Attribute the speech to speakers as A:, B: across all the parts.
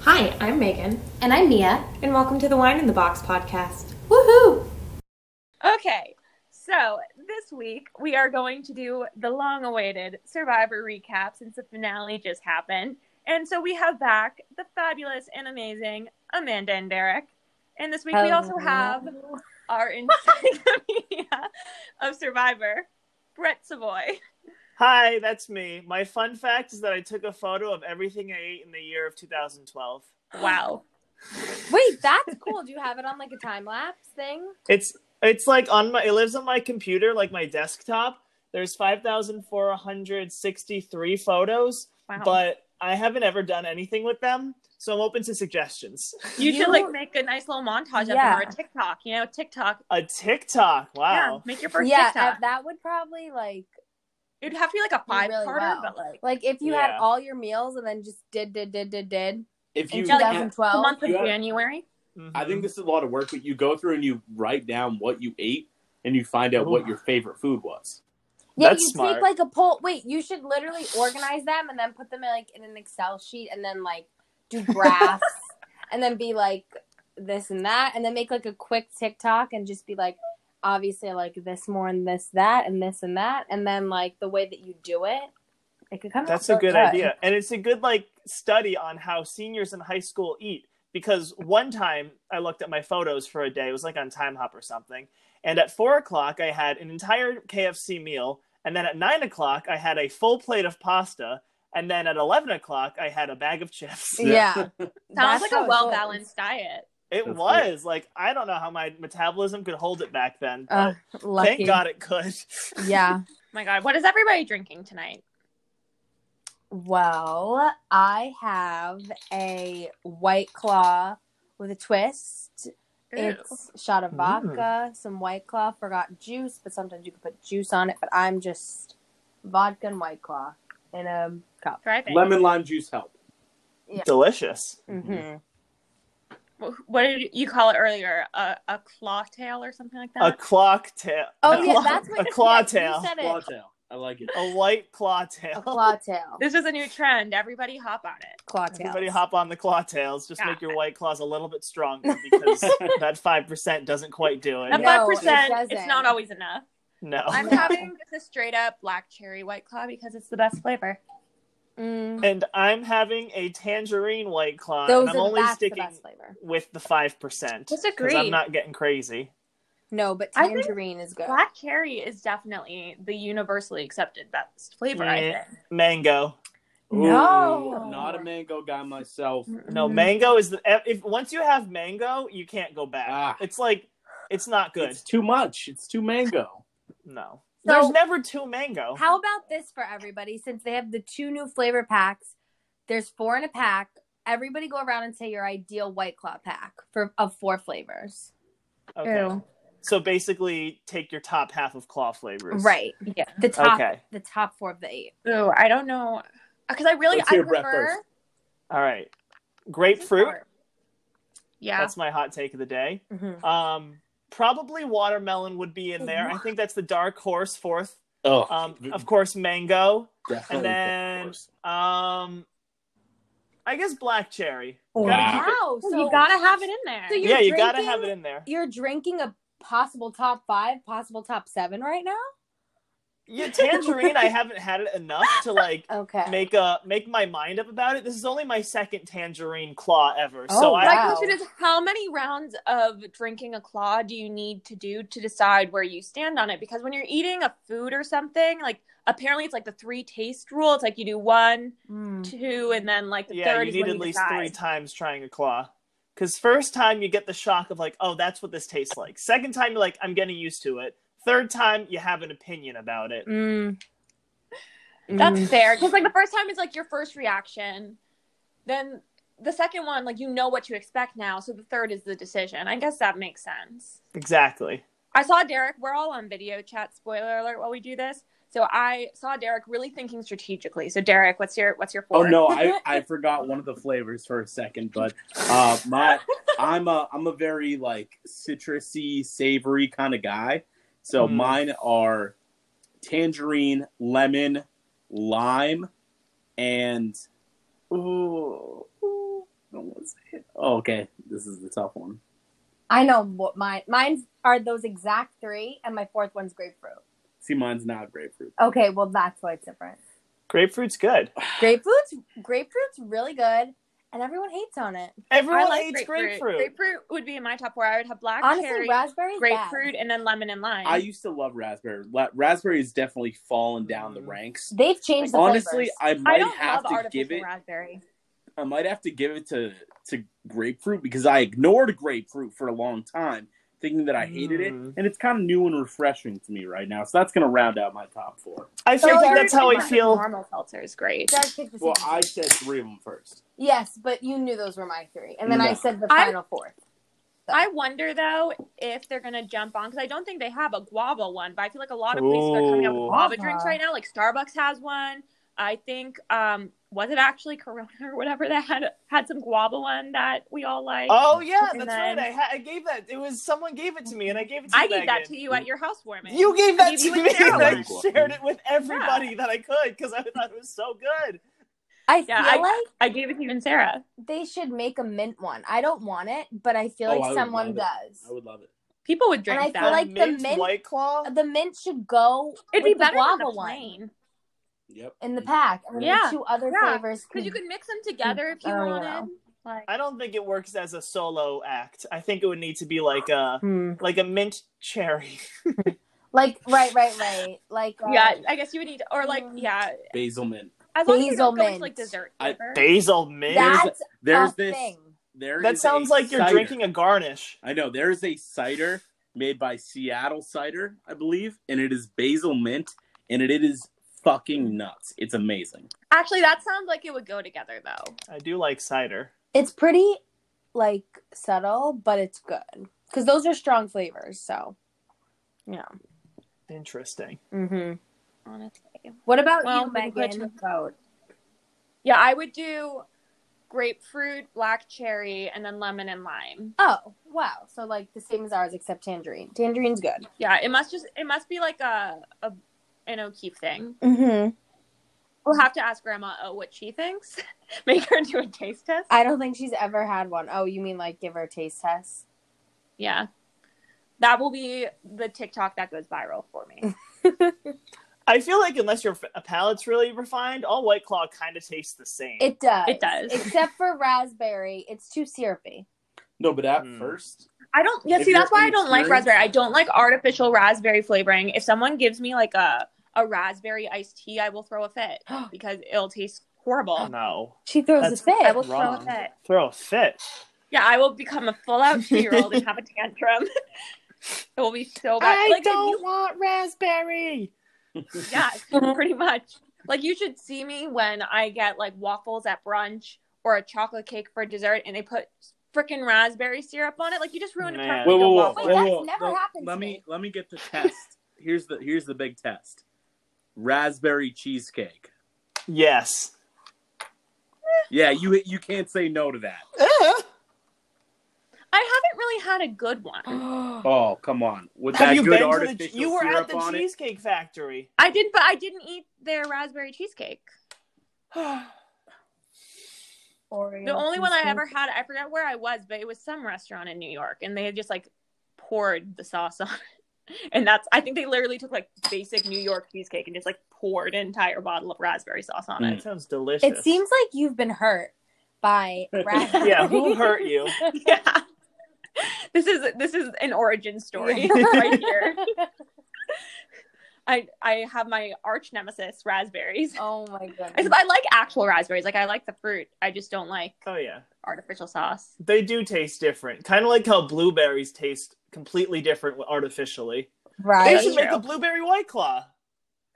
A: Hi, I'm Megan,
B: And I'm Mia.
A: and welcome to the Wine in the Box podcast.
B: Woohoo!
C: Okay, so this week we are going to do the long awaited Survivor recap since the finale just happened. And so we have back the fabulous and amazing Amanda and Derek. And this week we also have our encyclopedia of Survivor, Brett Savoy.
D: Hi, that's me. My fun fact is that I took a photo of everything I ate in the year of 2012.
C: Wow.
B: Wait, that's cool. Do you have it on like a time lapse thing?
D: It's it's like on my it lives on my computer, like my desktop. There's 5,463 photos,
C: Wow.
D: but I haven't ever done anything with them, so I'm open to suggestions.
C: you,
B: you-
C: should like make a nice little montage of them
B: Yeah. Oh.
C: or a TikTok, you know, TikTok.
D: A TikTok.
C: Yeah,
D: Wow.
C: make your first
B: yeah,
C: TikTok.
B: uh, that would probably like
C: It'd have to be like a
B: do
C: five
B: really
C: parter,
B: well.
C: but like
B: like if you had
D: Yeah.
B: all your meals and then just did did did did did
E: if
B: in
E: you
C: Yeah, like-
E: have-
B: 2012.
C: the month of
E: You have-
C: January.
D: Mhm.
E: i think this is a lot of work but you go through and you write down what you ate and you find out what your favorite food was
B: yeah,
D: That's
B: you take
D: smart.
B: like a poll. Wait, you should literally organize them and then put them in like in an Excel sheet and then like do graphs and then be like this and that and then make like a quick TikTok and just be like obviously I like this more and this that and this and that and then like the way that you do it. It could come out
D: That's a
B: so
D: good idea. And it's a good like study on how seniors in high school eat. Because one time I looked at my photos for a day, it was like on Time Hop or something. And at four o'clock I had an entire KFC meal. And then at nine o'clock I had a full plate of pasta. And then at eleven o'clock I had a bag of chips.
B: Yeah.
C: Sounds
B: That's
C: like
B: how
C: a
B: it
C: well
B: goes.
C: balanced diet. Oh
D: It
E: That's
D: was like I don't know how my metabolism could hold it back then.
B: Uh,
D: But
B: lucky.
D: thank God it could.
B: Yeah.
C: Oh my god, what is everybody drinking tonight?
B: Well, I have a white claw with a twist. It's shot of
D: Mm.
B: vodka, some white claw, forgot juice, but sometimes you can put juice on it, but I'm just vodka and white claw in a cup.
C: Drive it.
E: lemon lime juice help
D: Delicious.
B: Mm-hmm.
C: Wh- What did you call it earlier? A, a claw tail or something like
D: A
C: that?
D: clock tail.
B: Oh,
D: a
B: yeah,
D: claw-
B: that's what
D: a claw
B: yeah,
D: tail.
B: You said
E: Claw
B: it.
E: tail. i like it
D: A white claw tail.
B: A claw tail.
C: this is a new trend. Everybody hop on it.
B: Claw tail.
D: Everybody hop on the claw tails. Just
C: Yeah.
D: make your white claws a little bit stronger because that five percent doesn't quite do it.
C: That
B: No,
C: five
B: it
C: percent, it's
B: doesn't.
C: not always enough.
D: No.
C: I'm having just a straight up black cherry white claw because it's the best flavor.
B: Mm.
D: and I'm having a tangerine white claw.
B: Those
D: and I'm
B: are
D: only
B: that's the
D: sticking
B: best flavor.
D: with the five percent.
C: Disagree.
D: I'm not getting crazy.
B: No, but
C: I think
B: tangerine is good.
C: Black cherry is definitely the universally accepted best flavor. I
D: Yeah.
C: think.
D: Mango.
B: No.
E: Ooh, not a mango guy myself
D: No,
B: Mm-hmm.
D: mango is the e, if once you have mango, you can't go back.
E: Ah.
D: It's like it's not good.
E: it's too much it's too mango
D: No.
B: So-
D: There's never too mango.
B: How about this for everybody? Since they have the two new flavor packs, there's four in a pack. Everybody go around and say your ideal White Claw pack for of four flavors.
D: okay. So basically take your top half of claw flavors.
B: Right.
C: Yeah.
B: The top
D: Okay.
B: the top four of the eight.
C: Ooh, I don't know. Because I really,
E: Let's
C: I
E: hear Brett
C: prefer.
E: first.
D: All right. Grapefruit.
C: Yeah.
D: That's my hot take of the day.
B: Mm-hmm.
D: Um, probably watermelon would be in there. I think that's the dark horse fourth.
E: oh
D: Um, of course, mango.
E: definitely
D: and then-
E: of course.
D: Um, I guess black cherry.
E: Wow.
B: Wow. So
C: you gotta have it in there.
B: So you-
D: yeah, you
B: You're
D: gotta
B: drinking-
D: have it in there.
B: you're drinking a possible top five, possible top seven right now?
D: Yeah, tangerine. I haven't had it enough to like
B: Okay.
D: make a make my mind up about it. This is only my second tangerine claw ever. so
B: Oh,
D: I
C: My
B: wow.
C: question is how many rounds of drinking a claw do you need to do to decide where you stand on it? Because when you're eating a food or something, like apparently it's like the three taste rule. It's like you do one,
B: Mm.
C: two, and then like the
D: yeah,
C: third
D: you
C: is
D: need
C: when
D: at
C: you
D: least
C: decide.
D: three times trying a claw. Because first time you get the shock of like, oh, that's what this tastes like. Second time you're like, I'm getting used to it. Third time you have an opinion about it.
B: Mm.
C: That's fair. Because like the first time is like your first reaction, then the second one like you know what to expect now. So the third is the decision. I guess that makes sense.
D: Exactly.
C: I saw Derek. We're all on video chat. Spoiler alert! While we do this, so I saw Derek really thinking strategically. So Derek, what's your what's your
E: Oh
C: four?
E: no, I, I forgot one of the flavors for a second, but uh, my I'm a I'm a very like citrusy, savory kind of guy. So
D: Mm.
E: mine are tangerine, lemon, lime, and
D: Ooh.
E: I don't wanna Oh, okay. This is the tough one.
B: I know what mine. Mine are those exact three, and my fourth one's grapefruit.
E: See, mine's not grapefruit.
B: Okay, well that's why it's different.
D: Grapefruit's good.
B: Grapefruit's grapefruit's really good, and everyone hates on it.
D: Everyone
C: like
D: hates grapefruit.
C: grapefruit. Grapefruit would be in my top four. I would have black
B: Honestly,
C: cherry,
B: raspberry,
C: grapefruit, and then lemon and lime.
E: I used to love raspberry. La- raspberry's definitely fallen down the
D: Mm.
E: ranks.
B: They've changed the
E: Honestly,
B: flavors.
E: I
C: I
E: might
C: don't love
E: have to give
C: artificial
E: it.
C: raspberry.
E: I might have to give it to to grapefruit because I ignored grapefruit for a long time, thinking that I hated it,
D: Mm.
E: and it's kind of new and refreshing to me right now. So that's gonna round out my top four.
D: I feel
B: So
D: like
B: you're
D: that's how I
B: pretty
D: feel.
C: Normal seltzer is great.
B: Jared picked the
E: Well,
B: second
E: I
B: one.
E: said three of them first.
B: yes, but you knew those were my three, and then
E: No.
B: I said the
C: I-
B: final fourth.
C: I wonder though if they're gonna jump on because I don't think they have a guava one, but I feel like a lot of places are coming out
D: Ooh.
C: with guava drinks
B: Guava.
C: right now. Like Starbucks has one. I think um was it actually Corona or whatever that had had some guava one that we all like.
D: Oh yeah,
C: And
D: that's
C: then-
D: right. I, ha- I gave that. It was someone gave it to me, and I gave it to
C: I
D: you.
C: gave that
D: Megan.
C: to you at your housewarming.
D: You gave
C: I
D: that
C: gave
D: to
C: you
D: me,
C: a
D: and I
E: Carolina.
D: shared it with everybody that I could because I thought it was so good.
B: I
C: Yeah,
B: feel
C: I-
B: like
C: I gave it to you and Sarah.
B: they should make a mint one. I don't want it, but I feel
E: Oh, I
B: like
E: would
B: someone
E: love
B: does.
E: I would love it.
C: People would drink
B: And I
C: that.
B: feel like the
D: mint
B: mint-
D: white claw.
B: The mint should go
C: It'd be
B: with the
C: better than
B: guava
C: the
B: one
C: plain
E: Yep.
B: in the pack, and then
C: Yeah,
B: the two other
C: yeah,
B: flavors.
C: because you could mix
B: Mm.
C: them together if you
B: I don't
C: wanted.
B: know.
C: Like
D: I don't think it works as a solo act. I think it would need to be like a
B: Hmm.
D: like a mint cherry.
B: like right, right, right. Like uh,
C: yeah, I guess you would need or like
B: Mm.
C: yeah,
E: Basil mint.
C: as long as you
B: Basil
C: don't go into
B: mint.
C: like dessert.
E: I-
C: flavor.
D: Basil mint.
E: That-
B: that's
E: There's
B: a
E: this.
B: thing.
E: There
D: that
E: is
D: sounds
E: a
D: like you're
E: cider.
D: drinking a garnish.
E: I know there is a cider made by Seattle Cider, I believe, and it is basil mint, and it is fucking nuts. It's amazing.
C: Actually, that sounds like it would go together though.
D: I do like cider.
B: It's pretty like subtle, but it's good because those are strong flavors. So,
D: Interesting.
B: mm-hmm.
C: Honestly,
B: what about
C: Well,
B: you,
C: we can put
B: Megan?
C: yeah, I would do grapefruit, black cherry, and then lemon and lime.
B: Oh, wow. So like the same as ours, except tangerine. Tangerine's good.
C: Yeah, it must just it must be like a, a an O'Keefe thing.
B: Mm-hmm.
C: We'll have to ask Grandma O what she thinks. Make her do a taste test.
B: I don't think she's ever had one. Oh, you mean like give her a taste test?
C: Yeah. That will be the TikTok that goes viral for me.
D: I feel like unless your f- palate's really refined, all White Claw kind of tastes the same.
B: It does.
C: It does.
B: Except for raspberry, it's too syrupy.
E: No, but at
D: Hmm.
E: first,
C: I don't yeah,
E: If
C: see that's
E: you're
C: why I don't like
E: inexperienced-
C: raspberry. I don't like artificial raspberry flavoring. If someone gives me like a a raspberry iced tea, I will throw a fit because it'll taste horrible.
D: Oh, no,
B: She throws
D: That's-
B: a fit.
C: I will
D: wrong.
C: throw a fit.
D: throw a fit.
C: Yeah, I will become a full out two year old and have a tantrum. it will be so bad.
D: I
C: like if
D: don't
C: you,
D: want raspberry.
C: yeah, pretty much. Like you should see me when I get like waffles at brunch or a chocolate cake for dessert and they put freaking raspberry syrup on it. Like you just ruined
D: Man.
C: a perfect
E: whoa, whoa, whoa,
C: waffle.
B: Wait, that's
E: whoa, whoa.
B: never
E: Let-
B: happened
E: Let
B: to
E: me,
B: me.
E: let me get the test. here's the here's the big test. Raspberry cheesecake.
D: Yes.
E: Yeah, you you can't say no to that.
C: I haven't really had a good one.
E: Oh come on, with
D: Have
E: that
D: you
E: good
D: been to the?
E: artificial
D: You were at
E: syrup
D: the
E: on it.
D: Cheesecake Factory.
C: I did, but I didn't eat their raspberry cheesecake.
B: Oreo
C: The only one I
B: cheesecake.
C: ever had, I forgot where I was, but it was some restaurant in New York, and they had just like poured the sauce on it. And that's, I think they literally took like basic New York cheesecake and just like poured an entire bottle of raspberry sauce on
D: That
C: it.
D: sounds delicious.
B: It seems like you've been hurt by raspberry.
D: Yeah, who hurt you?
B: Mm.
C: yeah. This is this is an origin story right here. I I have my arch nemesis raspberries.
B: Oh my
C: I,
B: goodness.
C: I like actual raspberries. Like I like the fruit. I just don't like
D: Oh yeah,
C: artificial sauce.
D: they do taste different. Kind of like how blueberries taste completely different artificially.
B: Right.
D: They
C: That's
D: should make
C: true.
D: a blueberry white claw.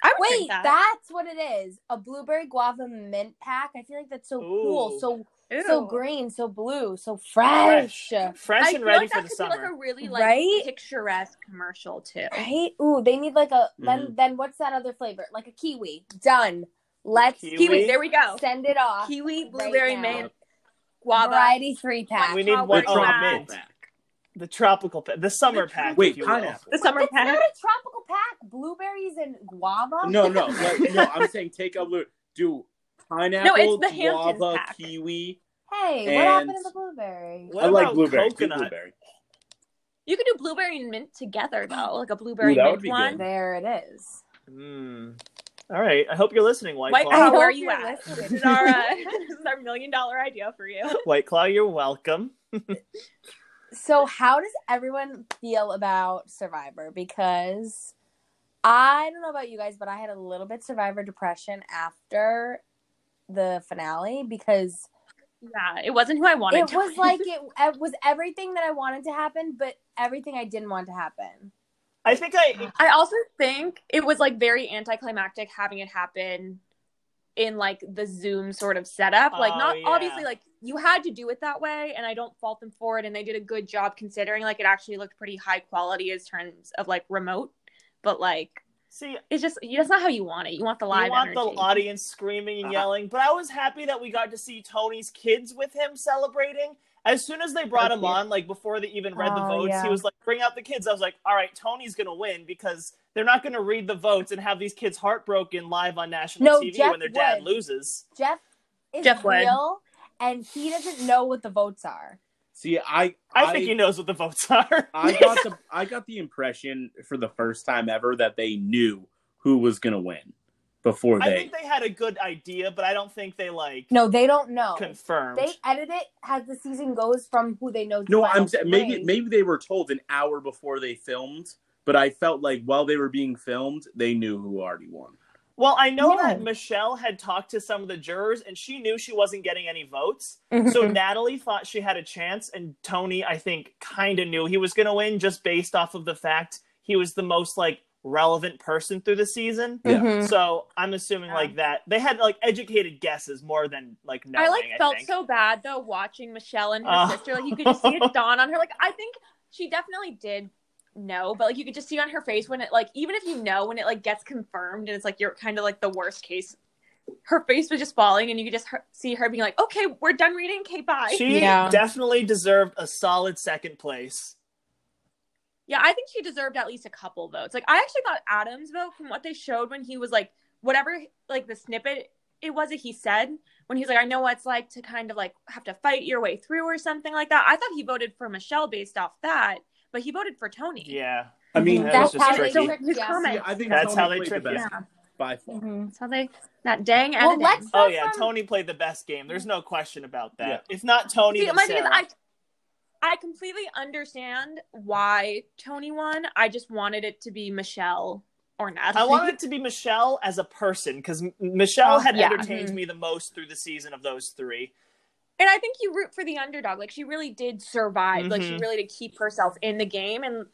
C: I would
B: Wait,
C: drink that.
B: that's what it is. A blueberry guava mint pack. I feel like that's so cool.
D: Ooh.
B: So so
C: Ew.
B: green, so blue, so fresh.
D: fresh
C: I
D: and
C: feel
D: ready
C: like
D: for
C: that
D: the
C: could
D: summer.
C: Be like a really like
B: Right?
C: picturesque commercial too.
B: Right? Ooh, they need like a then then what's that other flavor? Like a kiwi. Done. Let's
D: Kiwi?
C: Kiwi, there we go.
B: send it off.
C: Kiwi,
B: right
C: blueberry,
B: now.
C: mint, guava.
B: Variety three pack.
D: we need
C: Tropical
D: one
E: The
D: on
E: tropical
D: mint.
E: pack.
D: The tropical pack, the summer pack. if
E: Wait,
D: you will.
E: pineapple.
C: The summer
B: It's not
C: pack.
B: a tropical pack. Blueberries and guava.
E: No, no, no, no, I'm saying take a look. Do pineapple,
C: the Hamptons
E: guava,
C: pack.
E: kiwi,
B: Hey, what
E: And-
B: happened to the blueberry?
D: What
E: I like
D: about
E: blueberry. Do
D: coconut?
E: blueberry.
C: You could do blueberry and mint together though, like a blueberry
E: Ooh, that would
C: mint
E: be
C: one.
E: good.
B: There it is.
D: Mm. All right. I hope you're listening, White,
C: White
D: Claw.
C: Claw,
B: I
C: where are
B: hope
C: you
B: you're
C: at?
B: listening.
C: This is our uh, this is our million dollar idea for you.
D: White Claw, you're welcome.
B: So, how does everyone feel about Survivor? Because I don't know about you guys, but I had a little bit Survivor depression after the finale because
C: Yeah, it wasn't who I wanted.
B: it
C: to
B: was
C: win.
B: like it, it was everything that I wanted to happen, but everything I didn't want to happen.
D: I think I
C: I also think it was like very anticlimactic having it happen in like the Zoom sort of setup. Like,
D: Oh,
C: not
D: yeah.
C: obviously, like you had to do it that way, and I don't fault them for it. And they did a good job considering like it actually looked pretty high quality as terms of like remote, but like
D: see.
C: it's just that's not how you want it. You want the live
D: you want
C: energy.
D: the audience screaming
B: Uh-huh.
D: and yelling, but I was happy that we got to see Tony's kids with him celebrating. As soon as they brought him
C: cute.
D: on, like before they even read the
B: Oh,
D: votes, he
B: yeah.
D: was like, "Bring out the kids." I was like, "All right, Tony's gonna win because they're not gonna read the votes and have these kids heartbroken live on national
B: No,
D: TV
B: Jeff
D: when their dad
B: would.
D: loses."
B: Jeff is
C: Jeff would.
B: real, and he doesn't know what the votes are.
E: See, I
D: I, think he knows what the votes are.
E: I got the I got the impression for the first time ever that they knew who was gonna win before
D: I
E: they.
D: think they had a good idea, but I don't think they like
B: No, they don't know.
D: confirmed.
B: They edit it as the season goes from who they know. To
E: No,
B: final
E: I'm sa- maybe
B: three.
E: maybe they were told an hour before they filmed, but I felt like while they were being filmed, they knew who already won.
D: Well, I know
B: Yeah.
D: that Michelle had talked to some of the jurors and she knew she wasn't getting any votes. So Natalie thought she had a chance, and Tony, I think, kind of knew he was going to win just based off of the fact he was the most like relevant person through the season.
E: Yeah.
B: Mhm.
D: So I'm assuming
C: Mm. Yeah.
D: like that they had like educated guesses more than like knowing.
C: I
D: I,
C: like felt
D: think.
C: so bad though watching Michelle and her
D: Oh.
C: sister. Like you could just see it dawn on her. Like I think she definitely did know, but like you could just see on her face when it like even if you know when it like gets confirmed and it's like you're kind of like the worst case. Her face was just falling, and you could just her- see her being like, "Okay, we're done reading. Okay, bye."
D: She
B: Yeah.
D: definitely deserved a solid second place.
C: yeah, I think she deserved at least a couple votes. Like I actually thought Adam's vote from what they showed when he was like whatever like the snippet it was that he said when he's like, I know what it's like to kind of like have to fight your way through or something like that. I thought he voted for Michelle based off that, but he voted for Tony.
D: Yeah.
E: I mean,
D: That
B: that's
D: was just
B: how they
D: tricky.
B: tricked
C: His
B: us.
C: comment-
E: I think
D: That's
E: Tony
D: how they
E: played
D: trick
E: the
D: you.
E: best
C: Yeah. Mm-hmm.
E: by far.
B: Mhm.
C: So they that dang
B: Well,
C: editing.
B: let's
D: Oh
B: go
D: yeah,
B: from-
D: Tony played the best game. There's no question about that. If not Tony,
C: See,
D: then
C: my thing is,
D: Sarah.
C: I I completely understand why Tony won. I just wanted it to be Michelle or Natalie.
D: I wanted it to be Michelle as a person because
C: Oh,
D: Michelle had
C: yeah.
D: entertained me the most through the season of those three.
C: and I think you root for the underdog. Like she really did survive. Like she
E: Mm-hmm.
D: Mhm.
C: really did keep herself in the game. And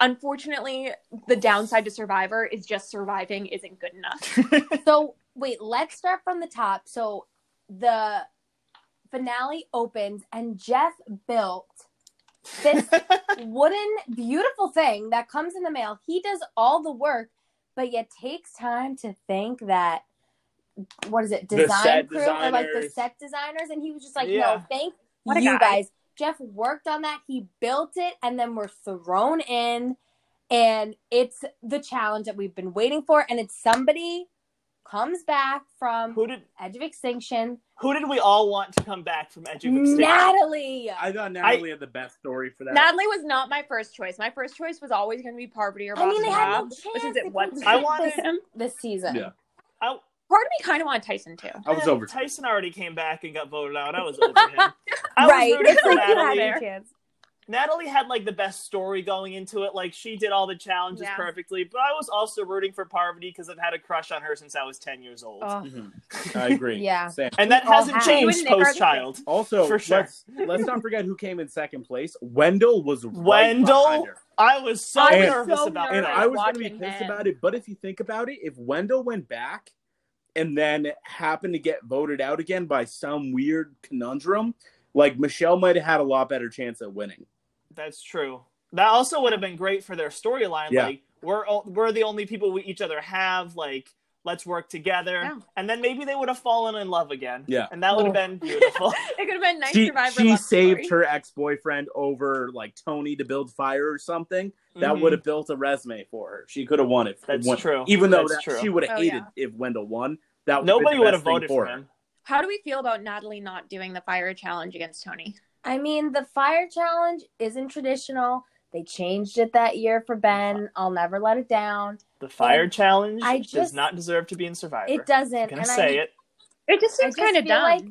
C: unfortunately, the downside to Survivor is just surviving isn't good enough.
B: So wait, let's start from the top. So the finale opens and Jeff built this wooden beautiful thing that comes in the mail. He does all the work, but yet takes time to think that what is it,
E: The
B: design
E: set
B: crew or like the
E: designers.
B: set designers? And he was just like,
D: Yeah.
B: No, thank
C: What a
B: you
C: guy.
B: guys. Jeff worked on that. He built it and then we're thrown in. And it's the challenge that we've been waiting for. And it's somebody comes back from
D: Who did
B: Edge of Extinction.
D: who did we all want to come back from Edge of Extinction?
B: Natalie.
E: I thought Natalie had the best story for that.
C: Natalie was not my first choice. My first choice was always going to be Parvati or
B: I mean,
C: Bobby
B: they had no
C: Rob.
B: chance.
C: But since
B: They
C: it was
B: couldn't
D: I
B: beat
D: wanted-
B: this,
C: him,
B: this season.
E: Yeah.
D: I,
C: part of me kind of wanted Tyson too.
E: I was
D: eh,
E: over.
D: Tyson already came back and got voted out. I was over him. I
B: right.
D: was rooting
B: It's
D: for
B: like you had
D: Natalie.
B: no chance.
D: Natalie had like the best story going into it. Like she did all the challenges
C: Yeah.
D: perfectly, but I was also rooting for Parvati because I've had a crush on her since I was ten years old,
B: Oh,
E: Mhm. I agree.
B: Yeah.
E: Same.
D: and that
B: all
D: hasn't
B: have.
D: changed
C: You and Nick are the
D: post child.
E: Also,
D: For sure.
E: let's let's not forget who came in second place. Wendell was right
D: Wendell?
E: behind her.
D: I was so
C: I
E: was
D: nervous
C: so
D: about
E: and
C: nervous.
D: that.
E: I was going to be
C: watching
E: pissed
C: him.
E: about it. But if you think about it, if Wendell went back and then happened to get voted out again by some weird conundrum, like Michelle might have had a lot better chance at winning.
D: That's true. That also would have been great for their storyline.
E: Yeah.
D: Like we're o- we're the only people we each other have. Like let's work together,
C: Yeah.
D: and then maybe they would have fallen in love again.
E: Yeah.
D: and that would have been beautiful.
C: It could have been a nice
E: she
C: Survivor.
E: she
C: love
E: saved
C: story.
E: her ex boyfriend over like Tony to build fire or something. That
D: Mhm.
E: would have built a resume for her. She could have won it.
D: That's
E: won-
D: true.
E: Even though
D: That's
E: that,
D: true.
E: she would have
C: Oh,
E: hated
C: yeah.
E: if Wendell won. That would have been
D: nobody
E: the
D: would
E: best
D: have
E: thing
D: voted
E: for
D: for
E: her.
D: him.
C: How do we feel about Natalie not doing the fire challenge against Tony?
B: I mean, the fire challenge isn't traditional. They changed it that year for Ben. I'll never let it down.
D: The fire
B: And
D: challenge
B: I
D: does
B: just-
D: not deserve to be in Survivor.
B: It doesn't.
D: I'm gonna
B: and
D: say
B: I,
D: it.
C: It just
B: I
C: seems
B: just
C: kind of
B: feel
C: dumb.
B: like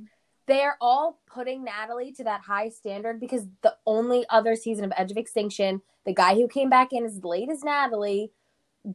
B: they're all putting Natalie to that high standard because the only other season of Edge of Extinction, the guy who came back in as late as Natalie,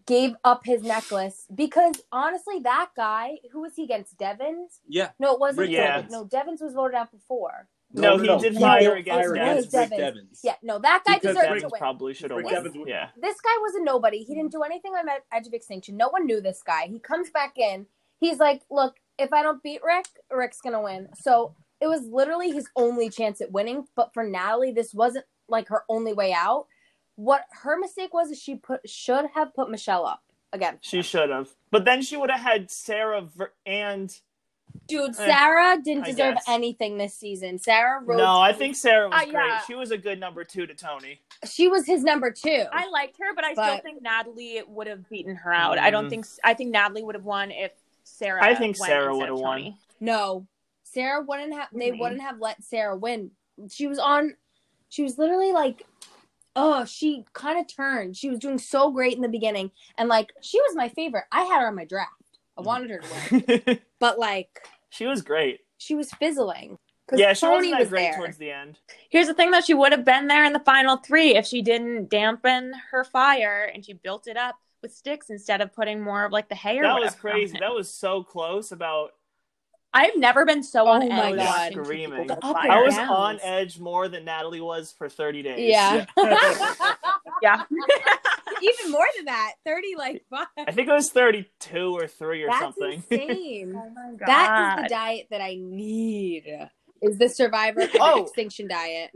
B: gave up his necklace because honestly, that guy who was he against Devins?
E: Yeah.
B: No, it wasn't.
E: Rick
D: Yeah.
B: Devins. No, Devins was voted out before.
D: No, he did fire against
B: Devins.
E: Rick Devins.
B: Yeah, no, that guy
E: Because
B: deserved to
E: Rick
D: Devins
B: win.
D: probably should have
E: Rick
D: won.
E: Devins would-
D: Yeah.
B: this guy was a nobody. He didn't do anything on Ed- Edge of Extinction. No one knew this guy. He comes back in. He's like, look, if I don't beat Rick, Rick's gonna win. So it was literally his only chance at winning. But for Natalie, this wasn't like her only way out. What her mistake was is she put should have put Michelle up again.
D: She should have. But then she would have had Sarah Ver- and
B: Dude, Sarah didn't
D: Eh, I
B: deserve
D: guess.
B: anything this season. Sarah Rhodes,
D: No, I think Sarah was
C: Uh,
D: great.
C: yeah.
D: She was a good number 2 to Tony.
B: she was his number two.
C: I liked her, but I still
B: But-
C: think Natalie would have beaten her out. I don't
D: Mhm.
C: think I think Natalie would have won if Sarah.
D: I think
C: went
D: Sarah
C: instead
D: would have
C: of
D: won.
C: Tony.
B: No, Sarah wouldn't have. They
C: Mhm.
B: wouldn't have let Sarah win. She was on. She was literally like, oh, she kind of turned. She was doing so great in the beginning, and like she was my favorite. I had her on my draft. I
D: Mhm.
B: wanted her to win, but like
D: she was great.
B: she was fizzling. 'Cause
D: Yeah, she wasn't
B: Tony
D: that
B: was
D: great
B: there.
D: towards the end.
C: Here's the thing though, she would have been there in the final three if she didn't dampen her fire and she built it up with sticks instead of putting more of like the hay or
D: That
C: whatever
D: was crazy.
C: on it.
D: That was so close about
C: I've never been so
B: Oh
C: on
B: my
C: edge
B: God.
C: watching two
D: Screaming.
C: people
B: The up
C: fire.
B: and
D: I was
B: downs.
D: on edge more than Natalie was for 30 days.
B: Yeah.
C: yeah.
B: Oh Even more than that, thirty like five.
D: I think it was 32 or 3 or
B: That's
D: something.
B: insane.
C: oh my god.
B: that is the diet that I need. Is the Survivor Edge of
D: Oh.
B: Extinction diet?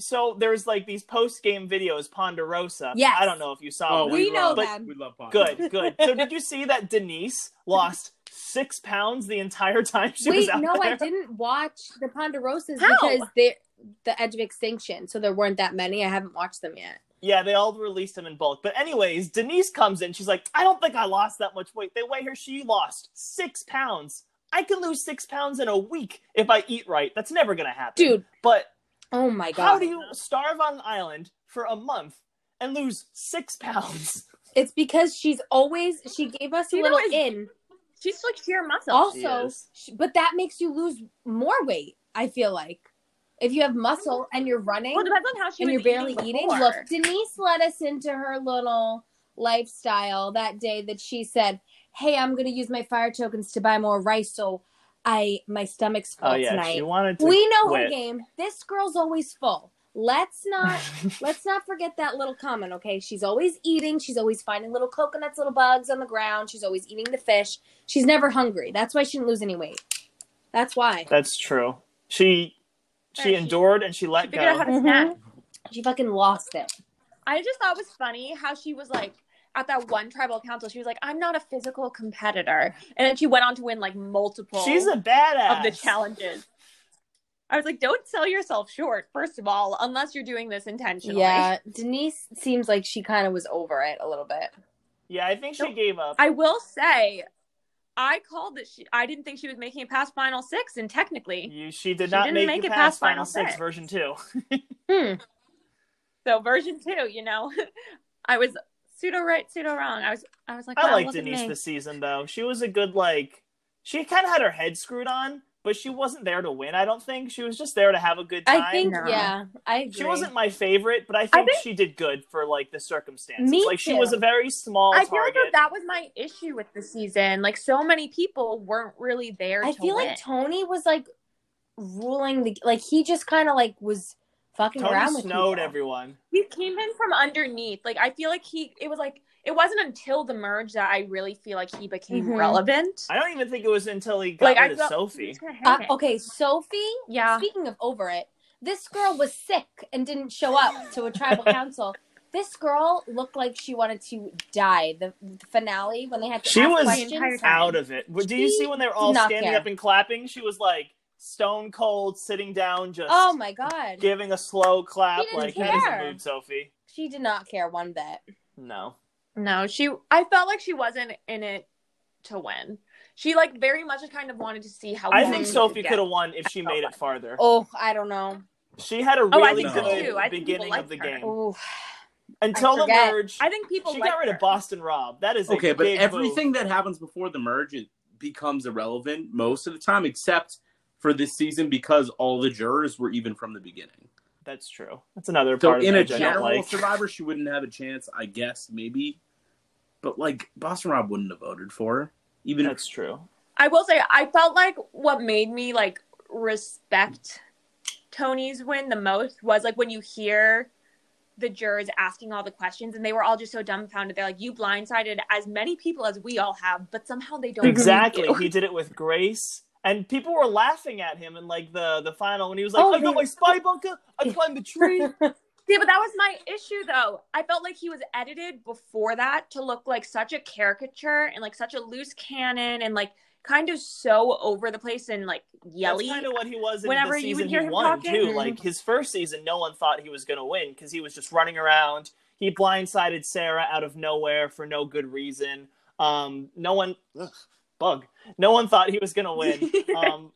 D: so there's like these post game videos, Ponderosa.
B: Yes.
D: I don't know if you saw
E: Oh,
D: them.
B: we know
E: love,
B: them.
E: We love Pop.
D: Good, good. So did you see that Denise lost six pounds the entire time she was
B: Wait,
D: out
B: no,
D: there?
B: I didn't watch the Ponderosas
C: How?
B: because they're the Edge of Extinction, so there weren't that many. I haven't watched them yet.
D: Yeah, they all released them in bulk. But anyways, Denise comes in. She's like, I don't think I lost that much weight. They weigh her. She lost six pounds. I can lose six pounds in a week if I eat right. That's never gonna happen,
B: Dude,
D: But
B: oh my god.
D: how do you starve on an island for a month and lose six pounds?
B: It's because she's always she gave us a
C: You know
B: little
C: it's-
B: in.
C: She's like sheer muscle.
D: she
B: Also,
D: is.
B: sh but that makes you lose more weight, I feel like. If you have muscle and you're running
C: well, it depends on how she
B: and
C: was
B: you're barely
C: eating,
B: eating,
C: before.
B: look, Denise let us into her little lifestyle that day that she said, "Hey, I'm going to use my fire tokens to buy more rice so I my stomach's full
D: Oh yeah,
B: tonight."
D: she wanted to.
B: we know her
D: quit.
B: game. This girl's always full. Let's not let's not forget that little comment, okay? She's always eating. She's always finding little coconuts, little bugs on the ground. She's always eating the fish. She's never hungry. That's why she didn't lose any weight. That's why
D: That's true. She
C: Yeah,
D: she
C: she-
D: endured and
C: She
D: she let
C: figured out how
D: go.
C: to
B: Mhm.
C: snack.
B: she fucking lost it.
C: I just thought it was funny how she was like at that one tribal council, she was like, I'm not a physical competitor. And then she went on to win like multiple
D: She's a badass.
C: of the challenges. I was like, don't sell yourself short, first of all, unless you're doing this intentionally.
B: Yeah, Denise seems like she kind of was over it a little bit.
D: Yeah, I think she
C: Nope.
D: gave up.
C: I will say, I called that she, I didn't think she was making it past final six, and technically,
D: You, she did
C: She
D: not
C: didn't
D: make,
C: make
D: it past Final Six, version two.
B: Hmm.
C: so version two, you know, I was pseudo right, pseudo wrong. I was, I was like,
D: I
C: wow,
D: like
C: look at
D: Denise
C: me.
D: this season though. She was a good like. She kind of had her head screwed on, but she wasn't there to win. I don't think she was just there to have a good time.
B: I think
C: No.
B: yeah, I agree.
D: she wasn't my favorite, but I think, she did good for like the circumstances.
B: Me
D: like she
B: too.
D: was a very small
C: I feel like
D: target.
C: that was my issue with the season. Like so many people weren't really there.
B: I
C: to
B: feel
C: win.
B: like Tony was like ruling the like he just kind of like was fucking around
D: Tony
B: with
D: snowed
B: people.
D: everyone.
C: he came in from underneath. Like I feel like he. It was like it wasn't until the merge that I really feel like he became
B: Mhm.
C: relevant.
D: I don't even think it was until he got
C: Like, I
D: rid of
C: felt-
D: Sophie.
B: Uh, okay, Sophie.
C: Yeah.
B: Speaking of over it, this girl was sick and didn't show up to a tribal council. This girl looked like she wanted to die. The, the finale when they had to
D: She
B: ask
D: was
B: questions.
C: entire-
D: Out of it. Do you
B: She
D: see when they were all
B: did not
D: standing
B: care.
D: up and clapping? She was like stone cold, sitting down, just
B: Oh my god,
D: giving a slow clap.
B: She didn't
D: Like that is a
B: care.
D: mood, Sophie.
B: she did not care one bit.
D: No.
C: No, she. I felt like she wasn't in it to win. She like very much kind of wanted to see how.
D: I
C: long
D: think
C: she
D: Sophie
C: get.
D: could have won if she made it farther.
B: Oh, I don't know.
D: She had a
C: Oh, I
D: really
E: think so,
D: good
C: too. I think people
D: beginning of
C: liked
D: the
C: her.
D: game
B: Ooh.
D: until the
B: forget.
D: merge.
C: I think people.
D: she
C: liked
D: got rid
C: her.
D: of Boston Rob. That is a
E: Okay, but
D: big
E: everything that happens before the merge it becomes irrelevant most of the time, except for this season because all the jurors were even from the beginning.
D: move. That's true. That's another
E: So
D: part.
E: in a
D: of the
E: general
D: like.
E: survivor, she wouldn't have a chance, I guess, maybe. But like Boston Rob wouldn't have voted for her, even if
D: That's true.
C: I will say I felt like what made me like respect Tony's win the most was like when you hear the jurors asking all the questions and they were all just so dumbfounded. They're like, "You blindsided as many people as we all have, but somehow they don't." believe
D: Exactly.
C: you."
D: He did it with grace. And people were laughing at him in like the the final when he was like,
B: Oh,
D: I got
B: they-
D: my spy bunker, I climbed the tree.
C: Yeah, but that was my issue though. I felt like he was edited before that to look like such a caricature and like such a loose cannon and like kind of so over the place and like yelly.
D: That's kind of what he was in
C: Whenever
D: the
C: you would
D: season
C: hear
D: he
C: him
D: won
C: talking.
D: too.
B: Mhm.
D: Like his first season, no one thought he was going to win because he was just running around. He blindsided Sarah out of nowhere for no good reason. Um, no one ugh, bug. No one thought he was going to win. Um,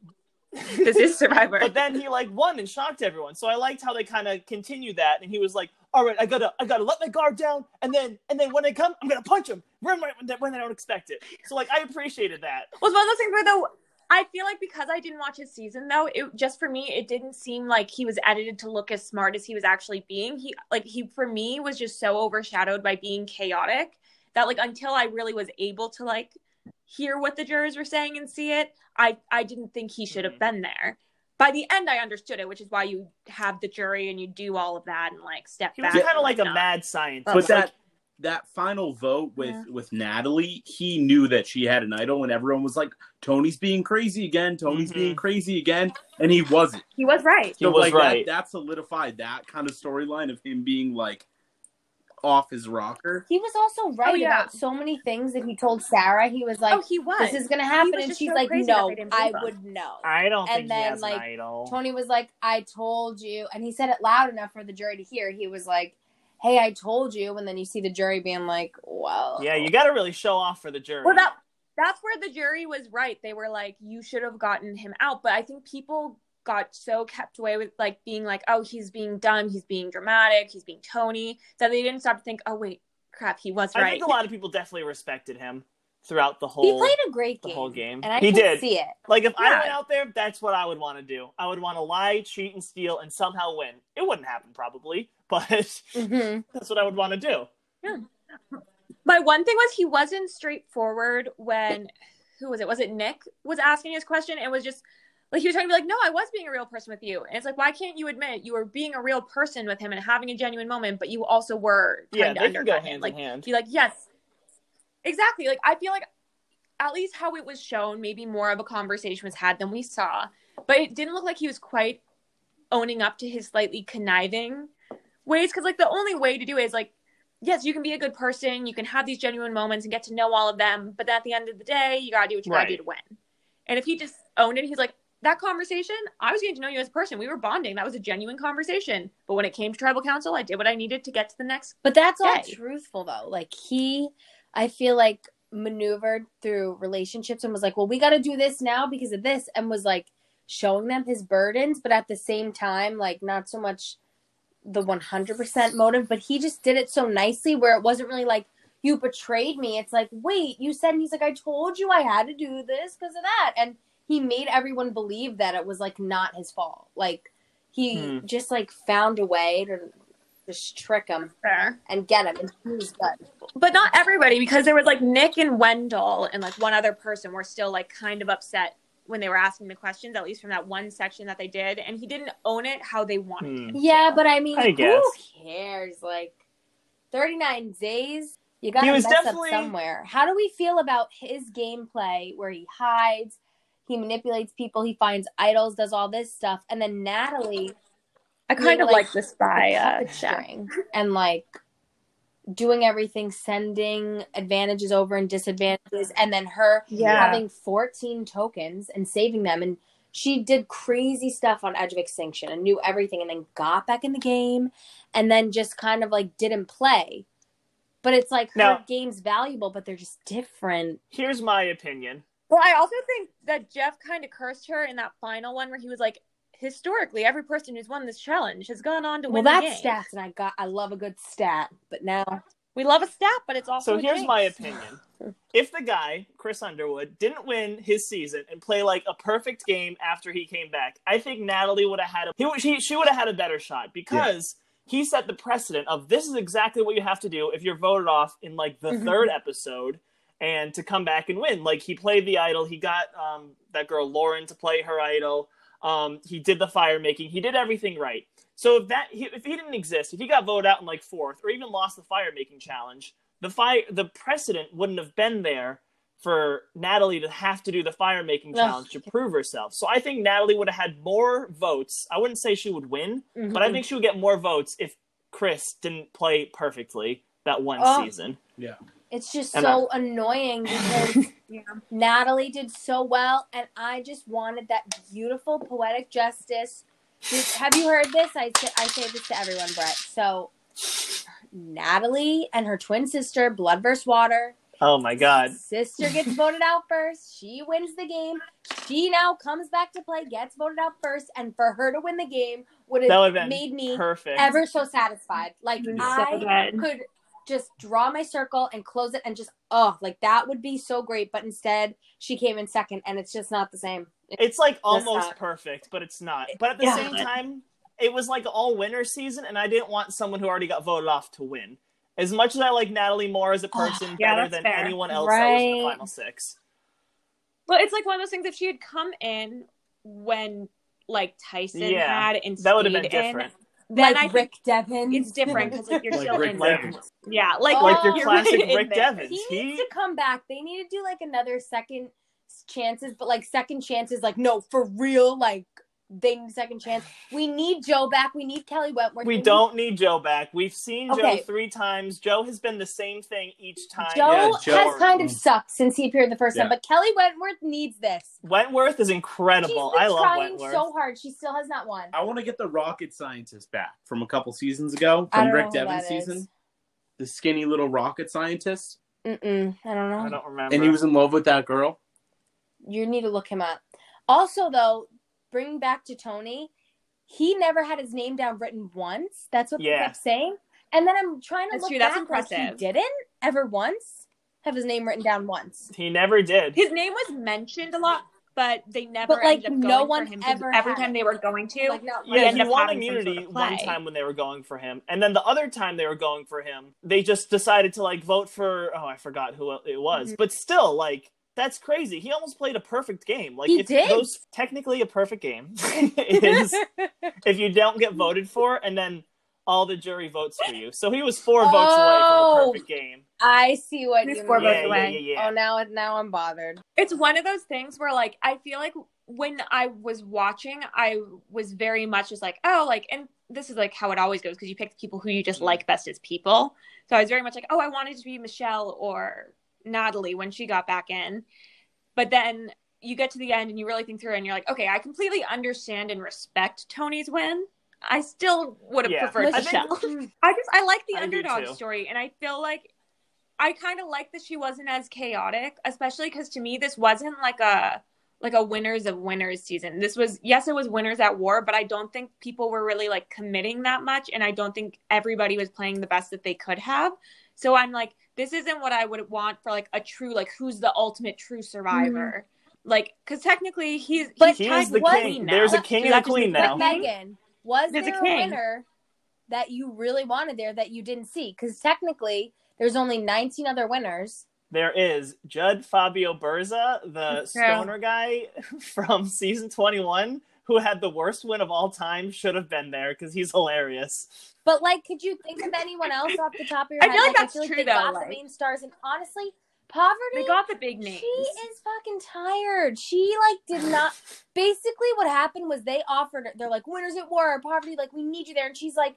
C: this is Survivor.
D: but then he like won and shocked everyone. So I liked how they kind of continued that, and he was like, "All right, I gotta, I gotta let my guard down, and then, and then when they come, I'm gonna punch him when, when, when I don't expect it." So like, I appreciated that.
C: was one of those things where though I feel like because I didn't watch his season though, it just for me it didn't seem like he was edited to look as smart as he was actually being. He like he for me was just so overshadowed by being chaotic that like until I really was able to like hear what the jurors were saying and see it, I I didn't think he should have
D: Mhm.
C: been there. By the end, I understood it, which is why you have the jury and you do all of that and like step
D: He was
C: back.
D: kind
C: and
D: of like a
C: whatnot.
D: mad scientist.
E: but
D: Like,
E: that that final vote with with Natalie, he knew that she had an idol, and everyone was like, "Tony's being crazy again. Tony's
D: Mhm.
E: being crazy again," and he wasn't.
C: He was right.
D: He was
E: like,
D: right.
E: That, that solidified that kind of storyline of him being like off his rocker.
B: He was also right
C: Oh, yeah.
B: about so many things that he told Sarah. He was like,
C: oh, he was.
B: "This is gonna happen,"
C: was
B: and
C: just
B: she's
C: so
B: like,
C: crazy that
B: "No,
C: they didn't
B: I
C: believe him."
B: would know."
D: I don't
B: and
D: think he
B: then,
D: has
B: like,
D: an idol.
B: Tony was like, "I told you," and he said it loud enough for the jury to hear. He was like, "Hey, I told you," and then you see the jury being like, "Well,
D: yeah, you got to really show off for the jury.
C: Well, that that's where the jury was right. They were like, you should have gotten him out. But I think people got so kept away with like being like, oh, he's being dumb, he's being dramatic, he's being Tony, that they didn't stop to think, oh wait, crap, he was
D: I
C: right.
D: think a lot of people definitely respected him throughout the
B: he
D: whole
B: played a great
D: the
B: game,
D: whole game.
B: and I
D: he
B: can
D: did.
B: see it."
D: Like if I
C: Yeah.
D: went out there, that's what I would want to do. I would want to lie, cheat, and steal, and somehow win. It wouldn't happen probably, but
C: Mm-hmm.
B: Mhm.
D: that's what I would want to do.
C: My one thing was he wasn't straightforward when who was it? Was it Nick was asking his question and was just like he was trying to be like, No, I was being a real person with you. And it's like, why can't you admit you were being a real person with him and having a genuine moment, but you also were
D: Yeah,
C: trying to
D: they can go
C: undercut him?
D: hand
C: Like
D: in hand.
C: be like, yes, exactly. Like I feel like at least how it was shown, maybe more of a conversation was had than we saw, but it didn't look like he was quite owning up to his slightly conniving ways. Because like the only way to do it is like, yes, you can be a good person, you can have these genuine moments and get to know all of them, but at the end of the day, you gotta do what you gotta do
D: Right.
C: to win. And if he just owned it, he's like. That conversation, I was getting to know you as a person. We were bonding. That was a genuine conversation. But when it came to tribal council, I did what I needed to get to the next
B: But that's all
C: Yay.
B: truthful though. Like he, I feel like maneuvered through relationships and was like, "Well, we got to do this now because of this," and was like showing them his burdens, but at the same time, like not so much the one hundred percent motive. But he just did it so nicely where it wasn't really like you betrayed me. It's like, wait, you said and he's like, "I told you I had to do this because of that," and he made everyone believe that it was like not his fault. Like he
D: Hmm.
B: just like found a way to just trick him
C: there.
B: and get him. And he was good.
C: but not everybody because there was like Nick and Wendell and like one other person were still like kind of upset when they were asking the questions, at least from that one section that they did, and he didn't own it how they wanted.
D: Hmm.
B: Yeah, but I mean,
D: I guess.
B: who cares? Like, 39 days, you got
D: He
B: to
D: was
B: mess
D: definitely-
B: up somewhere. How do we feel about his gameplay where he hides, he manipulates people, he finds idols, does all this stuff, and then Natalie
C: I kind of
B: like,
C: like the spy uh,
B: puppet
C: Jack.
B: string and like doing everything, sending advantages over and disadvantages, and then her
C: Yeah,
B: having 14 tokens and saving them and she did crazy stuff on edge of extinction and knew everything and then got back in the game and then just kind of like didn't play but it's like her
D: Now-
B: game's valuable but they're just different
D: Here's my opinion.
C: Well, I also think that Jeff kind of cursed her in that final one where he was like, historically, every person who's won this challenge has gone on to
B: Well,
C: win the
B: that's
C: game.
B: stats, and I got I love a good stat, but now
C: We love a stat, but it's also
D: So
C: a
D: here's
C: jinx.
D: my opinion. If the guy, Chris Underwood, didn't win his season and play like a perfect game after he came back, I think Natalie would have had a he, would- she, she would have had a better shot because he set the precedent of this is exactly what you have to do if you're voted off in like the
B: Mhm.
C: Mm-hmm.
D: third episode and to come back and win. Like he played the idol, he got um, that girl Lauren to play her idol. Um, he did the fire making. He did everything right. So if that he- if he didn't exist, if he got voted out in like fourth or even lost the fire making challenge, the fire the precedent wouldn't have been there for Natalie to have to do the fire making
B: Ugh.
D: challenge to prove herself. So I think Natalie would have had more votes. I wouldn't say she would win,
B: Mm-hmm.
D: but
B: Mhm.
D: I think she would get more votes if Chris didn't play perfectly that one
B: Oh.
D: season.
B: it's just
D: And
B: so annoying because Natalie did so well, and I just wanted that beautiful poetic justice. Just- have you heard this? I say, I say this to everyone, Brett. So Natalie and her twin sister, blood versus water.
D: Oh my god.
B: Sister gets voted out first. She wins the game. She now comes back to play, gets voted out first, and for her to win the game would
D: That would
B: have
D: have
B: made
D: been
B: me
D: perfect.
B: ever so satisfied. Like
C: It was so
B: I
C: good.
B: could just draw my circle and close it, and just oh, like that would be so great. But instead, she came in second, and it's just not the same.
D: It's like almost
B: not-
D: perfect, but it's not. But at the
C: Yeah.
D: same time, it was like all winner season, and I didn't want someone who already got voted off to win. As much as I like Natalie Moore as a
B: Ah,
D: person
C: Yeah,
D: better
C: that's
D: than
C: fair.
D: anyone else that was in the
B: Right.
D: final six.
C: Well, it's like one of those things. If she had come in when like Tyson
D: Yeah,
C: had and
D: That would have been
C: stayed in,
D: different.
C: then
B: like
C: I think
B: Rick Devin,
C: it's different because like you're
E: Like
C: still
E: Rick
C: in
E: Devin.
C: there. Yeah, like
B: Like
D: your
C: you're
D: classic
C: in
D: Rick
C: there.
D: Devin.
B: he
D: He-
B: needs to come back. They need to do like another second chances, but like second chances, like no, for real, like they need a second chance. We need Joe back. We need Kelly Wentworth.
D: We
B: need-
D: don't need Joe back. We've seen Joe
B: Okay.
D: three times. Joe has been the same thing each time.
B: Joe,
E: Yeah, Joe-
B: has kind of sucked since he appeared the first
E: Yeah.
B: time, but Kelly Wentworth needs this.
D: Wentworth is
B: She's been
D: incredible. I love
B: trying
D: Wentworth.
B: so hard. She still has not won.
E: I want to get the rocket scientist back from a couple seasons ago
B: I
E: from
B: don't
E: Rick
B: know who
E: Devon's
B: that is.
E: season. The skinny little rocket scientist,
B: Mm-mm, I don't know.
D: I don't remember.
E: and he was in love with that girl.
B: you need to look him up. Also, though, bringing back to Tony, he never had his name down written once. That's what
D: Yeah.
B: they kept saying. And then I'm trying to
C: That's
B: look
C: true.
B: back.
C: That's
B: Like
C: impressive.
B: he didn't ever once have his name written down once.
D: He never did.
C: His name was mentioned a lot, but they never
B: But, like,
C: ended up
B: no
C: going
B: one
C: for him 'cause
B: ever
C: every
B: had
C: time
B: it.
C: they were going to.
B: Like not
C: They
D: Yeah,
C: end
D: he
C: up
D: won
C: having some sort of
D: immunity one
C: play.
D: time when they were going for him, and then the other time they were going for him, they just decided to like vote for oh I forgot who it was,
C: Mm-hmm.
B: Mhm.
D: but still like that's crazy. He almost played a perfect game. Like
B: He
D: if
B: did.
D: those technically a perfect game is if you don't get voted for, and then all the jury votes for you. So he was four votes away from
B: Oh.
D: a perfect game.
B: I see what
C: He's
B: you
C: four
B: mean.
C: votes
D: yeah,
C: away.
D: yeah, yeah, yeah.
B: Oh, now now I'm bothered.
C: It's one of those things where like I feel like when I was watching, I was very much just like, oh, like and this is like how it always goes because you pick the people who you just like best as people. So I was very much like, oh, I wanted to be Michelle or Natalie when she got back in. But then you get to the end and you really think through it and you're like, okay, I completely understand and respect Tony's win. I still would have
D: Yeah.
C: preferred
D: I
C: Michelle.
D: think-
C: I just I like the
D: I do
C: underdog
D: too.
C: story, and I feel like I kind of like that she wasn't as chaotic, especially because to me this wasn't like a like a winners of winners season. This was yes, it was winners at war, but I don't think people were really like committing that much, and I don't think everybody was playing the best that they could have. So I'm like, this isn't what I would want for like a true like who's the ultimate true survivor. Like, because technically he's
B: Mm-hmm. But
D: he
B: Ty
D: is the
B: was-
D: king. There's a king
C: Does
D: and a
C: that just
D: queen
C: mean
D: now.
B: But Megan, was
C: There's a
B: there a,
C: king.
B: winner that you really wanted there that you didn't see? Because technically, there's only 19 other winners.
D: There is Judd Fabio Berza, the
C: That's true.
D: stoner guy from season 21, who had the worst win of all time, should have been there because he's hilarious.
B: But like, could you think of anyone else off the top of your
C: I
B: head?
C: feel like that's
B: I feel
C: true,
B: like they
C: though,
B: got
C: like-
B: the main stars, and honestly, poverty.
C: They got the big
B: she
C: names.
B: is fucking tired. She like did not. Basically, what happened was they offered. her- They're like, "Winners at War, poverty. Like, we need you there." And she's like,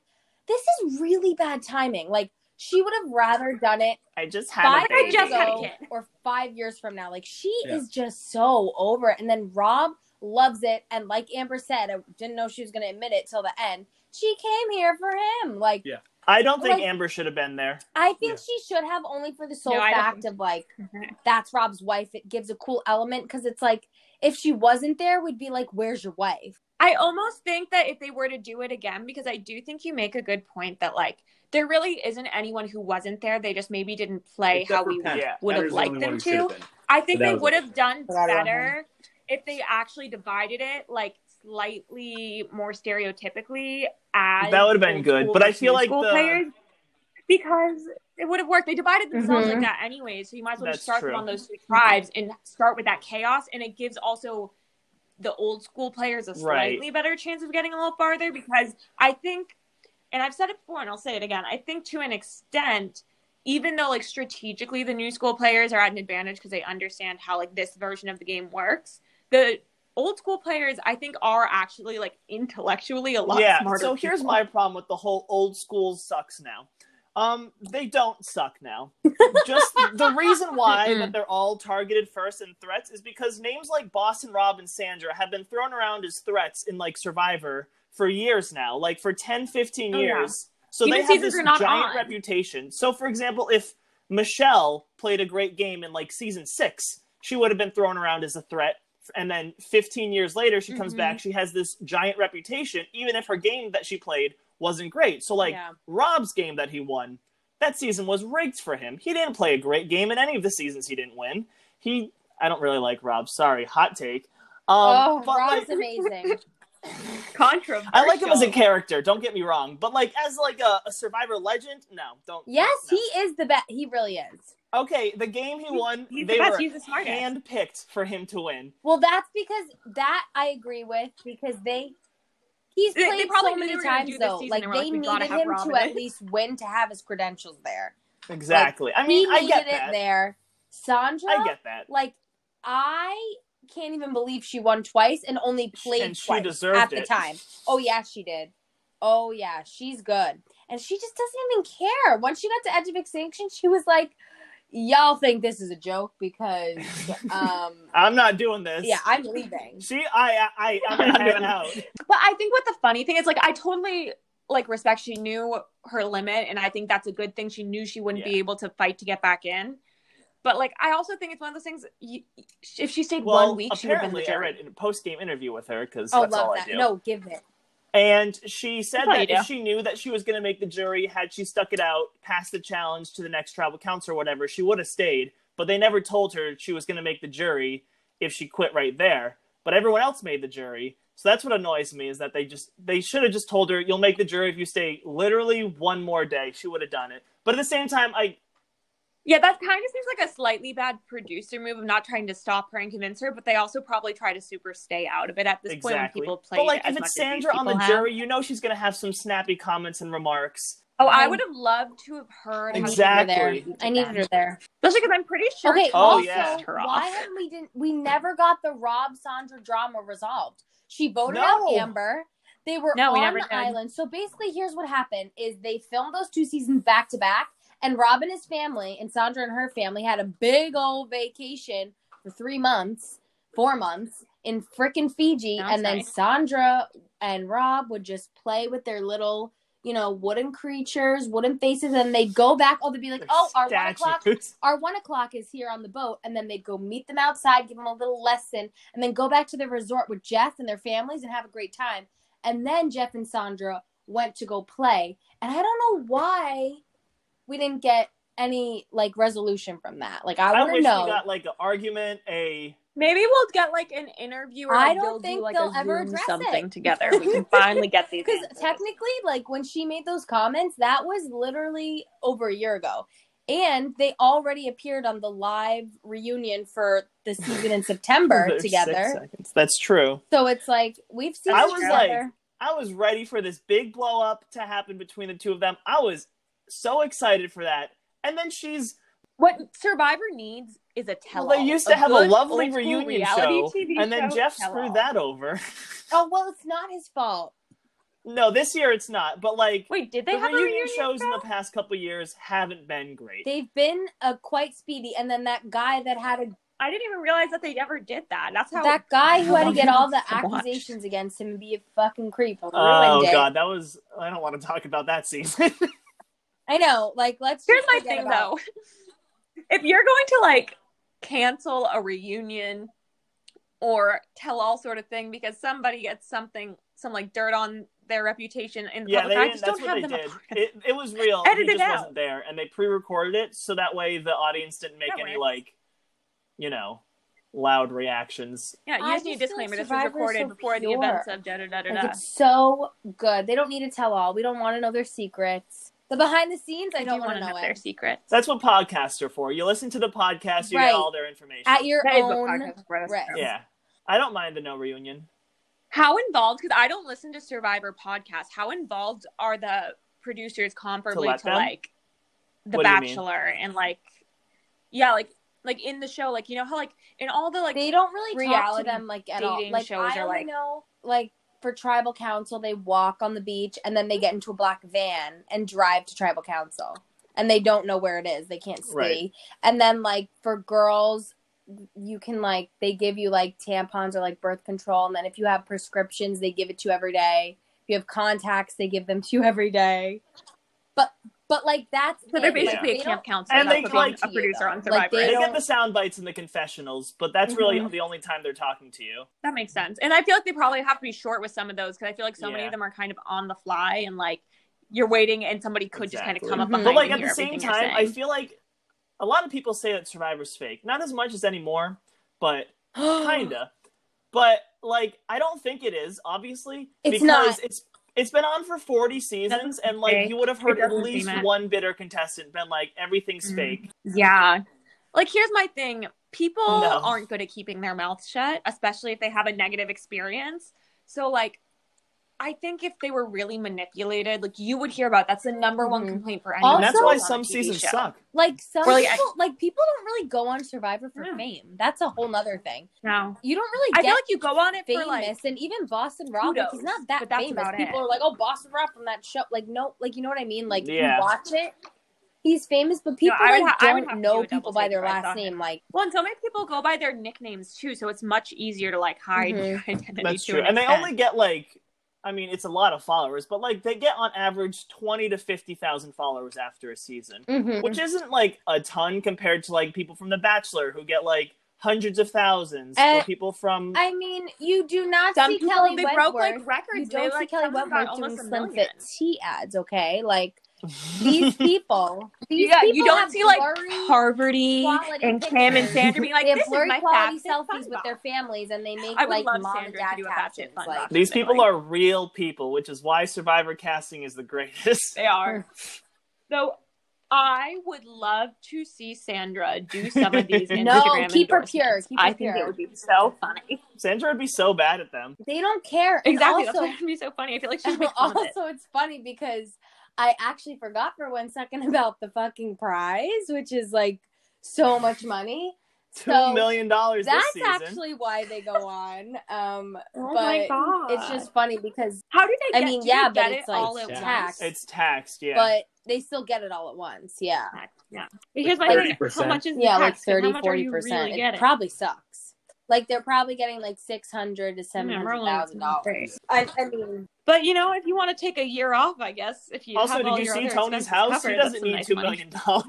B: "This is really bad timing. Like, she would have rather done it
D: I just had
B: five
D: a
C: I
D: baby.
B: years
C: just had a
B: ago
C: kid.
B: or five years from now. Like she
E: Yeah.
B: is just so over it. And then Rob loves it. And like Amber said, I didn't know she was going to admit it till the end. She came here for him. Like
E: Yeah.
D: I
C: Oh
D: don't think
B: Like-
D: Amber should have been there.
B: I think she should have only for the sole
C: No, I don't
B: fact of like that's Rob's wife. It gives a cool element because it's like if she wasn't there, we'd be like, "Where's your wife?"
C: I almost think that if they were to do it again, because I do think you make a good point that like there really isn't anyone who wasn't there. They just maybe didn't play
E: Except
C: how
E: for
C: we.
E: Penn.
D: yeah,
C: would have
E: Penner's the
C: liked
E: only
C: them
E: one who should have
C: to.
E: been.
C: I think
E: But that
C: they
E: was
C: would
E: it.
C: have done
B: Forgot about
C: better if they actually divided it like slightly more stereotypically. As
D: That would have been
C: old
D: good,
C: school
D: but I
C: versus
D: feel
C: new
D: like
C: school
D: the-
C: players because it would have worked. They divided themselves
B: Mhm.
C: like that anyway, so you might as well just
D: That's
C: start
D: true.
C: on those two tribes and start with that chaos, and it gives also the old school players a
D: Right.
C: slightly better chance of getting a little farther because I think, and I've said it before and I'll say it again, I think to an extent, even though like strategically the new school players are at an advantage because they understand how like this version of the game works, the old school players I think are actually like intellectually a lot
D: yeah.
C: smarter.
D: So here's
C: people.
D: my problem with the whole old school sucks now. Um, they don't suck now. Just the reason why
B: Mm-mm.
D: that they're all targeted first in threats is because names like Boston Rob and Sandra have been thrown around as threats in like Survivor for years now, like for 10, 15
C: Oh, yeah.
D: years. So
C: Even
D: they have
C: seasons
D: this
C: are not
D: giant
C: on.
D: reputation. So for example, if Michelle played a great game in like season six, she would have been thrown around as a threat. And then 15 years later, she comes
B: Mhm.
D: back.
C: Mm-hmm.
D: She has this giant reputation, even if her game that she played wasn't great. So, like,
C: Yeah.
D: Rob's game that he won, that season was rigged for him. He didn't play a great game in any of the seasons he didn't win. He, I don't really like Rob. Sorry, hot take. Um,
B: oh,
D: but, like,
B: Rob's amazing.
C: controversial.
D: I like him as a character. Don't get me wrong, but like as like a, a Survivor legend, no, don't.
B: Yes,
D: no.
B: he is the best. He really is.
D: Okay, the game he won,
C: He's
D: they
C: the best.
D: were
C: He's the smartest.
D: handpicked for him to win.
B: Well, that's because that I agree with because they he's
C: They- they
B: played
C: probably
B: so
C: knew they
B: many
C: were gonna
B: times
C: do this
B: though.
C: season,
B: Like
C: they were
B: they
C: like, "We gotta
B: needed
C: have
B: him
C: Robin
B: to at
C: in."
B: least win to have his credentials there.
D: Exactly. I mean,
B: he
D: I
B: needed
D: get
B: it
D: that.
B: there. Sandra,
D: I get that.
B: like I can't even believe she won twice and only played
D: And she
B: twice
D: deserved
B: at the
D: it.
B: time. Oh yeah, she did. Oh yeah, she's good. And she just doesn't even care. Once she got to Edge of Extinction, she was like, "Y'all think this is a joke because um
D: I'm not doing this.
B: yeah, I'm leaving."
D: She, I, I, I I'm hanging out.
C: But I think what the funny thing is, like, I totally like respect. She knew her limit, and I think that's a good thing. She knew she wouldn't be able to fight to get back in. But like, I also think it's one of those things. You, if she stayed
D: Well,
C: one week, she would have been the
D: apparently, I
C: jury.
D: read a post game interview with her because
B: Oh,
D: that's all
B: love
D: I
B: that.
D: do.
B: No, give it.
D: And she said
C: That's all
D: that
C: you
D: if
C: do.
D: she knew that she was going to make the jury, had she stuck it out, passed the challenge to the next tribal council or whatever, she would have stayed. But they never told her she was going to make the jury if she quit right there. But everyone else made the jury. So that's what annoys me is that they just they should have just told her you'll make the jury if you stay literally one more day. She would have done it. But at the same time, I
C: Yeah, that kind of seems like a slightly bad producer move of not trying to stop her and convince her, but they also probably try to super stay out of it at this point when people play.
D: but like
C: as
D: if
C: much
D: it's
C: as these
D: Sandra on the
C: people have.
D: jury, you know she's gonna have some snappy comments and remarks.
C: Oh, I would have loved to have heard how she-
D: Exact-
B: I needed her
D: Exactly.
B: there. I needed her there.
C: especially because I'm pretty sure.
B: Okay.
C: she
D: Oh,
B: also,
C: pissed
D: yeah.
C: her
B: why
C: off.
B: haven't we didn't? We never got the Rob Sandra drama resolved. She voted
D: No.
B: out Amber. They were
C: No, we
B: on
C: never
B: the
C: did.
B: island. So basically, here's what happened: is they filmed those two seasons back to back, and Rob and his family, and Sandra and her family, had a big old vacation for three months, four months in frickin' Fiji,
C: Sounds
B: and then
C: nice.
B: Sandra and Rob would just play with their little. You know, wooden creatures, wooden faces, and they'd go back. Oh, they'd be like, "Oh, our one o'clock
D: Statues.
B: our one o'clock is here on the boat, and then they'd go meet them outside, give them a little lesson, and then go back to the resort with Jeff and their families and have a great time. And then Jeff and Sandra went to go play, and I don't know why we didn't get any like resolution from that. Like I
D: I
B: want
D: wish
B: to
D: we
B: know.
D: got like an argument, a
C: Maybe we'll get like an interview. Or
B: I
C: like,
B: don't
C: they'll do,
B: think
C: like,
B: they'll
C: a
B: ever
C: Zoom
B: address
C: something
B: it.
C: together. We can finally get these.
B: Because
C: answers.
B: technically, like when she made those comments, that was literally over a year ago. And they already appeared on the live reunion for the season in September
D: There's six
B: together.
D: seconds. That's true.
B: So it's like we've seen
D: I
B: them
D: was like-
B: together.
D: I was ready for this big blow up to happen between the two of them. I was so excited for that. And then she's
C: what Survivor needs is a tell.
D: well, they used to have a lovely reunion show, and then Jeff
C: through
D: screwed that over.
B: oh well, it's not his fault.
D: no, this year it's not. But like
C: Wait, did they
D: the
C: have
D: reunion,
C: a reunion
D: shows in
C: show?
D: the past couple years haven't been great.
B: They've been uh, quite speedy, and then that guy that had a
C: I didn't even realize that they ever did that. That's how.
B: that guy who had to get all the
C: So much.
B: accusations against him and be a fucking creep ruined
D: Oh
B: it.
D: god, that was I don't want to talk about that season.
B: I know. Like, let's.
C: Here's
B: just
C: my
B: forget
C: thing
B: about-
C: though. If you're going to like cancel a reunion or tell all sort of thing because somebody gets something some like dirt on their reputation in the
D: Yeah, they
C: public, I
D: didn't,
C: just
D: that's
C: don't
D: what
C: have
D: they
C: them.
D: did.
C: on.
D: It, it was real.
C: Edit
D: he
C: it
D: just
C: out.
D: wasn't there, and they pre-recorded it so that way the audience didn't make
C: That
D: any
C: works.
D: like, you know, loud reactions.
C: Yeah,
B: I
C: use new
B: just feel like
C: disclaimer. This was
B: Survivor's
C: recorded
B: so
C: before the
B: pure.
C: events of da da da da
B: Like,
C: da.
B: it's so good. They don't need to tell all. We don't want to know their secrets. The behind the scenes, I
C: do
B: don't
C: wanna
B: want to know
C: their
B: it.
C: secrets.
D: That's what podcasts are for. You listen to the podcast, you
B: Right.
D: get all their information.
B: At your
C: That is what
B: own.
C: podcasts are for.
B: risk.
D: yeah, I don't mind the no reunion.
C: How involved? Because I don't listen to Survivor podcasts. How involved are the producers comparably
D: let
C: to,
D: them?
C: like The
D: What do you mean?
C: Bachelor and like, yeah, like like in the show, like you know how like in all the like
B: They don't really
C: talk
B: talk
C: to
B: to them like at all.
C: dating
B: Like
C: shows
B: I
C: are
B: only
C: like-
B: know like for tribal council, they walk on the beach and then they get into a black van and drive to tribal council, and they don't know where it is. They can't see.
D: Right.
B: And then like for girls, you can like they give you like tampons or like birth control, and then if you have prescriptions, they give it to you every day. If you have contacts, they give them to you every day. But but like that's
C: so they're
B: it. Like,
C: basically
B: they
C: a camp
B: don't-
C: counselor,
D: And
C: not
D: they,
C: for being
D: like-
C: a producer on
B: Like,
C: Survivor.
B: they
D: They,
B: don't-
D: get the sound bites and the confessionals, but that's really
C: Mm-hmm.
D: the only time they're talking to you.
C: that makes sense, and I feel like they probably have to be short with some of those because I feel like so many
D: Yeah.
C: of them are kind of on the fly and like you're waiting and somebody could just
D: Exactly.
C: kind of come up
B: Mhm.
C: behind
D: But like
C: and
D: at the
C: hear
D: same
C: everything you're
D: time, I
C: saying.
D: feel like a lot of people say that Survivor's fake. Not as much as anymore, but
C: Um,
D: kinda. but like I don't think it is, obviously,
B: It's
D: because
B: not.
D: it's it's been on for 40 seasons
C: Doesn't
D: and like
C: fake.
D: you would have heard
C: It
D: at
C: doesn't
D: least
C: seem it.
D: one bitter contestant been like everything's
C: Mm.
D: fake.
C: Yeah. Like here's my thing. People
D: No.
C: aren't good at keeping their mouth shut, especially if they have a negative experience. So like I think if they were really manipulated, like you would hear about that's the number one
B: Mhm.
C: complaint for anyone.
D: Mm-hmm. And that's
B: Also-
D: why
C: that's on a
D: some
C: TV
D: seasons
C: show.
D: suck.
B: Like some
C: Or, like, I-
B: people, like people don't really go on Survivor for
C: Yeah.
B: fame. That's a whole nother thing.
C: No.
B: You don't really
C: I
B: get
C: feel like you go on it
B: famous,
C: for like
B: and even Boston Rob, like, he's
C: kudos,
B: not that
C: but that's
B: famous.
C: about
B: People
C: it.
B: are like, oh, Boston Rob from that show. Like, no, like you know what I mean? Like,
D: Yeah.
B: you watch it, he's famous, but people
C: I would
B: like
C: ha- I would have to
B: don't
C: do
B: know
C: a double
B: people by
C: take
B: their
C: if I saw
B: last
C: him.
B: name. Like,
C: well, and so many people go by their nicknames too, so it's much easier to like hide
B: Mhm.
C: your identity.
D: That's
C: to
D: true.
C: an
D: And they
C: extent.
D: only get like I mean, it's a lot of followers, but like they get on average 20 to 50,000 followers after a season.
C: Mm-hmm.
B: mhm.
D: which isn't like a ton compared to like people from The Bachelor who get like hundreds of thousands
B: Uh,
D: or people from
B: I mean, you do not
C: some
B: see
C: people
B: Kelly
C: they
B: Wentworth.
C: broke like records.
B: you
C: They,
B: don't see
C: like,
B: Kelly
C: some of them got
B: Wentworth doing
C: almost a
B: Slim
C: million.
B: Fit tea ads. Okay, like these people, these
C: yeah,
B: people
C: you don't
B: have
C: see like
B: blurry-
C: Parvati
B: quality
C: and Cam and
B: pictures.
C: Sandra being like,
B: they have
C: "This is
B: blurry
C: my
B: quality
C: fat fun
B: selfies with
C: box."
B: their families, and they make
C: I would
B: like
C: love
B: mom and
C: Sandra to
B: dad
C: do a fat
B: captions.
C: shit fun
B: Like,
C: box.
D: these
C: Definitely.
D: people are real people, which is why Survivor casting is the greatest.
C: They are. so I would love to see Sandra do some of these. Instagram
B: no, keep her
C: endorsements.
B: pure. Keep her
C: I
B: pure.
C: think it would be so funny.
D: Sandra would be so bad at them.
B: They don't care. And
C: Exactly, that's
B: Also,
C: why it would be so funny. I feel like she'd make fun of it.
B: also, it's funny because I actually forgot for one second about the fucking prize, which is like so much money.
D: Two
B: So,
D: million dollars this
B: That's
D: season.
B: actually why they go on. Um,
C: Oh my
B: but
C: god!
B: it's just funny because,
C: how did they?
B: I
C: Get,
B: mean,
C: did
B: yeah,
C: they
B: but
C: get
B: it's,
C: it
B: like,
C: all at
E: tax.
C: once?
D: it's taxed, yeah.
B: but they still get it all at once. Yeah.
C: yeah. But here's my
B: Like
C: thing: how
E: 30%.
C: much is the
B: yeah like
C: tax? 'Cause
B: 30
C: how much are
B: 40
C: you
B: percent
C: really
B: it
C: getting?
B: probably sucks like they're probably getting like 600 to
C: I
B: 700
C: remember when it was
B: thousand dollars I, I mean
C: But you know, if you want to take a year off, I guess if you
D: also,
C: have
D: did
C: all
D: you
C: your
D: see
C: other
D: Tony's
C: expenses
D: house?
C: covered,
D: he
C: that's
D: doesn't
C: some
D: need
C: nice
D: two
C: money.
D: million dollars.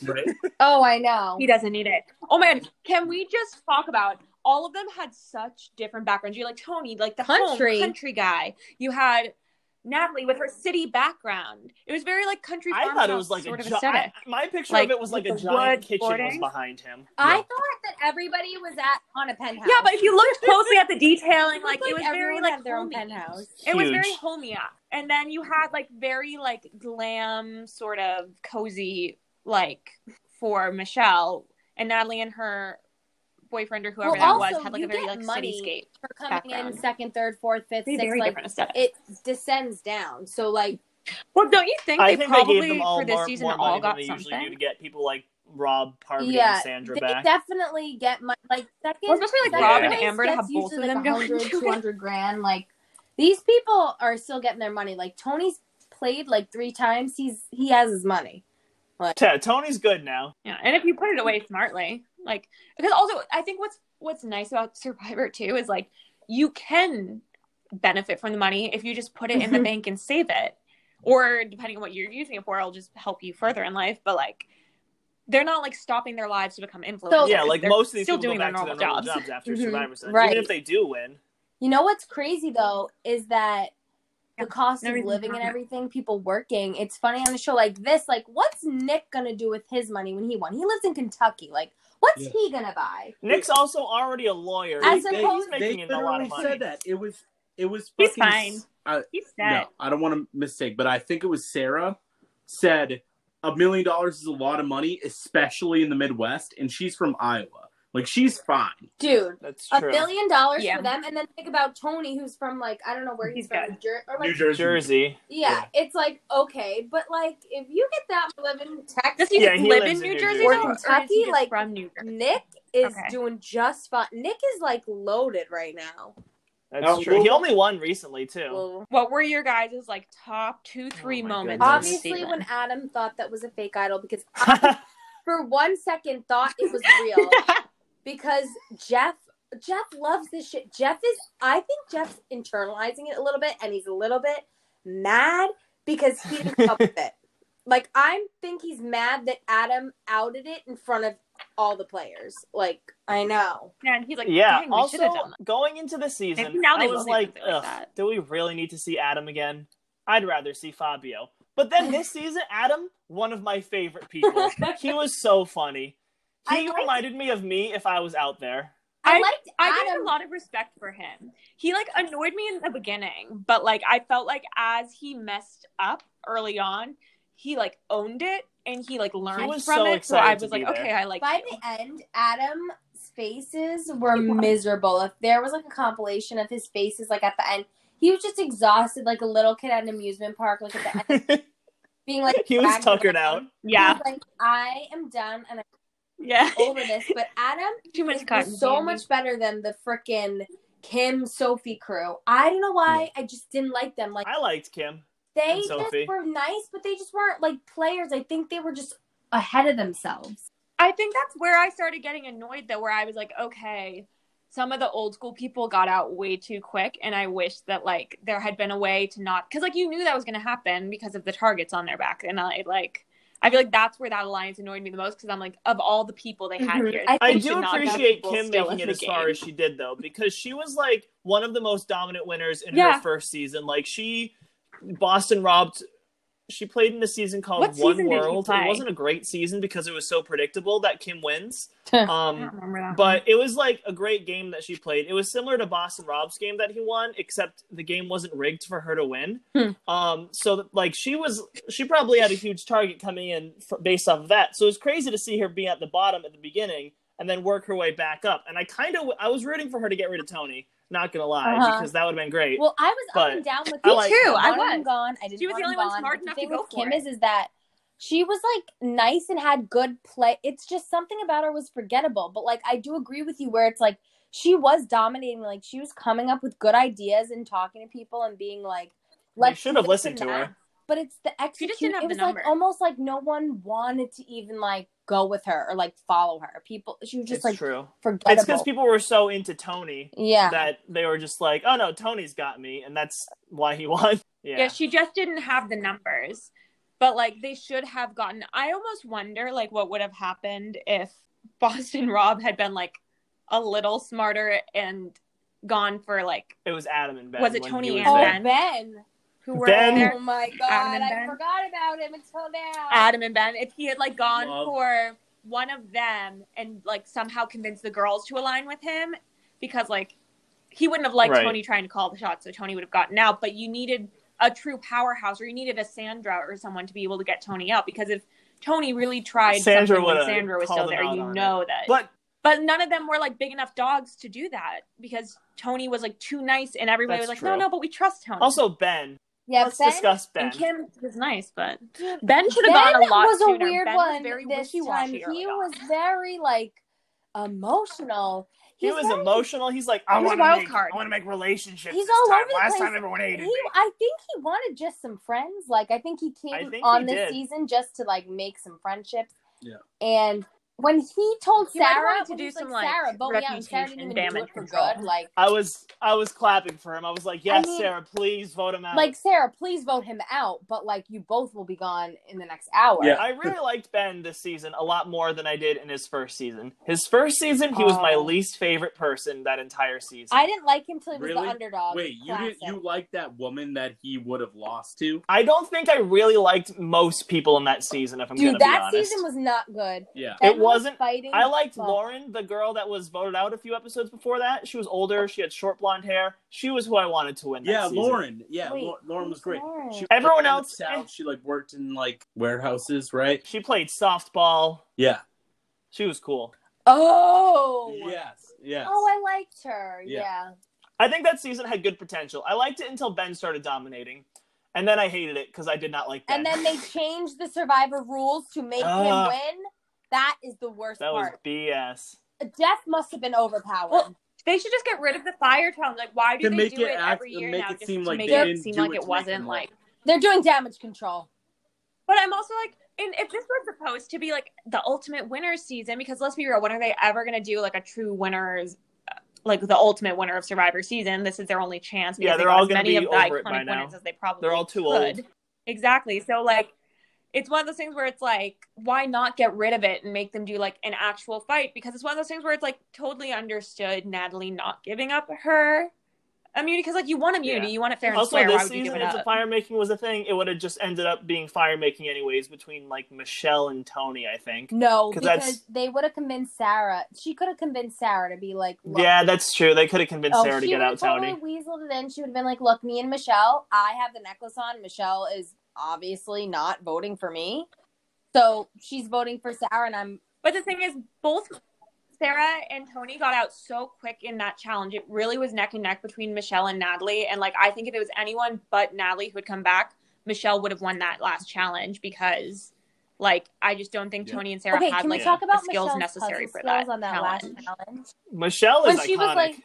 E: Yeah, right.
B: oh i know
C: He doesn't need it. Oh man, can we just talk about all of them had such different backgrounds? You're like Tony, like the
B: Country.
C: home country guy. You had Natalie with her city background. It was very like country.
D: I thought it was
C: farmhouse
D: like
C: sort
D: a
C: of
D: giant.
C: aesthetic.
D: my picture
C: Like,
D: of it was like
C: with
D: a
C: the
D: giant
C: wood
D: kitchen was
C: boarding.
D: behind him.
B: i thought that everybody was at on a penthouse
C: Yeah, but if you looked closely at the detailing,
B: It
C: like
B: looked
C: it was very
B: everyone
C: like
B: had their own
C: homey.
B: penthouse
C: It was very
D: Huge.
C: homey. And then you had like very like glam sort of cozy like for Michelle and Natalie and her boyfriend or whoever
B: Well,
C: that
B: also,
C: was had like a
B: you
C: very
B: get
C: like
B: money
C: cityscape.
B: for coming in
C: Background.
B: second third fourth fifth
C: Very
B: sixth like
C: different aesthetic.
B: it descends down so like
C: well, don't you think
D: I
C: they
D: think
C: probably
D: they gave them all
C: for this
D: more,
C: season
D: more money
C: all got
D: than they usually do to
C: something?
D: get people like Rob, Parvati,
B: yeah
D: and Sandra
B: they
D: back.
B: definitely get my like second
C: Well, especially like
B: second
D: Rob and
B: place
C: Amber to
B: gets
C: have both
B: usually,
C: of them
B: like,
C: go
B: 100,
C: into it.
B: 200 grand like these people are still getting their money like tony's played like three times he's he has his money
D: Yeah, Tony's good now.
C: Yeah, and if you put it away smartly, like because also I think what's what's nice about Survivor too is
D: Mm-hmm.
C: like you can benefit from the money if you just put it in the bank and save it. or depending on what you're using it for, it'll just help you further in life. But like, they're not like stopping their lives to become influencers.
D: yeah, like
C: They're
D: most of these
C: still
D: people
C: doing
D: go back
C: their
D: to
C: normal
D: their normal
C: jobs. Mm-hmm.
D: jobs, after
B: Mhm.
D: Survivor Series,
B: Right.
D: even if they do win.
B: You know what's crazy though is that
C: Yeah,
B: the cost of
C: everything's
B: living and
C: gone up.
B: everything, people working. It's funny on a show like this, like what's Nick gonna do with his money when he won? He lives in Kentucky. Like, what's
E: Yeah.
B: he gonna buy?
D: Nick's also already a lawyer.
B: I
D: He's-
B: suppose-
D: he's making a lot of money.
E: said that it was it was
C: He's
E: fucking s-
C: fine.
E: I-
C: He's
E: no,
C: set.
E: I don't want to mistake, but I think it was Sarah said a million dollars is a lot of money, especially in the Midwest, and she's from Iowa. Like she's fine.
B: Dude,
D: That's
B: a
D: true.
B: billion dollars
C: Yeah.
B: for them, and then think about Tony, who's from like I don't know where he's,
C: He's
B: from, Jer- or like
E: New Jersey.
D: Jersey.
B: yeah, it's like okay, but like if you get that living
C: Does
B: Texas,
C: he
D: Yeah,
C: just
D: he
C: live
D: lives
C: in New Jersey,
B: Or
C: though, is he
B: Kentucky,
C: just
B: like-
C: from New Jersey?
B: Nick is
C: Okay.
B: doing just fine. Nick is like loaded right now.
D: That's
E: Oh,
D: true. He
E: well-
D: only won recently too.
B: Well,
C: What were your guys' like top two,
D: Oh
C: three
E: my
C: moments? of
E: goodness.
C: the
B: obviously,
C: season?
B: when Adam thought that was a fake idol, because I, for one second thought it was real, because Jeff. Jeff loves this shit. Jeff is, I think Jeff's internalizing it a little bit, and he's a little bit mad because he didn't help with it. Like, I think he's mad that Adam outed it in front of all the players. Like, I know.
C: Yeah, and he's like,
D: yeah.
C: Dang, we
D: Also,
C: should have done that.
D: going into the season,
C: Maybe now
D: I
C: they
D: was
C: will do
D: like,
C: something like
D: Ugh,
C: that."
D: do we really need to see Adam again? I'd rather see Fabio. But then this season, Adam, one of my favorite people. he was so funny.
B: I
D: He
B: liked-
D: reminded me of me if I was out there.
B: I,
C: I-
B: liked
C: I
B: Adam.
C: have a lot of respect for him. He like annoyed me in the beginning, but like I felt like as he messed up early on, he like owned it and he like learned
D: was
C: from
D: so
C: it. So
D: excited
C: I
D: to
C: was
D: be
C: like,
D: there.
C: okay, I like
B: By
C: you.
B: the end, Adam's faces were miserable. If there was like a compilation of his faces, like at the end, he was just exhausted, like a little kid at an amusement park, like at the end,
D: he
B: being like
D: was
B: dragged
D: tuckered out.
B: around. He
C: yeah,
B: was like I am done and
C: yeah.
B: I'm over this. But Adam
C: Too much cotton.
B: was so
C: candy.
B: much better than the frickin' Kim Sophie crew. I don't know why. I just didn't like them. Like
D: I liked Kim.
B: they
D: Mm. and Sophie.
B: just were nice, but they just weren't like players. I think they were just ahead of themselves.
C: I think that's where I started getting annoyed though, where I was like, okay, some of the old school people got out way too quick, and I wish that like there had been a way to not because like you knew that was going to happen because of the targets on their back, and I like I feel like that's where that alliance annoyed me the most because I'm like of all the people they had
B: Mhm.
C: here,
B: I
D: Mm-hmm. I
C: they
D: do
C: should not have
D: appreciate
C: people
D: Kim
C: still
D: making
C: in
D: it
C: the
D: as far
C: game.
D: as she did, though, because she was like one of the most dominant winners in
C: Yeah.
D: her first season. Like she, Boston robbed. She played in a season called
C: What
D: One
C: season did she
D: World.
C: play?
D: It wasn't a great season because it was so predictable that Kim wins.
B: Huh.
C: I
D: um,
C: don't remember that.
D: but it was like a great game that she played. It was similar to Boston Rob's game that he won, except the game wasn't rigged for her to win.
B: Hmm.
D: Um, so that- like she was, she probably had a huge target coming in f based off of that. So it was crazy to see her be at the bottom at the beginning and then work her way back up. And I kind of, I was rooting for her to get rid of Tony. Not gonna lie,
B: Uh-huh.
D: because that would have been great.
B: Well, I was
D: But
B: up and down with
D: I
B: me
D: like
B: too.
D: Kim.
B: I
C: I
B: want him
C: was.
B: gone. I didn't.
C: She was
B: want
C: the
B: him
C: only one
B: gone.
C: smart
B: But
C: enough to
B: the thing
C: go
B: with
C: for
B: Kim
C: it.
B: is, is that she was like nice and had good play. It's just something about her was forgettable. But like, I do agree with you where it's like she was dominating. Like she was coming up with good ideas and talking to people and being like,
D: you
B: "Let's
D: should
B: do
D: have
B: this
D: listened to
B: and that."
D: her.
B: But it's the
C: She
B: execution.
C: just didn't have
B: it
C: the
B: was like
C: number.
B: almost like no one wanted to even like go with her or like follow her. People, she was just
D: it's
B: like
D: true.
B: forgettable.
D: It's because people were so into Tony
B: yeah.
D: that they were just like, "Oh no, Tony's got me," and that's why he won.
C: yeah. she just didn't have the numbers, but like they should have gotten. I almost wonder like what would have happened if Boston Rob had been like a little smarter and gone for like
D: It was Adam and Ben.
C: Was it
D: when
C: Tony
D: he
C: and
B: oh,
D: there.
B: ben. Who were
D: Ben.
B: Oh my god,
C: and
B: I
C: Ben.
B: forgot about him until now.
C: Adam and Ben if he had like gone
E: Love.
C: for one of them and like somehow convinced the girls to align with him because like he wouldn't have liked
D: Right.
C: Tony trying to call the shots, so Tony would have gotten out. But you needed a true powerhouse, or you needed a Sandra or someone to be able to get Tony out. Because if Tony really tried
D: Sandra
C: something when
D: would've
C: Sandra was
D: called
C: still
D: him
C: there,
D: out
C: you
D: on
C: know that.
D: But
C: but none of them were like big enough dogs to do that because Tony was like too nice, and everybody
D: That's
C: was like,
D: true.
C: no, no, but we trust Tony.
D: also Ben.
B: yeah,
D: Let's
B: Ben,
D: discuss Ben.
C: And Kim was nice, but Ben should
B: ben
C: have gone a lot
B: was
C: sooner.
B: a weird
C: ben
B: one
C: was very
B: this time.
C: wishy-washy
B: He
C: early on.
B: was very like emotional.
D: he
B: He's
D: was
B: very-
D: emotional. He's like, I
C: He was
D: want to
C: wild
D: make,
C: card.
D: I want to make relationships.
B: He's
D: this
B: all
D: time.
B: over the
D: Last
B: place.
D: time everyone hated
B: He,
D: me.
B: I think he wanted just some friends. Like I think he
D: I
B: came
D: think
B: on
D: he did.
B: this season just to like make some friendships.
E: Yeah.
B: And when he told
C: You might have
B: Sarah
C: wanted
B: to do some like, Sarah, but yeah, and Sarah didn't
C: reputation
B: even do
C: damage
B: it for
C: control.
B: good. Like,
D: I was I was clapping for him. I was like, yes,
B: mean,
D: Sarah, please vote him out.
B: like Sarah, please vote him out. But like, you both will be gone in the next hour.
E: Yeah.
D: I really liked Ben this season a lot more than I did in his first season. His first season, he was my
B: Oh.
D: least favorite person that entire season.
B: I didn't like him till he was
E: Really?
B: the underdog.
E: Wait, you
B: Classic.
E: didn't you like that woman that he would have lost to?
D: I don't think I really liked most people in that season. If I'm
B: dude,
D: gonna be
B: that
D: honest,
B: season was not good.
E: Yeah.
B: Everyone
D: wasn't-
B: fighting.
D: I liked
B: Fuck.
D: Lauren, the girl that was voted out a few episodes before that. She was older. She had short blonde hair. She was who I wanted to win. That
E: Yeah,
D: season.
E: Lauren. Yeah,
B: Wait,
E: Lau- Lauren was
B: who's
E: great.
B: Lauren?
E: She
D: Everyone
E: worked in the
D: else-
E: South, she like worked in like warehouses, right?
D: She played softball.
E: Yeah.
D: She was cool.
B: Oh,
E: Yes. Yes.
B: Oh, I liked her.
E: Yeah.
B: Yeah.
D: I think that season had good potential. I liked it until Ben started dominating, and then I hated it because I did not like Ben.
B: And then they changed the survivor rules to make
D: Ah.
B: him win. That is the worst
D: that was
B: part.
D: BS.
B: Death must have been overpowered.
C: Well, They should just get rid of the fire tone. Like, why do
E: To
C: they
E: make
C: do
E: it
C: it,
E: act-
C: every year
E: make
C: now?
E: it
C: just
E: seem
C: to
E: like
C: make
E: they
C: it
E: didn't
C: seem
E: do
C: like
E: it to
C: it
E: make
C: wasn't
E: them laugh.
C: like.
B: They're doing damage control.
C: But I'm also like, and if this was supposed to be like the ultimate winner season, because let's be real, when are they ever going to do like a true winners, uh, like the ultimate winner of Survivor season? This is their only chance.
D: Yeah,
C: because they
D: they're
C: got
D: all
C: as
D: gonna
C: many
D: be
C: of the
D: over it by
C: iconic
D: now.
C: winners As they probably
D: They're all too
C: could.
D: old.
C: Exactly. So like, it's one of those things where it's like, why not get rid of it and make them do like an actual fight? Because it's one of those things where it's like totally understood Natalie not giving up her immunity because like you want immunity,
D: Yeah.
C: you want it fair and
D: Also,
C: square. Why
D: this
C: would you give
D: season,
C: it
D: if
C: up?
D: the fire making was a thing, it would have just ended up being fire making anyways between like Michelle and Tony. I think.
B: No,
D: 'Cause
B: because
D: that's-
B: they would have convinced Sarah. She could have convinced Sarah to be like, look-
D: Yeah, that's true. They could have convinced
B: Oh,
D: Sarah to
B: she
D: get
B: would've
D: out Tony.
B: Totally weaseled it in. She would have been like, "Look, me and Michelle, I have the necklace on. Michelle is obviously not voting for me, so she's voting for Sarah, and I'm
C: But the thing is, both Sarah and Tony got out so quick in that challenge. It really was neck and neck between Michelle and Natalie. And like, I think if it was anyone but Natalie who had come back, Michelle would have won that last challenge because, like, I just don't think
E: Yeah.
C: Tony and Sarah
B: okay."
C: had
B: Can we
C: like
D: yeah,
B: talk
C: the
B: about
C: skills
B: Michelle's
C: necessary
B: puzzle
C: for
B: skills
C: that
B: on that
C: challenge.
B: last challenge?
D: Michelle is
B: When she
D: iconic.
B: was like,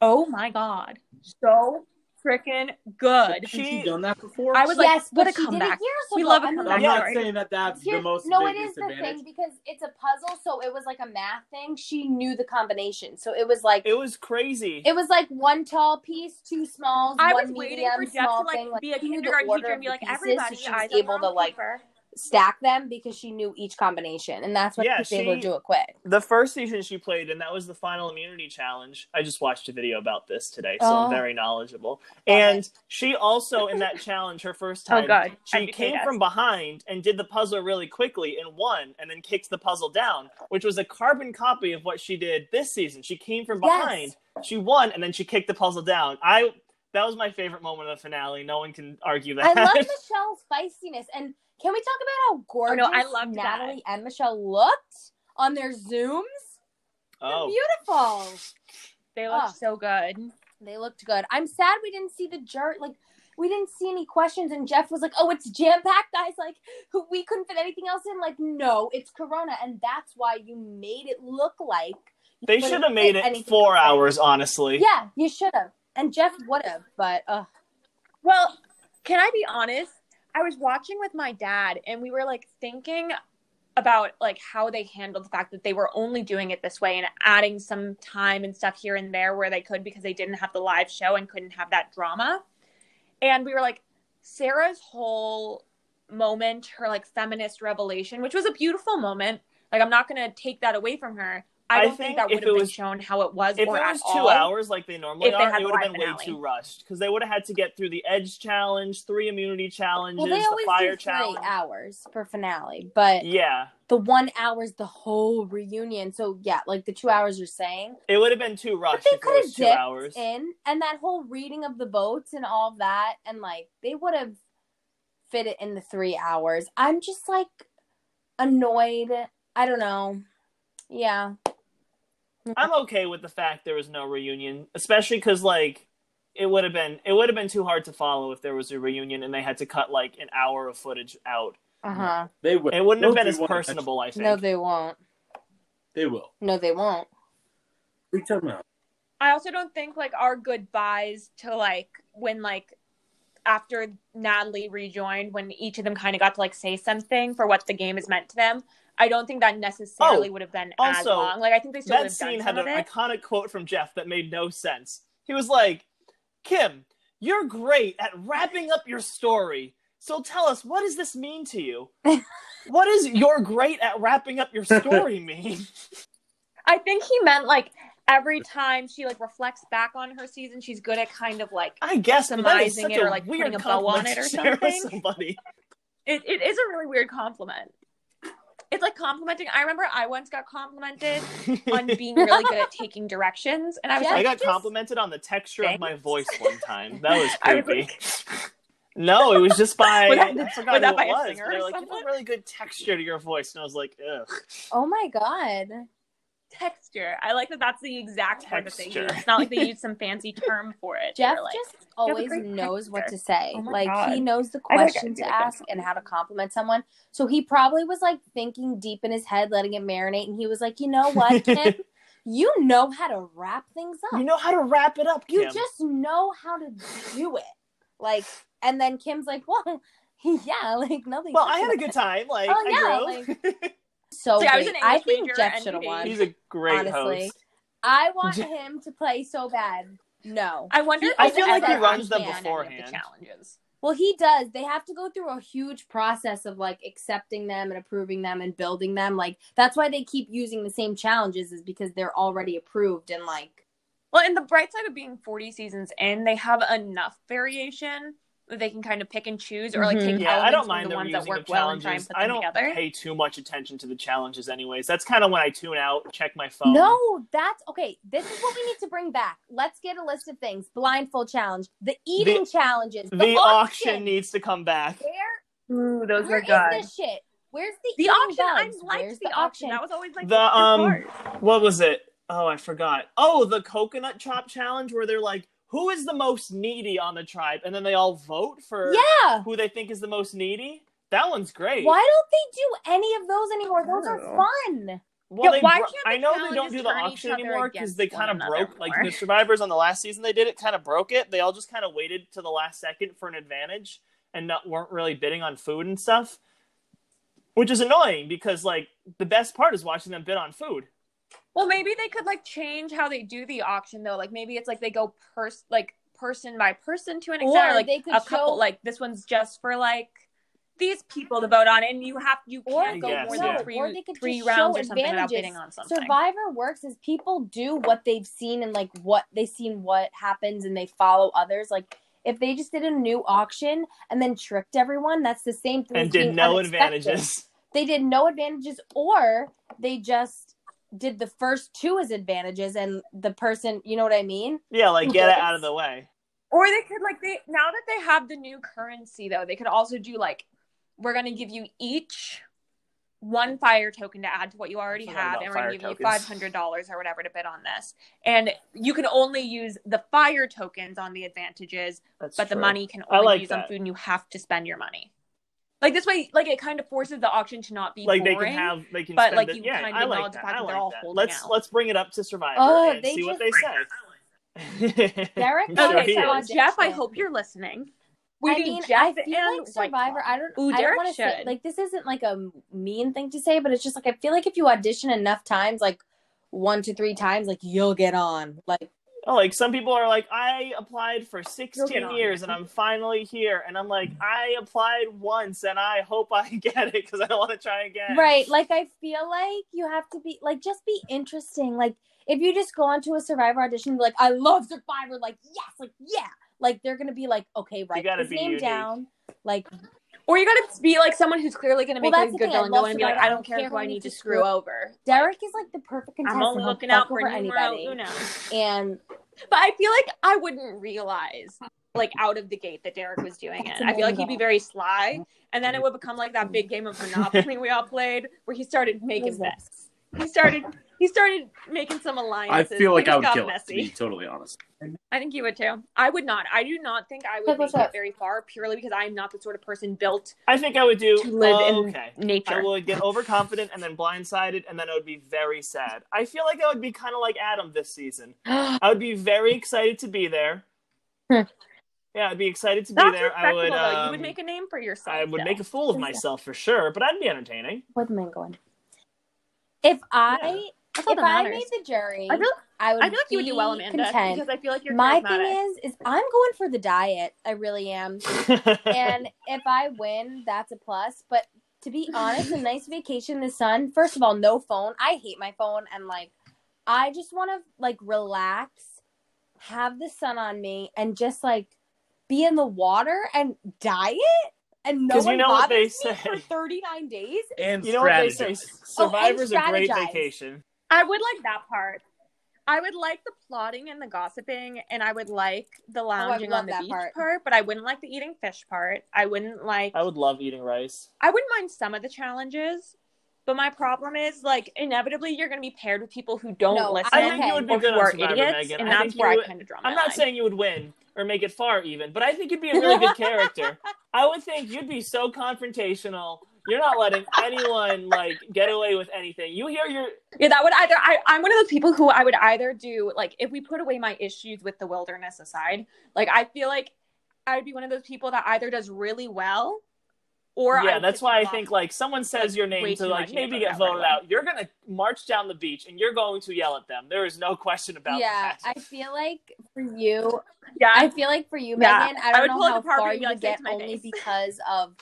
C: Oh my god, so freaking good!
E: Hasn't
D: She-
E: she done that before?
C: I was like,
B: "Yes,
C: what
B: but
C: a
B: she did it
C: comeback!
B: years
C: We
B: ago."
C: love a
B: I'm
E: I'm
C: comeback.
E: not
C: sorry.
E: saying that that's the
B: Here's-
E: most
B: no,
E: big
B: it is the
E: disadvantage.
B: thing because it's a puzzle, so it was like a math thing. She knew the combination, so it was like
D: it
B: it,
D: was crazy.
B: was like one tall piece, two smalls,
C: I
B: one
C: was waiting
B: medium,
C: for Jeff
B: small
C: to like
B: thing. Like
C: be a
B: she knew the
C: kindergarten
B: order
C: teacher
B: of
C: and be
B: the
C: like,
B: pieces, so
C: everybody,
B: she was
C: eyes on
B: able to
C: wrong
B: like
C: paper.
B: stack them because she knew each combination, and that's what
D: Yeah,
B: she was able
D: she-
B: to do it quick.
D: the first season she played, and that was the final immunity challenge. I just watched a video about this today, so I'm
B: Oh.
D: very knowledgeable. And she also, in that challenge, her first time,
C: Oh god,
D: she
C: I'd be
D: came
C: dead.
D: from behind and did the puzzle really quickly and won, and then kicked the puzzle down, which was a carbon copy of what she did this season. She came from
B: Yes.
D: behind, she won, and then she kicked the puzzle down. I that was my favorite moment of the finale. No one can argue
B: I
D: that.
B: love Michelle's feistiness, and can we talk about how gorgeous
C: Oh, no, I loved that.
B: Natalie and Michelle looked on their zooms? They're
D: oh,
B: beautiful.
C: They looked
B: Ah.
C: so good.
B: They looked good. I'm sad we didn't see the jerk. Like, we didn't see any questions. And Jeff was like, oh, it's jam packed, guys. Like, who, we couldn't fit anything else in. Like, no, it's Corona. And that's why you made it look like. you
D: they
B: couldn't
D: should have
B: fit
D: made it
B: anything
D: four
B: else in.
D: hours, honestly.
B: Yeah, you should have. And Jeff would have. But, uh,
C: Well, can I be honest? I was watching with my dad and we were like thinking about like how they handled the fact that they were only doing it this way and adding some time and stuff here and there where they could because they didn't have the live show and couldn't have that drama. And we were like Sarah's whole moment, her like feminist revelation, which was a beautiful moment. Like I'm not going to take that away from her. I
D: I
C: don't think,
D: think
C: that
D: if
C: would
D: it
C: have been
D: was-
C: shown how it was
D: if it
C: or at
D: was two
C: all.
D: hours like they normally
C: If they
D: are,
C: had
D: it
C: the
D: would
C: live
D: have been way
C: finale.
D: too rushed because they would have had to get through the edge challenge, three immunity challenges,
B: well, they
D: the
B: always
D: fire
B: do three
D: challenge.
B: hours per finale. But
D: Yeah,
B: the one hour is the whole reunion. So, yeah, like the two hours you're saying.
D: it would have been too rushed.
B: But
D: if
B: they
D: it
B: could
D: was
B: have
D: two
B: dipped
D: hours.
B: in, and that whole reading of the votes and all that, and like they would have fit it in the three hours. I'm just like annoyed. I don't know. Yeah,
D: I'm okay with the fact there was no reunion, especially because like it would have been it would have been too hard to follow if there was a reunion and they had to cut like an hour of footage out.
B: uh huh.
E: They will.
D: It wouldn't have been
E: Nobody
D: as
E: won.
D: personable, I think.
B: No, they won't.
E: They will.
B: No, they won't.
E: What are you talking about?
C: I also don't think like our goodbyes to like when like after Natalie rejoined when each of them kind of got to like say something for what the game is meant to them. I don't think that necessarily would have been as
D: Oh, also,
C: long. Like I think they still would
D: that
C: have done
D: scene
C: some
D: had
C: of
D: an
C: it.
D: iconic quote from Jeff that made no sense. He was like, Kim, you're great at wrapping up your story. So tell us, what does this mean to you? what does you're great at wrapping up your story mean?
C: I think he meant like every time she like reflects back on her season, she's good at kind of like
D: I guess but that is
C: Customizing
D: such
C: it or,
D: a
C: like,
D: weird
C: putting a bow on
D: compliment
C: it or
D: to share with
C: something.
D: somebody.
C: it, it is a really weird compliment. It's like complimenting. I remember I once got complimented on being really good at taking directions, and I was
B: Yeah,
D: I
C: like,
D: got
C: "Just-
D: complimented on the texture of my
C: Thanks.
D: voice one time. That was
C: I was
D: creepy. no, it was just by
C: Was that-
D: I forgot
C: was that
D: who
C: by
D: it
C: a
D: was.
C: singer
D: They're
C: or
D: like, you have
C: someone?"
D: a really good texture to your voice, and I was like, ugh.
B: Oh my god.
C: texture. I like that. That's the exact word that they use.
D: Texture.
C: It's not like they use some fancy term for it. They
B: Jeff
C: were like,
B: just always
C: great
B: knows what
C: texture."
B: to say.
C: Oh my
B: like he
C: God.
B: knows the
C: I gotta get
B: question to
C: you a
B: ask and how to compliment someone. So he probably was like thinking deep in his head, letting it marinate, and he was like, "You know what, Kim? you know how to wrap things up.
D: You know how to wrap it up,
B: You
D: Kim.
B: just know how to do it." Like, and then Kim's like, "Well, yeah, like nothing."
D: well, I had a good time. Like,
B: Oh, yeah,
D: I grew.
B: so
C: See, I was
B: great.
C: an
B: I
C: English
B: think
C: major
B: Jeff
C: and
B: should have
C: he-
B: won.
D: He's a great
B: honestly.
D: host.
B: I want him to play so bad. No.
C: I wonder. If
D: I
C: he's
D: feel like
C: ever
D: he runs them
C: on any of the
D: beforehand.
C: challenges.
B: Well, he does. They have to go through a huge process of like accepting them and approving them and building them. Like that's why they keep using the same challenges is because they're already approved and like
C: Well, and the bright side of being 40 seasons in, they have enough variation that they can kind of pick and choose or like
B: Mhm.
C: take
D: Yeah,
C: elements
D: I don't
C: from
D: mind
C: the
D: them
C: ones
D: using
C: that work
D: the
C: well and try and
D: challenges.
C: put them
D: I don't
C: together.
D: pay too much attention to the challenges, anyways. That's kind of when I tune out, check my phone.
B: No, that's okay. This is what we need to bring back. Let's get a list of things. Blindfold challenge, the eating challenges,
D: the,
B: the,
D: auction. needs to come back.
B: Where
C: Ooh,
B: where
C: those
B: is
C: are good.
B: this shit? Where's the
C: The
B: eating
C: auction, I
B: bugs? Where's
C: liked the, auction. That was always like
D: The, um,
C: hard.
D: What was it? Oh, I forgot. Oh, the coconut chop challenge where they're like, who is the most needy on the tribe, and then they all vote for
B: Yeah.
D: who they think is the most needy. That one's great.
B: Why don't they do any of those anymore? Those are
C: Oh.
B: fun.
D: Well,
C: Yeah,
D: they
C: why
D: bro-
C: can't
D: I
C: the
D: know they don't
C: challenges
D: do the
C: turn each
D: auction
C: other
D: anymore because they
C: against
D: kind of
C: one
D: broke.
C: another
D: Like
C: more?
D: the survivors on the last season, they did it kind of broke it. They all just kind of waited to the last second for an advantage and not weren't really bidding on food and stuff, which is annoying because like the best part is watching them bid on food.
C: Well, maybe they could like change how they do the auction though. Like maybe it's like they go pers like person by person to an extent,
B: Or
C: or, like
B: they could
C: a couple.
B: show-
C: Like this one's just for like these people to vote on, and you have you
B: Or-
C: can't go
D: Yes,
C: more
D: yeah.
C: than three,
B: or they could
C: three
B: just
C: rounds
B: show
C: or something without
B: advantages.
C: bidding on something.
B: Survivor works is people do what they've seen and like what they seen what happens and they follow others. Like if they just did a new auction and then tricked everyone, that's the same thing.
D: and
B: as
D: did
B: being
D: no
B: unexpected.
D: advantages.
B: They did no advantages, or they just did the first two as advantages, and the person, you know what I mean?
D: Yeah, like get it
B: Yes.
D: out of the way.
C: Or they could like they now that they have the new currency though, they could also do like we're gonna give you each one fire token to add to what you already
D: Forgot
C: have,
D: about
C: and we're gonna
D: fire
C: give you
D: tokens.
C: five hundred dollars or whatever to bid on this. And you can only use the fire tokens on the advantages,
D: That's
C: but the
D: true.
C: money can
D: I
C: only
D: like
C: be used on
D: that.
C: food and you have to spend your money. Like this way, like it kind of forces the auction to not be
D: Like they can
C: boring.
D: have, they can
C: but,
D: spend
C: like,
D: it.
C: you
D: Yeah,
C: kind of
D: I like
C: acknowledge the
D: that.
C: fact
D: I
C: that they're
D: like
C: all
D: that.
C: holding
D: Let's
C: out.
D: let's bring it up to Survivor
B: Oh,
D: and
B: they
D: see what
B: just-
D: they say.
B: Derek
D: I'm
B: got
D: sure
B: it
D: he
C: Okay,
B: from
C: so
D: is.
B: Audition.
C: Jeff, I hope you're listening. We
B: I
C: do
B: mean,
C: Jeff
B: I feel
C: and
B: like
C: White Claw.
B: Survivor. I don't.
C: Ooh,
B: I don't
C: Derek
B: want to say
C: should.
B: like this isn't like a mean thing to say, but it's just like I feel like if you audition enough times, like one to three times, like you'll get on. Like
D: Oh, like some people are like, I applied for
C: get
D: 16
C: on
D: years
C: it.
D: and I'm finally here. And I'm like, I applied once and I hope I get it because I want to try again.
B: right, like I feel like you have to be like just be interesting. Like if you just go onto a Survivor audition, and be like I love Survivor, like yes, like yeah, like they're gonna be like okay, write
D: gotta
B: his
D: be
B: name
D: unique.
B: down, like
C: Or you gotta be like someone who's clearly gonna
B: Well,
C: make a
B: that's the
C: good
B: thing, I
C: villain. Go
B: love
C: in and be like,
B: Survivor.
C: I don't care who I need to screw over.
B: Derek is like the perfect
C: I'm
B: contestant.
C: only
B: He'll
C: looking
B: fuck
C: out for
B: over
C: numero
B: anybody,
C: uno.
B: and
C: But I feel like I wouldn't realize, like out of the gate, that Derek was doing it.
B: That's
C: I feel like he'd
B: amazing.
C: be very sly, and then it would become like that big game of Monopoly we all played, where he started making
B: What
C: bets. He started. He started making some
E: I
C: alliances.
E: feel like
C: Things
E: I would
C: got
E: kill it, to
C: messy.
E: be totally honest.
C: I think you would too. I would not. I do not think I would
B: Pick us
C: make it
B: up.
C: very far purely because I'm not the sort of person built
D: I think I would do.
C: to live
D: oh,
C: in
D: okay. I
C: nature.
D: would get overconfident and then blindsided, and then I would be very sad. I feel like I would be kind of like Adam this season. I would be very excited to be there.
B: Hmm.
D: yeah, I'd be excited to be
C: That's
D: there.
C: respectable
D: I would.
C: though. You
D: um,
C: would make a name for yourself.
D: I would
C: though.
D: make a fool of myself for sure, but I'd be entertaining.
B: what's the man going? If I
C: That's all
B: if
C: that
B: I
C: matters.
B: made the jury,
C: I feel,
B: I would
C: I feel like you would do well,
B: be
C: Amanda,
B: content.
C: because I feel like you're
B: My
C: charismatic.
B: thing is, is I'm going for the diet. I really am. and if I win, that's a plus. But to be honest, a nice vacation in the sun. First of all, no phone. I hate my phone, and like, I just want to like relax, have the sun on me, and just like be in the water and diet, and no
D: 'Cause you
B: one
D: know what
B: bothers
D: they
B: me for
D: say.
B: thirty nine days.
E: and
D: you know what they say?
E: strategist.
B: Oh, and
D: Survivor's a great
B: strategize.
D: vacation.
C: I would like that part. I would like the plotting and the gossiping, and I would like
D: Oh,
C: the lounging
B: love
C: on the
B: that
C: beach
B: part.
C: part. but I wouldn't like the eating fish part. I wouldn't like.
D: I would love eating rice.
C: I wouldn't mind some of the challenges, but my problem is like inevitably you're going to be paired with people who don't
B: No,
C: listen.
D: I think
B: Okay.
D: you would be
C: or
D: good
C: who
D: on
C: are
D: Survivor,
C: idiots,
D: Megan.
C: and
D: I
C: that's
D: think you
C: where
D: would-
C: I kind of draw my
D: I'm not
C: line.
D: saying you would win or make it far even, but I think you'd be a really good character. I would think you'd be so confrontational. You're not letting anyone like get away with anything. You hear your
C: Yeah, that would either. I, I'm one of those people who I would either do like if we put away my issues with the wilderness aside, like I feel like I would be one of those people that either does really well, or I
D: yeah.
C: would
D: That's
C: piss
D: why I
C: people
D: think
C: off.
D: like someone says
C: Like,
D: your
C: way
D: name to
C: too
D: like
C: much, you get
D: maybe
C: voted
D: get
C: out right
D: voted
C: away.
D: out. You're gonna march down the beach and you're going to yell at them. There is no question about
B: yeah,
D: that.
B: I feel like for you,
C: yeah,
B: I feel like for you,
C: Yeah.
B: Megan, I
C: I would
B: don't
C: pull
B: know
C: up
B: how
C: the car
B: far
C: and be
B: you
C: like,
B: would
C: "Say it
B: get
C: to my
B: only
C: face."
B: because of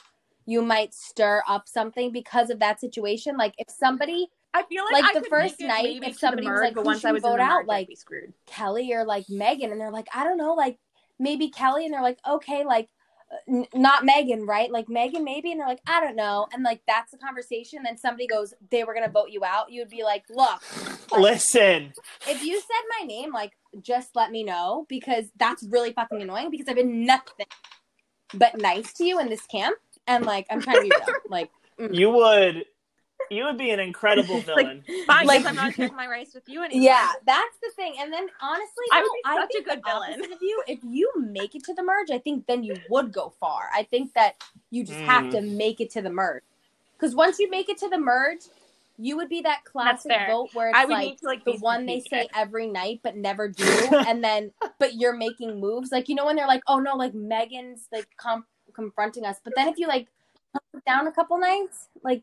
B: you might stir up something because of that situation. Like if somebody
C: I feel like,
B: like
C: I
B: the
C: could make
B: first
C: it
B: night,
C: maybe to
B: if
C: the
B: somebody was
C: merge,
B: like,
C: but
B: "Who
C: once
B: should
C: I
B: we
C: was in
B: vote
C: the
B: out?"
C: merge, I'd
B: Like-
C: be screwed.
B: Kelly or like Megan, and they're like, I don't know, like maybe Kelly, and they're like, okay, like uh, n- not Megan, right? Like Megan, maybe, and they're like, I don't know, and like that's the conversation. Then somebody goes, they were gonna vote you out. You'd be like, look,
D: Listen,
B: if you said my name, like just let me know because that's really fucking annoying because I've been nothing but nice to you in this camp, and like I'm trying to be real, like.
D: you would you would be an incredible villain.
C: Fine,
B: Like-
C: guess I'm not sharing my rice with you anymore.
B: Yeah, that's the thing. And then honestly,
C: I
B: I,
C: would
B: no,
C: be
B: I
C: such
B: think
C: a good
B: the
C: villain.
B: opposite of you, if you make it to the merge, I think then you would go far. I think that you just have
D: Mm.
B: to make it to the merge. Because once you make it to the merge, you would be that classic
C: fair.
B: vote where it's
C: I would
B: like
C: need to like
B: the
C: basically
B: one they
C: take
B: say
C: it.
B: every night but never do, and then but you're making moves. Like you know when they're like, oh no, like Megan's like com- confronting us. But then if you like put down a couple nights, like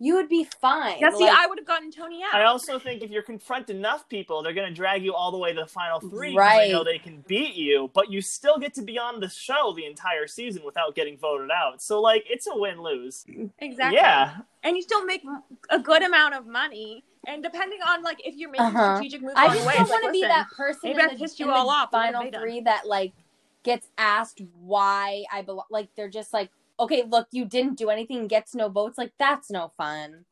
B: you would be fine.
C: Yeah, see,
B: Like,
C: I would have gotten Tony out.
D: I also think if you confront enough people, they're going to drag you all the way to the final three. 'cause
B: Right.
D: They know they can beat you, but you still get to be on the show the entire season without getting voted out. So, like, it's a win lose.
C: exactly.
D: Yeah.
C: and you still make a good amount of money. And depending on like if you're making
B: Uh-huh.
C: strategic moves,
B: I
C: on
B: just
C: ways,
B: don't
C: like,
B: want to be
C: listen,
B: that person in
C: maybe I
B: the,
C: pissed you
B: in
C: all
B: the
C: off, but what have
B: final
C: I done?
B: three that like gets asked why I belong. Like they're just like, okay, look, you didn't do anything, gets no votes. Like that's no fun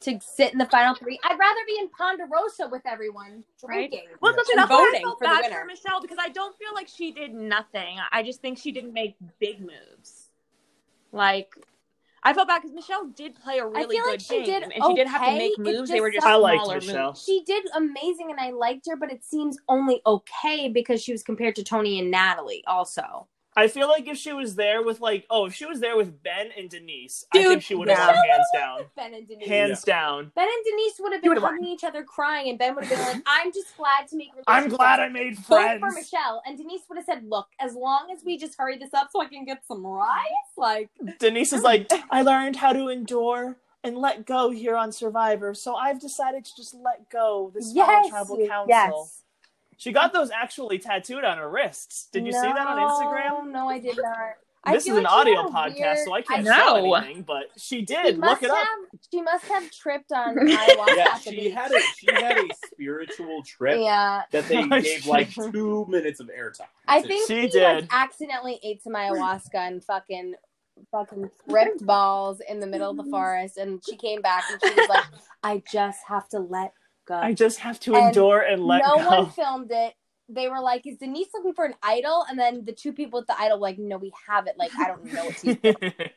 B: to sit in the final three. I'd rather be in Ponderosa with everyone
C: Right.
B: drinking.
C: Well,
E: Yeah.
C: that's
B: And
C: that's why I
B: voting
C: felt
B: for the
C: bad
B: winner.
C: for Michelle because I don't feel like she did nothing. I just think she didn't make big moves. Like I felt bad because Michelle did play a really
B: feel
C: good
B: like she
C: game,
B: did
C: and she did have to
B: okay,
C: make
B: it
C: moves. They
B: just
C: were just
B: sucked.
D: I liked
C: smaller
D: Michelle.
C: moves.
B: She did amazing, and I liked her, but it seems only okay because she was compared to Tony and Natalie. Also,
D: I feel like if she was there with, like, oh, if she was there with Ben and Denise, I
B: Dude,
D: think she would have
E: yeah.
D: won hands down.
B: Ben and Denise.
D: Hands down.
B: Ben and Denise would have
C: You
B: been
C: would've won.
B: hugging each other, crying, and Ben would have been like, "I'm just glad to make."
D: I'm glad I
B: relationships."
D: made
B: Vote for
D: friends.
B: Michelle, and Denise would have said, "Look, as long as we just hurry this up so I can get some rice, like
D: Denise is like, I learned how to endure and let go here on Survivor, so I've decided to just let go this final
B: yes,
D: tribal
B: you-
D: council.
B: yes."
D: She got those actually tattooed on her wrists. Did you see that on Instagram?
B: No, no, I did not. I
D: This is
B: feel
D: an
B: like she
D: audio
B: had a
D: podcast,
B: weird-
D: so I can't
C: I
D: show
C: know.
D: anything. But she
B: She
D: did.
B: must
D: Look it up.
B: have- She must have tripped on ayahuasca
E: Yeah,
B: at the
E: she
B: beach.
E: had a she had a spiritual trip
B: yeah,
E: that they
D: Oh,
E: gave like
D: shit.
E: two minutes of airtime.
B: I
E: to.
B: think
D: She
B: he
D: did.
B: Like, accidentally ate some ayahuasca and fucking fucking ripped balls in the middle of the forest. And she came back and she was like, "I just have to let go."
D: I just have to
B: And
D: endure and let
B: no
D: go.
B: one filmed it. They were like, "Is Denise looking for an idol?" And then the two people at the idol were like, "No, we have it. Like, I don't know what to." do."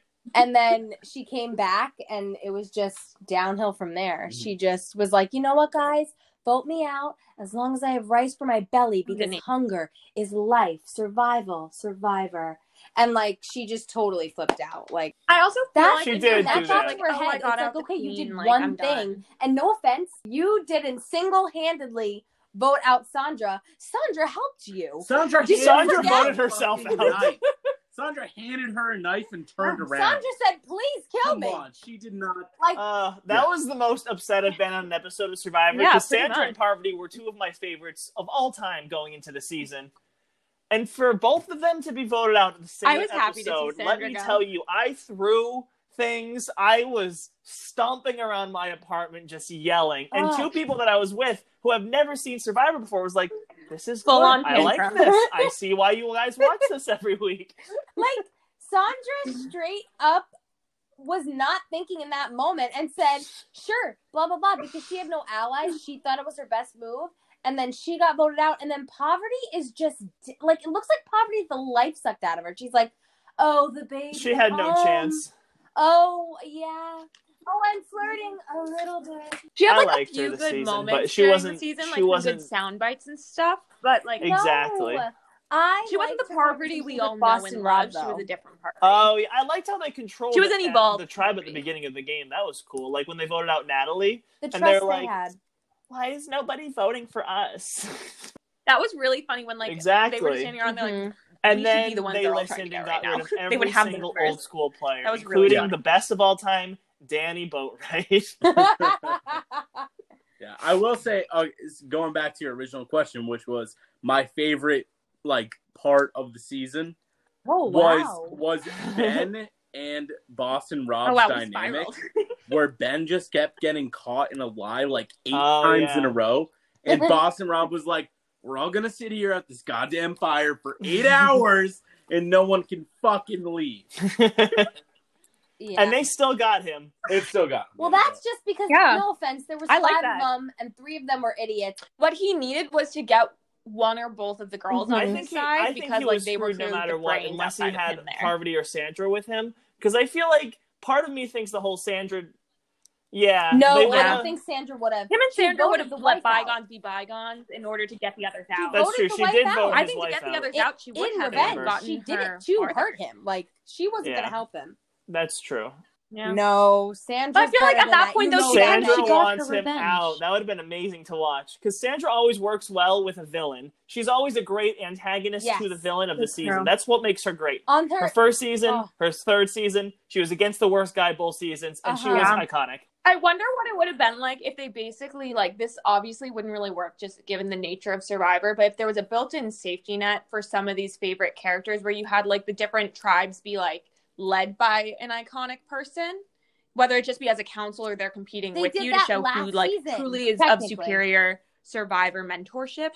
B: and then she came back, and it was just downhill from there.
D: Mm-hmm.
B: She just was like, "You know what, guys." Vote me out as long as I have rice for my belly because
C: Denise.
B: hunger is life, survival, survivor. And like she just totally flipped out. Like
C: I also feel
B: That-
C: like
D: She
C: if
D: did
C: you're
D: do
C: left,
D: that.
C: Like,
B: Her
C: oh, I
B: head,
C: got
B: it's
C: out
B: like,
C: the
B: okay, you
C: queen,
B: did
C: like,
B: one
C: I'm
B: thing.
C: done.
B: And no offense, you didn't single handedly vote out Sandra. Sandra helped you.
E: Sandra,
B: Did
E: Hannah
D: Sandra
E: was
B: forget?
D: voted herself
E: fucking
D: out.
E: right. Sandra handed her a knife and turned around.
B: Oh, Sandra said, "Please kill
E: Come
B: me."
E: on, she did not.
B: Like,
D: Uh, that
E: Yeah.
D: was the most upset I've been on an episode of Survivor.
C: Yeah,
D: because
C: pretty
D: Sandra
C: much.
D: and Parvati were two of my favorites of all time going into the season. And for both of them to be voted out in the same
C: I was
D: episode,
C: happy to see
D: let
C: Sandra
D: me
C: go.
D: tell you, I threw things. I was stomping around my apartment just yelling. And
C: Oh.
D: two people that I was with who have never seen Survivor before was like, this is
C: Full
D: good.
C: on
D: I like
C: panic.
D: this. I see why you guys watch this every week.
B: like Sandra straight up was not thinking in that moment and said, "Sure, blah blah blah," because she had no allies. She thought it was her best move, and then she got voted out. And then poverty is just di- like it looks like poverty the life sucked out of her. She's like, "Oh, the baby."
D: She had no
B: um,
D: chance.
B: Oh yeah. Oh, I'm flirting a little bit.
C: She had
D: I
C: like
D: liked
C: a
D: her
C: few
D: this
C: good
D: season,
C: moments
D: but she
C: during
D: wasn't-
C: the season,
D: she
C: like some
D: wasn't-
C: good sound bites and stuff. But like,
D: Ex- Exactly.
B: No. I
C: she wasn't
B: liked
C: the
B: her
C: poverty we
B: relationship
C: all
B: with
C: know
B: Boston
C: and
B: Rob,
C: love. She was
B: though.
C: a different poverty.
D: Oh, yeah, I liked how they controlled.
C: She was an
D: it at
C: evolved
D: the tribe at the
C: Barbie.
D: beginning of the game. That was cool. Like when they voted out Natalie.
B: the
D: they
B: trust
D: were
B: they
D: like,
B: had.
D: Why is nobody voting for us?
C: That was really funny when like
D: exactly.
C: they were standing around there like
D: and
C: we should
D: then
C: be the ones
D: they
C: they're all trying
D: listened
C: to
D: and
C: get
D: got
C: right
D: rid of
C: now. They
D: every
C: would have them
D: single
C: first.
D: old school player,
C: That was really
D: including
E: funny.
D: the best of all time, Danny Boatwright.
E: Yeah, I will say, uh, it's going back to your original question, which was my favorite like part of the season
B: oh wow!
E: was was Ben and Boston Rob's
C: oh wow, we
E: dynamic,
C: spiraled.
E: where Ben just kept getting caught in a lie like eight
D: Oh,
E: times
D: yeah.
E: in a row, and Boston Rob was like, "We're all gonna sit here at this goddamn fire for eight hours, and no one can fucking leave."
B: yeah.
D: And they still got him.
E: It still got.
B: Well, that's just because
C: Yeah.
B: no offense, there was
C: I like
B: five
C: that.
B: of them, and three of them were idiots.
C: what he needed was to get one or both of the girls on
D: Mm-hmm. I
C: his
D: think he,
C: side
D: I think
C: because
D: he
C: like
D: was
C: they were
D: screwed no
C: clearly
D: matter
C: the
D: what,
C: brains
D: unless he
C: outside of
D: had
C: him there.
D: Parvati or Sandra with him. Because I feel like part of me thinks the whole Sandra. Yeah.
B: No,
D: they
B: I
D: wanna-
B: don't think Sandra would have.
C: Him and
B: She
C: Sandra would have
B: voted the
C: let
B: wife out.
C: bygones be bygones in order to get the others
B: She
C: out.
D: That's
B: voted
D: true.
B: the
D: She
B: wife
D: did
B: out.
D: vote
C: Oh, I
D: his
C: think to
D: wife
C: get the
D: out.
C: others
B: It-
C: out, she would
B: In
C: have
B: revenge,
C: gotten
B: she did
C: her
B: it to
C: farther.
B: hurt him. Like she wasn't
D: Yeah.
B: gonna help him.
D: That's true.
C: Yeah.
B: No, Sandra.
C: But I feel like at that point,
B: you
C: though,
B: know
C: she
B: that.
D: Sandra
C: got her
D: wants him
C: revenge.
D: out. That would have been amazing to watch because Sandra always works well with a villain. She's always a great antagonist
B: Yes.
D: to the villain of the
C: That's
D: season.
C: true.
D: That's what makes her great.
B: on
D: Her
B: her.
D: first season,
B: Oh.
D: her third season, she was against the worst guy both seasons, and she
B: Uh-huh.
D: was
C: Yeah.
D: iconic.
C: I wonder what it would have been like if they basically like this obviously wouldn't really work just given the nature of Survivor, but if there was a built-in safety net for some of these favorite characters where you had like the different tribes be like led by an iconic person, whether it just be as a council or they're competing
B: They
C: with
B: did
C: you to
B: that
C: show who
B: last
C: like
B: season,
C: truly is of
B: technically.
C: superior Survivor mentorship.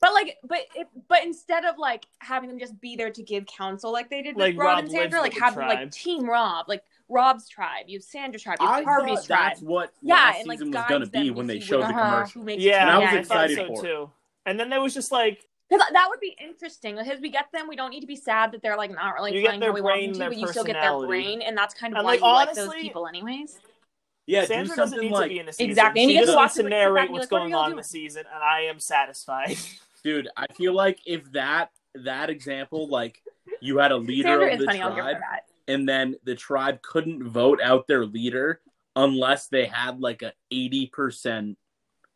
C: But like, but if, but instead of like having them just be there to give counsel like they did with
D: Like,
C: Rob,
D: Rob
C: and Sandra,
D: lives
C: like
D: with the
C: have them, like
D: tribe.
C: Team Rob, like Rob's tribe, you have Sandra's tribe, you
E: I
C: have Harvey's
E: thought
C: tribe.
E: that's what
C: Yeah,
E: last
C: and like
E: season was
C: guides
E: gonna be
C: them
E: when
C: to
E: they
C: see
E: showed
C: what-
E: the
B: Uh-huh.
E: commercial.
C: Who makes
D: Yeah,
E: And I was
D: I thought
E: excited
D: so
E: for it.
D: too. And then there was just like
C: Because that would be interesting. Because we get them, we don't need to be sad that they're like not really
D: You get
C: playing
D: their
C: how we want
D: brain,
C: them
D: their
C: to, but you still get their
D: personality.
C: brain, and that's kind of
D: And,
C: why
D: like,
C: you like those
D: honestly-
C: people, anyways.
E: Yeah, do
D: Sandra doesn't
E: something
D: need
E: like
D: to be in a season.
C: Exactly. And
D: She
C: you get
D: just
C: to
D: needs
C: watch
D: to
C: it, like, sit back
D: narrate
C: and be
D: what's
C: like, what are
D: going
C: y'all
D: on in the
C: doing?
D: season, and I am satisfied.
E: dude i feel like if that that example like you had a leader
C: Sandra
E: of
C: is
E: the
C: funny. I'll give her
E: tribe
C: that.
E: and then the tribe couldn't vote out their leader unless they had like a 80%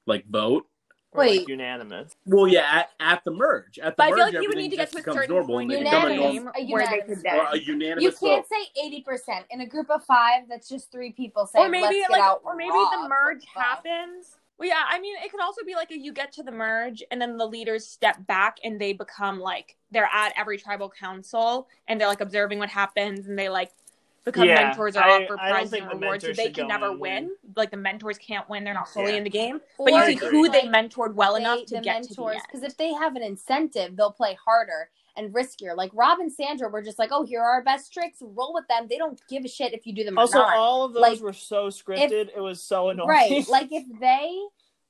E: like vote
D: Or, like,
B: Wait.
D: unanimous.
E: well yeah at, at the merge at the
C: But I
E: merge
C: feel like you would
E: everything
C: need to get
E: just
C: to a
E: becomes
C: certain
E: normal
C: point
E: and they
C: in
B: in
C: the
E: become a
B: unanimous.
E: normal
C: game where they could
B: Unanimous.
E: or
C: then.
E: a unanimous
B: You
E: vote
B: can't say eighty percent in a group of five. That's just three people saying.
C: or maybe
B: Let's get
C: like
B: out
C: or maybe the
B: Rob."
C: merge
B: What the fuck?
C: happens well yeah i mean it could also be like a, you get to the merge and then the leaders step back and they become like they're at every tribal council and they're like observing what happens and they like become
D: Yeah,
C: mentors or
D: I-
C: offer
D: I don't
C: prizes
D: think
C: and
D: the
C: rewards so
D: mentors
C: they
D: should
C: can
D: go
C: never
D: in and
C: win like the mentors can't win they're not fully
D: Yeah.
C: in the game but
B: Or
C: you see
D: agree.
C: who they
B: like,
C: mentored well
B: they-
C: enough to
B: the
C: get to the end
B: because if they have an incentive, they'll play harder and riskier. Like Rob and Sandra were just like, "Oh, here are our best tricks. Roll with them. They don't give a shit if you do them
D: Also,
B: or not."
D: all of those
B: Like,
D: were so scripted. it was so annoying.
B: right? like if they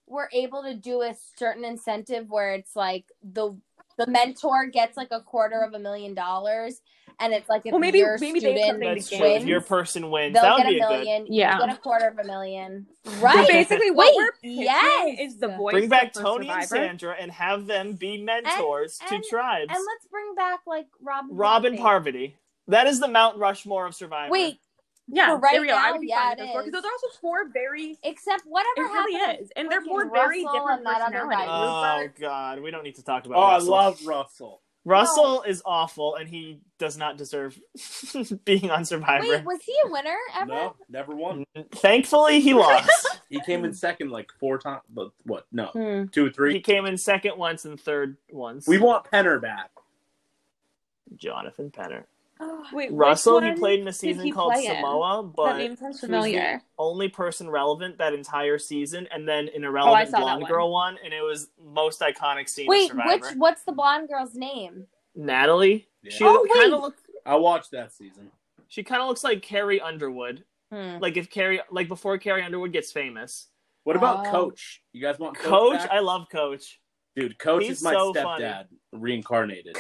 B: were able to do a certain incentive where it's like the the mentor gets like a quarter of a million dollars, and it's like if
C: Well, maybe-
B: your
C: maybe they have
B: student
C: something to
D: That's
C: the
D: true. If
B: wins,
D: your person wins,
B: they'll
D: that would
B: get
D: be
B: a
D: a good.
B: million.
C: Yeah.
B: you get a quarter of a million. Right?
C: so basically what
B: Wait,
C: we're pitching
B: yes.
C: is the voice
D: Bring back
C: for
D: Tony and
C: Survivor.
D: Sandra and have them be mentors
B: and-
D: to tribes.
B: and let's bring back like Rob and
D: Robin
B: Parvati.
D: Parvati. That is the Mount Rushmore of Survivor.
B: Wait,
C: yeah
B: But right
C: there we go.
B: now,
C: i would be
B: yeah,
C: fine
B: it
C: with those four because
B: is.
C: those are also four very
B: except
C: It
B: whatever happened.
C: really is, and they're
B: freaking
C: both very
B: Russell
C: different
B: and that other guy.
C: personalities.
D: Oh
C: Rupert-
D: God, we don't need to talk about.
E: oh i
D: Russell.
E: love russell
D: Russell is awful, and he does not deserve being on Survivor.
B: Wait, was he a winner ever?
E: No, never
D: Mm.
E: won.
D: Thankfully, he lost.
E: He came in second like four times. But what? No,
C: Mm.
B: Hmm.
E: two or
D: he
E: three.
D: came in second once and third once.
E: We want Penner back.
D: Jonathan Penner.
C: Wait, which
D: Russell, he
C: one
D: played in a
C: he
D: season called
C: play in?
D: Samoa,
C: That
D: but
C: name sounds
D: he was the
C: familiar.
D: only person relevant that entire season, and then an irrelevant
B: Oh, saw that
D: blonde
B: one.
D: girl one, and it was most iconic scene. of
B: Wait,
D: Survivor.
B: which what's the blonde girl's name?
D: Natalie?
E: Yeah.
D: She
B: Oh,
D: kind
B: wait.
D: of look.
E: I watched that season.
D: She kind of looks like Carrie Underwood.
B: Hmm.
D: Like if Carrie, like before Carrie Underwood gets famous.
E: What about
B: Oh.
E: Coach? You guys want Coach?
D: Coach,
E: back?
D: I love Coach.
E: Dude, Coach
D: he's
E: is my
D: so
E: stepdad reincarnated.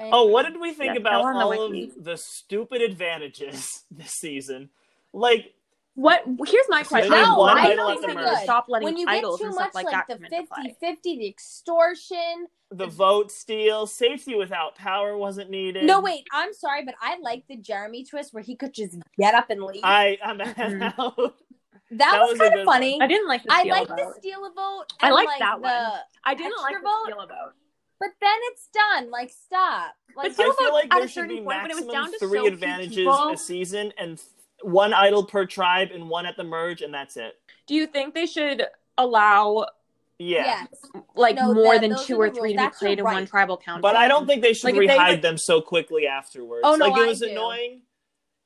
D: Oh, what did we think
C: Yeah,
D: about
C: go on the
D: all of
C: wiki.
D: the stupid advantages this season? Like,
C: What? Here's my question.
D: Maybe
C: No,
D: one
C: I
D: idol
C: don't
D: at the
C: think we
D: merge.
C: should stop letting
B: when you get
C: idols
B: too
C: and stuff
B: much
C: like,
B: like,
C: that
B: the
C: come into play.
B: 50 50 the extortion
D: the vote steal, safety without power wasn't needed.
C: Mm.
B: no wait i'm sorry but i like the jeremy twist where he could just get up and leave
D: I I'm
C: Mhm.
D: out.
B: that,
D: that
B: was,
D: was a
B: kind
D: good
B: of funny
C: I didn't like the
B: i
C: steal
B: like the
C: vote.
B: steal a vote
C: I
B: and,
C: liked
B: like
C: that
B: the,
C: one. I didn't like the
B: extra
C: steal vote.
B: but then it's done like stop like
C: But Steal
D: I feel
C: vote
D: like
C: at
D: there
C: a
D: should
C: certain
D: be
C: point when it was
D: maximum
C: down to
D: three
C: so few
D: advantages
C: people.
D: a season and th- one idol per tribe and one at the merge, and that's it.
C: Do you think they should allow
D: Yeah.
B: yes
C: like
B: No,
C: more
B: that-
C: than
B: those
C: two
B: are
C: or three
B: the
C: to
B: rules.
C: be
B: That's your
C: played in
B: right.
C: one tribal council?
D: But I don't think they should
C: Like, if they,
D: rehide
C: like-
D: them so quickly afterwards.
B: Oh, no,
D: like it
B: I
D: was
B: do.
D: annoying.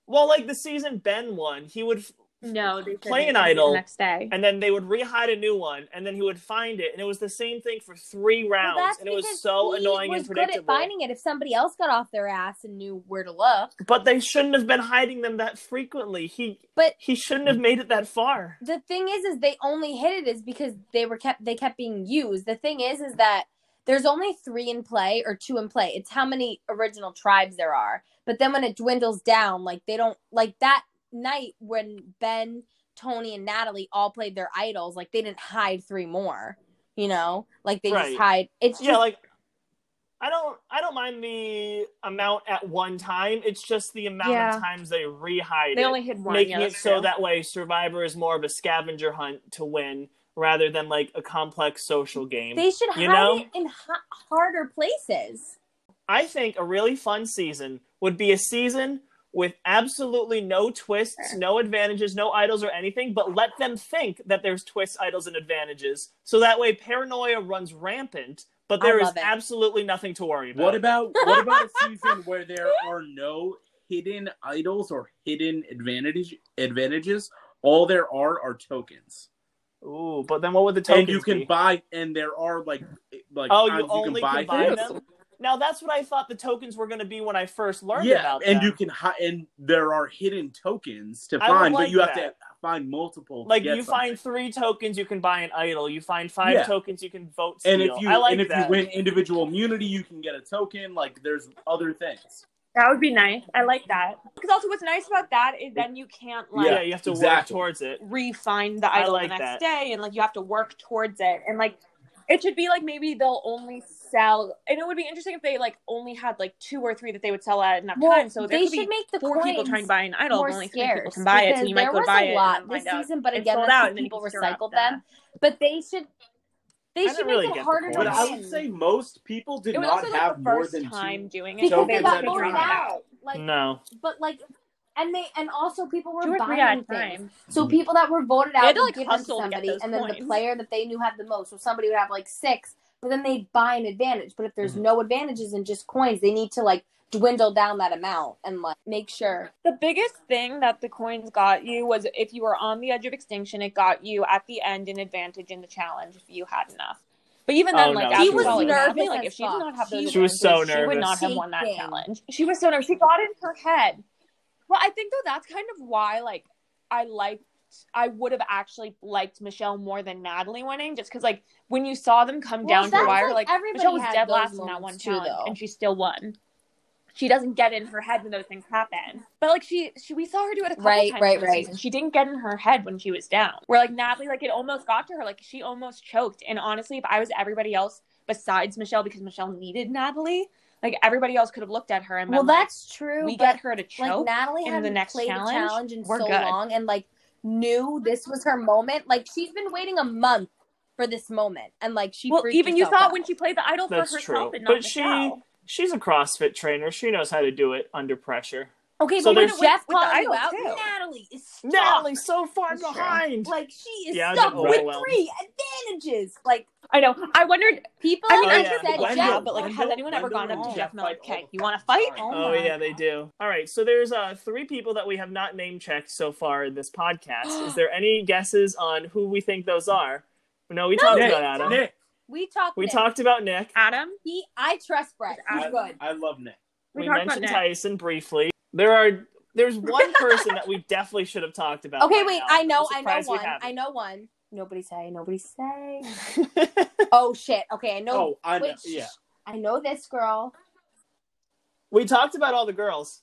D: Well, like the season Ben won, he would, f-
C: no they should
D: Play an
C: do it
D: idol
C: the next day.
D: and then they would rehide a new one, and then he would find it, and it was the same thing for three
B: Well,
D: rounds,
B: that's
D: and it was
B: because
D: so
B: he
D: annoying
B: was
D: and
B: good
D: predictable.
B: at finding it if somebody else got off their ass and knew where to look
D: But they shouldn't have been hiding them that frequently. He
B: But-
D: he shouldn't have made it that far.
B: the thing is is they only hit it is because they were kept they kept being used the thing is is that there's only three in play or two in play it's how many original tribes there are but then when it dwindles down like they don't like that night when ben tony and natalie all played their idols like they didn't hide three more you know like they
D: Right.
B: just hide it's just
D: Yeah, like I don't I don't mind the amount at one time. It's just the amount
C: Yeah.
D: of times they rehide
C: They
D: it.
C: only hit one.
D: making
C: yeah,
D: it
C: that's
D: so
C: true.
D: that way Survivor is more of a scavenger hunt to win rather than like a complex social game.
B: they should hide
D: You know?
B: it in ha- harder places
D: I think a really fun season would be a season with absolutely no twists, no advantages, no idols or anything, but let them think that there's twists, idols, and advantages. So that way paranoia runs rampant, but
B: I
D: there is
B: love it.
D: absolutely nothing to worry about.
E: What about what about a season where there are no hidden idols or hidden advantage advantages? All there are are tokens,
D: Ooh, but then what would the tokens
E: and you can
D: be?
E: buy. And there are like like
D: Oh,
E: times
D: you only can buy,
E: things.
D: them. Now that's what I thought the tokens were going to be when I first learned
E: yeah,
D: about
E: and
D: them.
E: you can hi- and there are hidden tokens to
D: I would
E: find,
D: like
E: but you have to
D: that.
E: find multiple. to
D: like
E: get
D: you
E: something.
D: find three tokens, you can buy an idol. You find five
E: Yeah.
D: tokens, you can vote. Steal.
E: and if you
D: I like
E: and if
D: that.
E: you win individual immunity, you can get a token. Like there's other things.
C: That would be nice. I like that. Because also, what's nice about that is then you can't like
D: yeah, you have to work
E: exactly.
D: towards it.
C: refine the
D: I
C: idol
D: like
C: the next
D: that.
C: day, and like you have to work towards it. And like it should be like maybe they'll only sell. And it would be interesting if they like only had like two or three that they would sell at enough
B: well,
C: time. So there
B: they
C: could be
B: should make the
C: four people
B: coins
C: trying to buy an idol,
B: more
C: but only three people
B: scarce
C: can buy it. So
B: because
C: you might
B: there
C: go
B: was
C: buy
B: a
C: it.
B: lot
C: and
B: this
C: find out
B: season, but
C: it's
B: again,
C: sold
B: that's
C: out,
B: because
C: and then you
B: people
C: can stir up
B: recycled
C: the-
B: them. But they should, they
D: I
B: should
D: don't
B: make
D: really
B: it
D: get the
B: harder to
E: But I
B: win
E: would say most people did
C: It was
E: not
C: also like
E: have
C: the
E: more
C: first
E: than
C: time
E: two.
C: doing it.
B: because
E: Tokens
B: they
E: at
B: got
E: a
B: voted
E: time.
B: out. Like,
D: No,
B: but like, and they and also people
C: Two
B: were
C: or three at a
B: buying things.
C: time.
E: Mm.
B: So people that were voted
C: had
B: out
C: to,
B: would
C: like,
B: give them
C: hustle to get
B: somebody,
C: those
B: and then the
C: coins.
B: player that they knew had the most. So somebody would have like six, but then they'd buy an advantage. But if there's
D: Mhm.
E: Mm-hmm.
B: no advantages and just coins, they need to like dwindle down that amount and like make sure
C: The biggest thing that the coins got you was if you were on the edge of extinction, it got you at the end an advantage in the challenge if you had enough. But even then,
D: Oh,
C: like
D: no,
C: after
D: she was
C: all, like,
B: nervous
C: happened, like
B: as
C: if she did
B: fuck.
C: not have those
B: She
D: was so
C: advantages, she would not
D: nervous.
C: have won that
B: Shaking.
C: challenge. She was so nervous. She got it in her head. Well, I think though that's kind of why like I liked I would have actually liked Michelle more than Natalie winning, just because like when you saw them come
B: Well,
C: down to the
B: that's,
C: wire,
B: like,
C: like,
B: everybody
C: Michelle was
B: had
C: dead
B: those
C: last in that
B: moments
C: one
B: too,
C: challenge,
B: though.
C: and she still won she doesn't get in her head when those things happen. But like she, she we saw her do it a couple
B: Right,
C: times
B: right,
C: this
B: right.
C: season. She didn't get in her head when she was down. Where like Natalie, like it almost got to her. Like she almost choked. And honestly, if I was everybody else besides Michelle, because Michelle needed Natalie, like everybody else could have looked at her and
B: Well,
C: been like,
B: that's true.
C: we
B: but
C: get her to
B: like
C: choke.
B: Natalie
C: in the
B: hadn't
C: next
B: played
C: challenge,
B: a challenge in
C: we're
B: so
C: good.
B: long, and like knew this was her moment. Like she's been waiting a month for this moment, and like she.
C: well,
B: freaked
C: even you
B: herself
C: thought
B: out.
C: when she played the idol
D: That's
C: for herself
D: true.
C: and not
D: But she-
C: Michelle.
D: She's a CrossFit trainer. She knows how to do it under pressure.
B: Okay,
D: So
B: but when
D: there's-
B: Jeff
C: with the
B: called you
C: idol,
B: out,
C: too.
B: Natalie is stuck.
D: Natalie's so far
C: That's true.
D: behind.
B: Like she is
D: Yeah, I
B: stuck
D: didn't
B: with
D: overwhelm.
B: three advantages. Like
C: I know. I wondered.
B: people
C: I mean,
D: Oh,
B: have
C: I'm
D: yeah.
C: sure
B: said,
C: people
E: Wendell-
C: yeah,
B: Jeff,
C: but like, has
E: Wendell-
C: anyone ever
E: Wendell
C: gone up
E: and
C: to Jeff
E: Jeff
C: Miller?
E: fight all
C: Okay,
E: the
C: you want to
E: fucking
C: fight?
E: time.
C: Oh,
D: Oh,
C: my
D: yeah, they
C: God.
D: do. All right, so there's uh, three people that we have not name checked so far in this podcast. Is there any guesses on who we think those are? Oh, No, we talked
E: Nick,
D: about Adam.
E: Nick.
B: we talked.
D: We
B: Nick.
D: talked about Nick.
C: Adam.
B: He, I trust Brett. He's
E: I,
B: good.
E: I love Nick.
D: We,
C: We talked about
D: mentioned
C: Nick.
D: Tyson briefly. There are there's one person that we definitely should have talked about.
B: Okay,
D: by
B: wait.
D: now.
B: I know.
D: I'm
B: I know
D: surprised we
B: one. I know one. Nobody say. Nobody say.
D: haven't.
B: oh shit. Okay, I know.
E: Oh, I know.
B: wait, shh.
E: yeah.
B: I know this girl.
D: we talked about all the girls.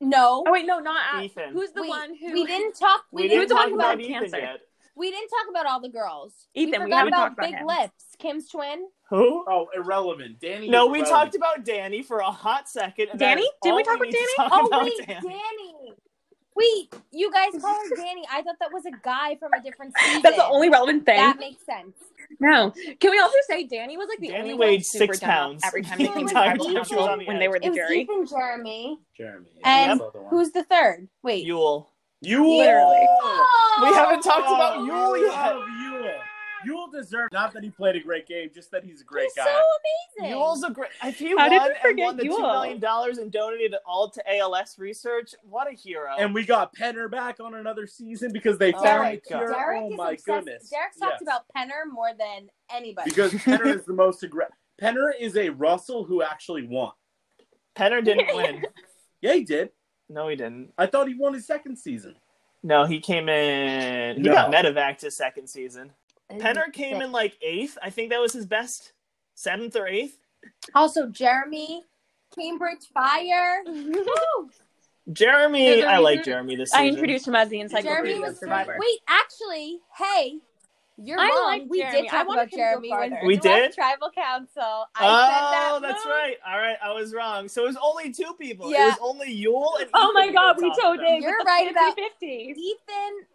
B: No,
C: Oh wait, no, not Adam.
D: Ethan.
C: Who's the
B: we,
C: one who?
B: we didn't talk. We,
D: We,
C: who's
D: didn't
C: the
D: talk
C: one who
D: about
C: had
D: Ethan
C: cancer?
D: yet.
B: We didn't talk about all the girls.
C: Ethan, we
B: we forgot
C: haven't
B: about
C: talked about
B: Big
C: him.
B: Lips, Kim's twin.
D: Who?
E: Oh, irrelevant. Danny.
D: No,
E: is
D: we
E: irrelevant.
D: talked about Danny for a hot second. and that
C: Danny?
D: is
C: Didn't we
D: all
C: talk about
D: need to
C: Danny?
D: talk
B: Oh
D: about
B: wait,
D: Danny.
B: Danny. Wait, you guys call her Danny. I thought that was a guy from a different season.
C: That's the only relevant thing.
B: That makes sense.
C: no, can we also say Danny was like the
D: Danny
C: only
D: weighed
C: one super
D: six
C: dumb
D: pounds.
C: every time they
B: It
C: came
B: was
C: to tribal
B: Ethan.
C: council when they were the
B: it was
C: jury.
B: Ethan Jeremy.
E: Jeremy.
B: And
E: that's the other one.
B: Who's the third? Wait.
D: Yule.
E: you?
C: Literally.
D: We haven't
E: Oh,
D: talked about Yule
E: I
D: yet.
E: love Yule. Yule deserves not that he played a great game, just that he's a great
B: He's
E: guy.
B: so amazing.
D: Yule's a great. If he
C: How
D: won
C: did we
D: and won
C: forget
D: the two
C: Yule?
D: million dollars and donated it all to ALS research, what a hero!
E: and we got Penner back on another season because they
D: Oh
E: found
D: my
E: the
D: God.
E: cure.
B: Derek
E: oh
B: is
E: my
B: obsessed.
E: goodness!
B: Derek's
E: Yes.
B: talked about Penner more than anybody.
E: because Penner is the most aggressive. Penner is a Russell who actually won.
D: Penner didn't win.
E: Yeah, he did.
D: No, he didn't.
E: I thought he won his second season.
D: No, he came in. He
E: No.
D: got medevac his second season. Penner came in like eighth. I think that was his best, seventh or eighth.
B: Also, Jeremy, Cambridge Fire. Woo!
D: Jeremy,
C: There's a
D: I like
C: reason
D: Jeremy this season.
C: I introduced him as the encyclopedia
B: Jeremy
C: of
B: was
C: Survivor.
B: wait. Actually, hey, you're
C: I
B: wrong.
C: like
B: we
C: Jeremy.
B: did
C: I
B: talk
C: wanted
B: about
C: him to go
B: Jeremy when
C: farther.
D: We
B: he left
D: did?
B: Tribal Council. I
D: Oh,
B: said that
D: that's
B: move.
D: right. All right, I was wrong. So it was only two people. It
B: Yeah.
D: was only Yule and.
C: Oh my
D: Ethan that
C: god,
D: were
C: we
D: talking
C: so
D: about.
C: did.
B: You're
C: with
B: right
C: the
B: about-
C: 50
B: Ethan,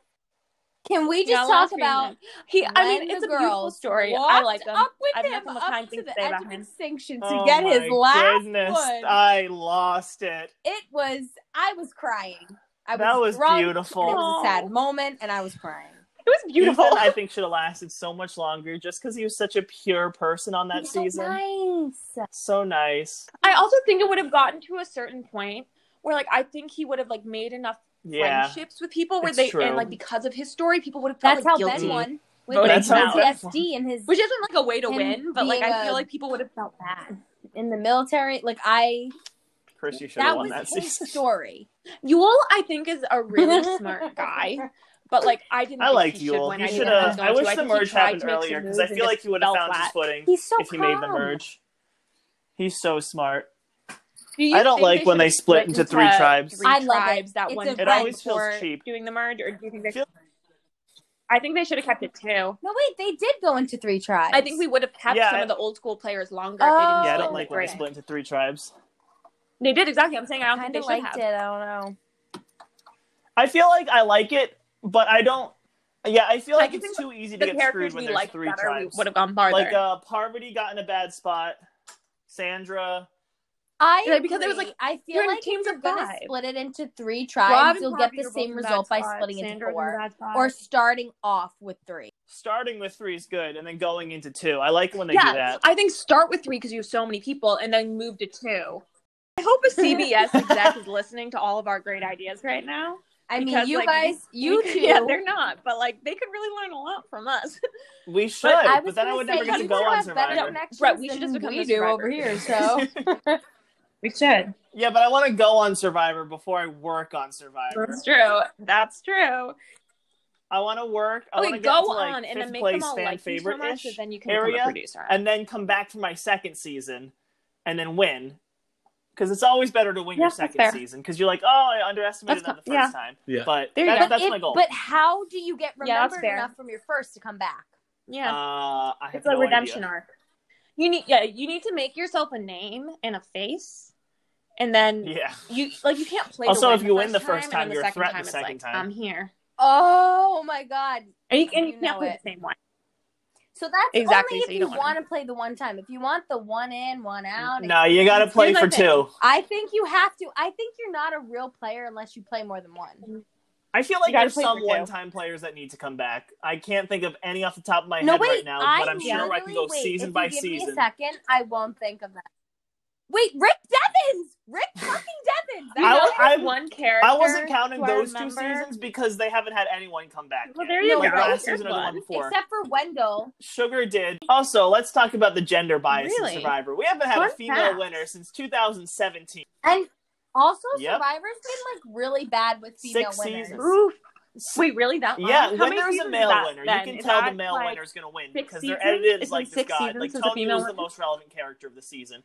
B: can we
C: Yeah,
B: just
C: last
B: talk about
C: He, I
B: when
C: mean, it's
B: the
C: a beautiful
B: girls
C: story.
B: walked
C: I like him.
B: up with
C: I have
B: him
C: nothing but
B: up
C: kind
B: to
C: things to
B: the
C: say
B: edge
C: about
B: of
C: him.
B: extinction to
D: Oh
B: get
D: my
B: his last
D: goodness, Uh,
B: one?
D: I lost it.
B: it was. I was crying. I was
D: that was
B: drunk,
D: beautiful.
B: and it was a
C: Aw.
B: sad moment, and I was crying.
C: It was beautiful.
D: Ethan, I think should have lasted so much longer just because he was such a pure person on that
B: He's so
D: season.
B: nice.
D: So nice.
C: I also think it would have gotten to a certain point where, like, I think he would have like made enough
D: Yeah.
C: friendships with people where
D: It's
C: they
D: true.
C: and like because of his story, people would have felt
B: That's
C: like
B: how
C: guilty,
B: Ben won with
C: Voting
B: his
C: him out.
B: PTSD and his
C: which isn't like a way to
B: Him
C: win, but like
B: being
C: I
B: a-
C: feel like people would have felt bad.
B: that in the military. Like I,
D: Chris, you should have
B: that
D: won
B: was
D: that
B: his
D: season.
B: story.
C: Yule, I think, is a really smart guy, but like I didn't.
D: I
C: think
D: like
C: he should
D: Yule.
C: win.
D: He
C: I
D: should
C: didn't
D: have.
C: think he was
D: I
C: going
D: wish
C: to.
D: the
C: think he
D: merge
C: tried
D: happened
C: to make some
D: earlier because
C: moves
D: I
C: and
D: feel like
C: just
D: he would have
C: fell
D: found his
C: flat.
D: footing
B: He's so
D: if he made the
B: calm.
D: merge. He's so smart.
C: Do you
D: I don't
C: think
D: like
C: they
D: when
C: should
D: they
C: have
D: split into three tribes.
C: three
B: I love it.
C: tribes that
B: It's
C: one
B: a
C: time
B: It
D: always feels
C: before
D: cheap.
C: doing the merge, or do you think they?
D: Feel-
C: I think they should have kept it two.
B: No, wait, they did go into three tribes.
C: I think we would have kept
D: Yeah,
C: some
D: I-
C: of the old school players longer if they
B: Oh.
C: didn't.
D: Yeah, I
C: split
D: don't
C: into
D: like when they
C: three.
D: split into three tribes.
C: They did exactly. I'm saying I don't think
B: kind
C: they
B: of
C: should
B: liked
C: have.
B: it. I don't know.
D: I feel like I like it, but I don't. Yeah, I feel
C: I
D: like
C: just
D: it's
C: think
D: too easy to
C: The
D: get screwed
C: characters
D: when
C: we
D: there's
C: liked
D: three
C: better we
D: tribes.
C: would have gone farther.
D: Like uh, Parvati got in a bad spot. Sandra,
B: I
C: Yeah, because it was
B: agree.
C: like,
B: I
C: you're
B: feel
C: in
B: like
C: teams
B: if you're
C: of
B: gonna
C: five.
B: split it into three
C: Rob
B: tribes,
C: and
B: you'll
C: Harvey
B: get
C: were
B: the
C: both
B: same
C: in a bad
B: result by
C: spot.
B: splitting
C: Sandra
B: into
C: was in a
B: four
C: bad spot.
B: or starting off with three.
D: starting with three is good, and then going into two. I like when they do
C: yeah,
D: that.
C: I think start with three because you have so many people, and then move to two. I hope a CBS exec is listening to all of our great ideas right now.
B: I mean,
C: Because,
B: you
C: like,
B: guys, you
C: Because-
B: two.
C: yeah, they're not, but like they could really learn a lot from us.
D: We should,
C: But
B: I
D: but,
B: was
D: then I
B: gonna
D: would
B: say,
D: never get to
B: you
D: go
B: two
D: on
B: have better
D: Survivor.
B: connections
C: Brett, we should just
B: than
C: become
B: we
C: the
B: do
C: Survivor
B: over here.
C: kids.
B: So
C: we should.
D: Yeah, but I want to go on Survivor before I work on Survivor.
C: That's true. That's true.
D: I want to work. I want
C: Okay,
D: to
C: go
D: get to
C: on
D: like
C: and then
D: fifth
C: make
D: place
C: them all
D: fan
C: like you so
D: favorite
C: much, and then you can
D: area,
C: become a producer.
D: and then come back for my second season, and then win. Because it's always better to win
C: Yeah,
D: your
C: that's
D: second
C: fair.
D: season. Because you're like, oh, I underestimated
C: That's
D: them the
C: fine.
D: first time.
E: Yeah.
D: But
C: There you
D: that-
C: go.
D: that's
B: if-
D: my goal.
B: But how do you get
C: Yeah, that's
B: remembered
C: fair.
B: enough from your first to come back?
D: uh,
C: yeah,
D: I have
C: it's a
D: no
C: redemption
D: idea.
C: arc. You need, yeah, you need to make yourself a name and a face, and then
D: Yeah.
C: you like you can't play. to
D: Also, if you win the first
C: and then
D: time, you're a
C: second
D: threat the
C: time it's
D: second
C: like,
D: time.
C: I'm here,
B: Oh my god!
C: and you, and you
B: You
C: can't
B: know
C: play
B: it.
C: the same one.
B: So that's
F: Exactly,
B: only if
F: so you
B: you,
F: don't wanna-
B: want to play the one time. If you want the one in, one out,
D: No, you got to play
C: my
D: for
C: thing.
D: two.
B: I think you have to. I think you're not a real player unless you play more than one.
D: I feel
F: You
D: like
F: gotta
D: there's
F: play
D: some
F: for two.
D: one-time players that need to come back. I can't think of any off the top of my
B: no,
D: head
B: wait.
D: right now,
B: I
D: but I'm sure I can go
B: literally- wait,
D: season
B: if
D: by
B: you give
D: season.
B: Me a second, I won't think of that. Wait, Rick Devins. Rick fucking Devins.
C: You
D: I-
C: know,
D: I-
C: there's one character.
D: I wasn't counting
C: who I
D: those two
C: remember.
D: seasons because they haven't had anyone come back.
C: Well,
D: yet.
C: there you
B: No,
D: like
B: go.
D: last
C: There's
D: season or the one
C: one.
D: before.
B: Except for Wendell.
D: Sugar did. Also, let's talk about the gender bias
F: Really?
D: in Survivor. We haven't had a
F: Fun
D: female
F: fact.
D: winner since 2017.
B: And also,
D: Yep.
B: Survivor's been like really bad with female
D: Six
B: winners.
D: seasons.
C: Oof. Wait, really? That long?
D: Yeah,
C: How
D: when
C: many
D: there's a
C: seasons
D: male
C: is that,
D: winner,
C: then?
D: you can
C: Is
D: tell
C: that,
D: the male
C: like,
D: winner's going to win
C: six
D: because they're
C: seasons?
D: edited as
C: It's
D: like
C: been
D: this
C: six
D: god.
C: seasons
D: Like
C: since the
D: Tony
C: female
D: was the
C: winner?
D: most relevant character of the season.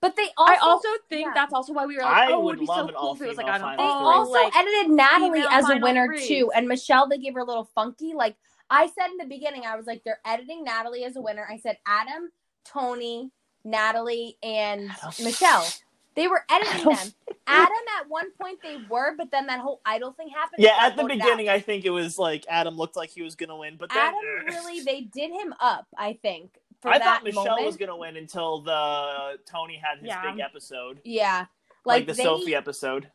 B: But they also,
C: I also think
B: yeah.
C: that's also why we were like,
D: I
C: oh,
D: would
C: it'd be
D: love
C: so
D: an
C: cool if it was like
D: all-female
C: on an
D: final
C: all
D: three.
B: also
C: like,
B: edited Natalie
C: female
B: as a
C: final
B: winner
C: three.
B: too, and Michelle. They gave her a little funky. Like I said in the beginning, I was like, they're editing Natalie as a winner. I said Adam, Tony, Natalie, and Michelle. They were editing them. Adam at one point they were, but then that whole idol thing happened.
D: Yeah,
B: and
D: at the
B: voted out.
D: beginning, I think it was like Adam looked like he was going to win, but then
B: Adam really they did him up. I think for
D: I
B: that
D: thought Michelle
B: moment.
D: was going to win until the Tony had his
C: Yeah.
D: big episode,
B: yeah,
D: like,
B: like,
D: the
B: they,
D: Sophie episode.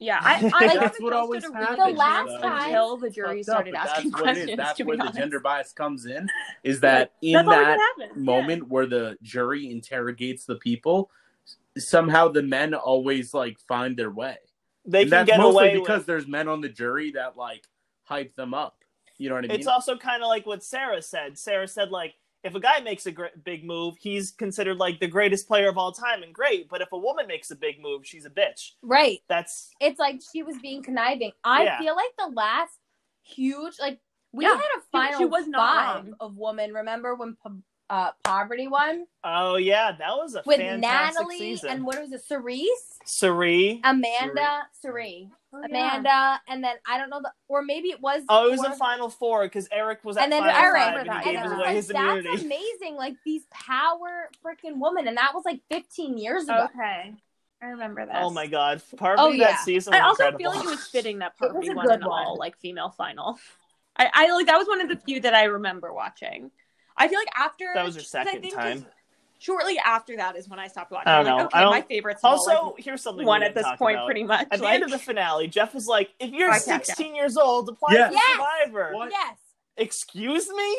C: yeah, I, I
B: Like,
C: haven't
E: that's
C: posted
E: what always
C: a real
E: happens,
B: The
C: judge
B: last
E: though.
B: time-
C: until the
E: It's fucked
C: jury
E: up,
C: started
E: but
C: asking
E: that's
C: questions.
E: What it is.
C: to
E: That's
C: be
E: where the
C: honest.
E: gender bias comes in. Is that in
C: that's always
E: that
C: what happens.
E: moment where the jury interrogates the people, s- somehow the men always like find their way.
D: They can
E: and that's
D: get
E: mostly
D: away
E: because
D: with.
E: there's men on the jury that like hype them up. You know what I mean?
D: It's also kind of like what Sarah said. Sarah said like if a guy makes a gr- big move, he's considered like the greatest player of all time and great. But if a woman makes a big move, she's a bitch.
B: right.
D: That's
B: it's like she was being conniving. I
D: Yeah.
B: feel like the last huge, like we
C: Yeah,
B: had a
C: she-
B: final
C: she was not
B: five
C: wrong.
B: of women. Remember when po- uh, poverty won
D: oh yeah, that was a
B: with
D: fantastic
B: Natalie
D: season.
B: and Um, what was it, Cerise,
D: Sari.
B: Amanda, Cerise,
C: Oh, Amanda.
B: Amanda, and then I don't know the, or maybe it was
D: Oh, it was
B: or-
D: a final four because Eric was at
B: and then
D: final
B: Eric,
D: five and
C: Remember
D: he
C: that,
D: gave
B: and
C: yeah.
B: it's
D: away
B: like,
D: his
B: that's
D: immunity.
B: amazing. Like these power freaking women, and that was like 15 years
D: Uh,
B: ago.
C: Okay, I remember that.
D: Oh my god, part
B: Oh,
D: of
B: yeah.
D: that season. Was
C: I also
D: incredible.
C: feel like it was fitting that
B: was
C: Poverty
B: a
C: won
B: good
C: an
B: one.
C: all like female final. I, I like that was one of the few that I remember watching. I feel like after
D: That was her
C: 'cause I
D: second
C: think
D: time.
C: just Shortly after that is when I stopped watching.
D: I don't
C: I'm like,
D: know.
C: okay,
D: I don't-
C: my favorites have all,
D: Also,
C: like,
D: here's something we
C: one
D: didn't
C: at this
D: talk
C: point,
D: about.
C: pretty much.
D: At the
C: like,
D: end of the finale, Jeff was like, "If you're
C: Right, yeah,
D: 16 years old, apply
E: Yes.
D: for
B: Yes.
D: Survivor."
E: What?
B: Yes,
D: Excuse me?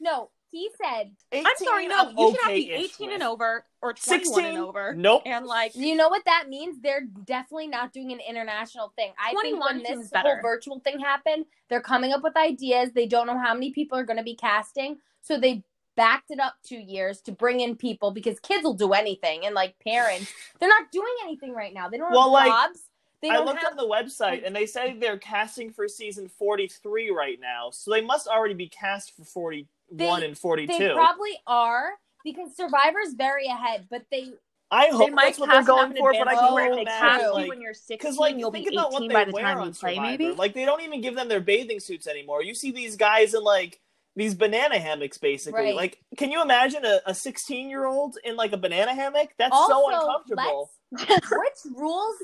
B: no, he said,
D: 18,
C: I'm sorry, no,
D: I'm
C: you should have to be
D: okay-ish
C: 18
D: with.
C: and over or 21
D: 16?
C: and over,
D: Nope.
C: and like
B: You know what that means? They're definitely not doing an international thing. I think
C: 21
B: when this
C: seems better.
B: whole virtual thing happened, they're coming up with ideas. They don't know how many people are going to be casting, so they backed it up two years to bring in people because kids will do anything, and like parents, they're not doing anything right now. They don't
D: Well, like,
B: have jobs. They
D: I
B: don't
D: looked
B: have.
D: on the website and they say they're casting for season 43 right now, so they must already be cast for 41
B: They-
D: and
B: they
D: 42.
B: probably are because Survivor's very ahead, but they
D: I
C: they
D: hope
C: might
D: that's what they're
C: cast
D: going
C: going
D: for, but I can
B: advance.
D: not
B: Oh, they
D: imagine,
B: cast you
D: like,
C: when you're 16,
D: Because like
C: you'll
D: think
C: be
D: about what
C: 18
D: they
C: by the
D: wear
C: time
D: on
F: you play,
D: Survivor.
F: maybe?
D: Like they don't even give them their bathing suits anymore. You see these guys in like these banana hammocks basically.
B: Right.
D: Like can you imagine a 16 year old in like a banana hammock? That's so
B: also
D: uncomfortable.
B: let's- which rules,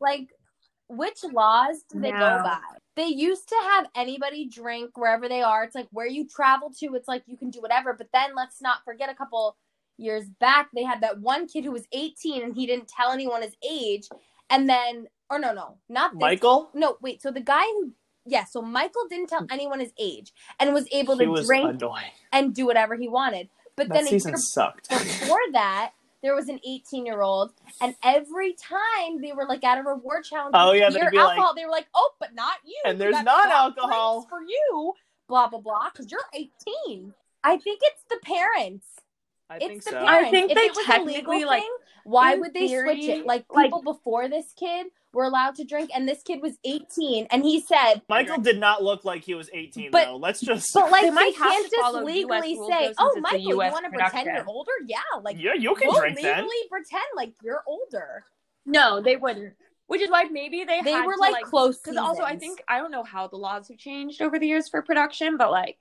B: like which laws do they go
C: No.
B: by? They used to have anybody drink wherever they are. It's like where you travel to. It's like you can do whatever. But then let's not forget a couple years back they had that one kid who was 18 and he didn't tell anyone his age. And then, or no, no, not this.
D: Michael
B: No, wait. So the guy who, yeah. So Michael didn't tell anyone his age and was able
D: Hmm. he
B: to
D: was
B: drink
D: annoying.
B: and do whatever he wanted. But
D: That
B: then a
D: season
B: year
D: sucked.
B: before that, there was an 18 year old, and every time they were like at a reward challenge,
D: Oh, yeah,
B: your
D: they'd be
B: alcohol, they were like, "Oh, but not you."
D: And
B: You
D: there's
B: got
D: non-alcohol."
B: soft drinks for you. Blah blah blah, because you're 18. I think it's the parents.
D: I
B: it's
D: think
B: the
D: so.
B: parents.
C: I think
B: if
C: they
B: it was a
C: technically,
B: legal
C: like,
B: thing, why
C: in
B: would they switch
C: theory,
B: it? Like
C: like-
B: people before this kid were allowed to drink, and this kid was 18, and he said,
D: Michael did not look like he was 18
B: But-
D: though. Let's just
B: "But like
C: They
B: they,
C: might have
B: can't
C: to follow
B: just
C: US
B: legally
C: rules,
B: say,
C: though,
B: "Oh,
C: since it's a
B: Michael, you
C: US
B: want to pretend
C: production."
B: you're older?" Yeah, like
D: yeah, you can
B: we'll
D: drink then.
B: legally pretend like you're older.
C: no, they wouldn't. Which is why maybe they
B: They
C: had
B: were
C: to,
B: like, close
C: because also I
B: seasons.
C: think I don't know how the laws have changed over the years for production, but like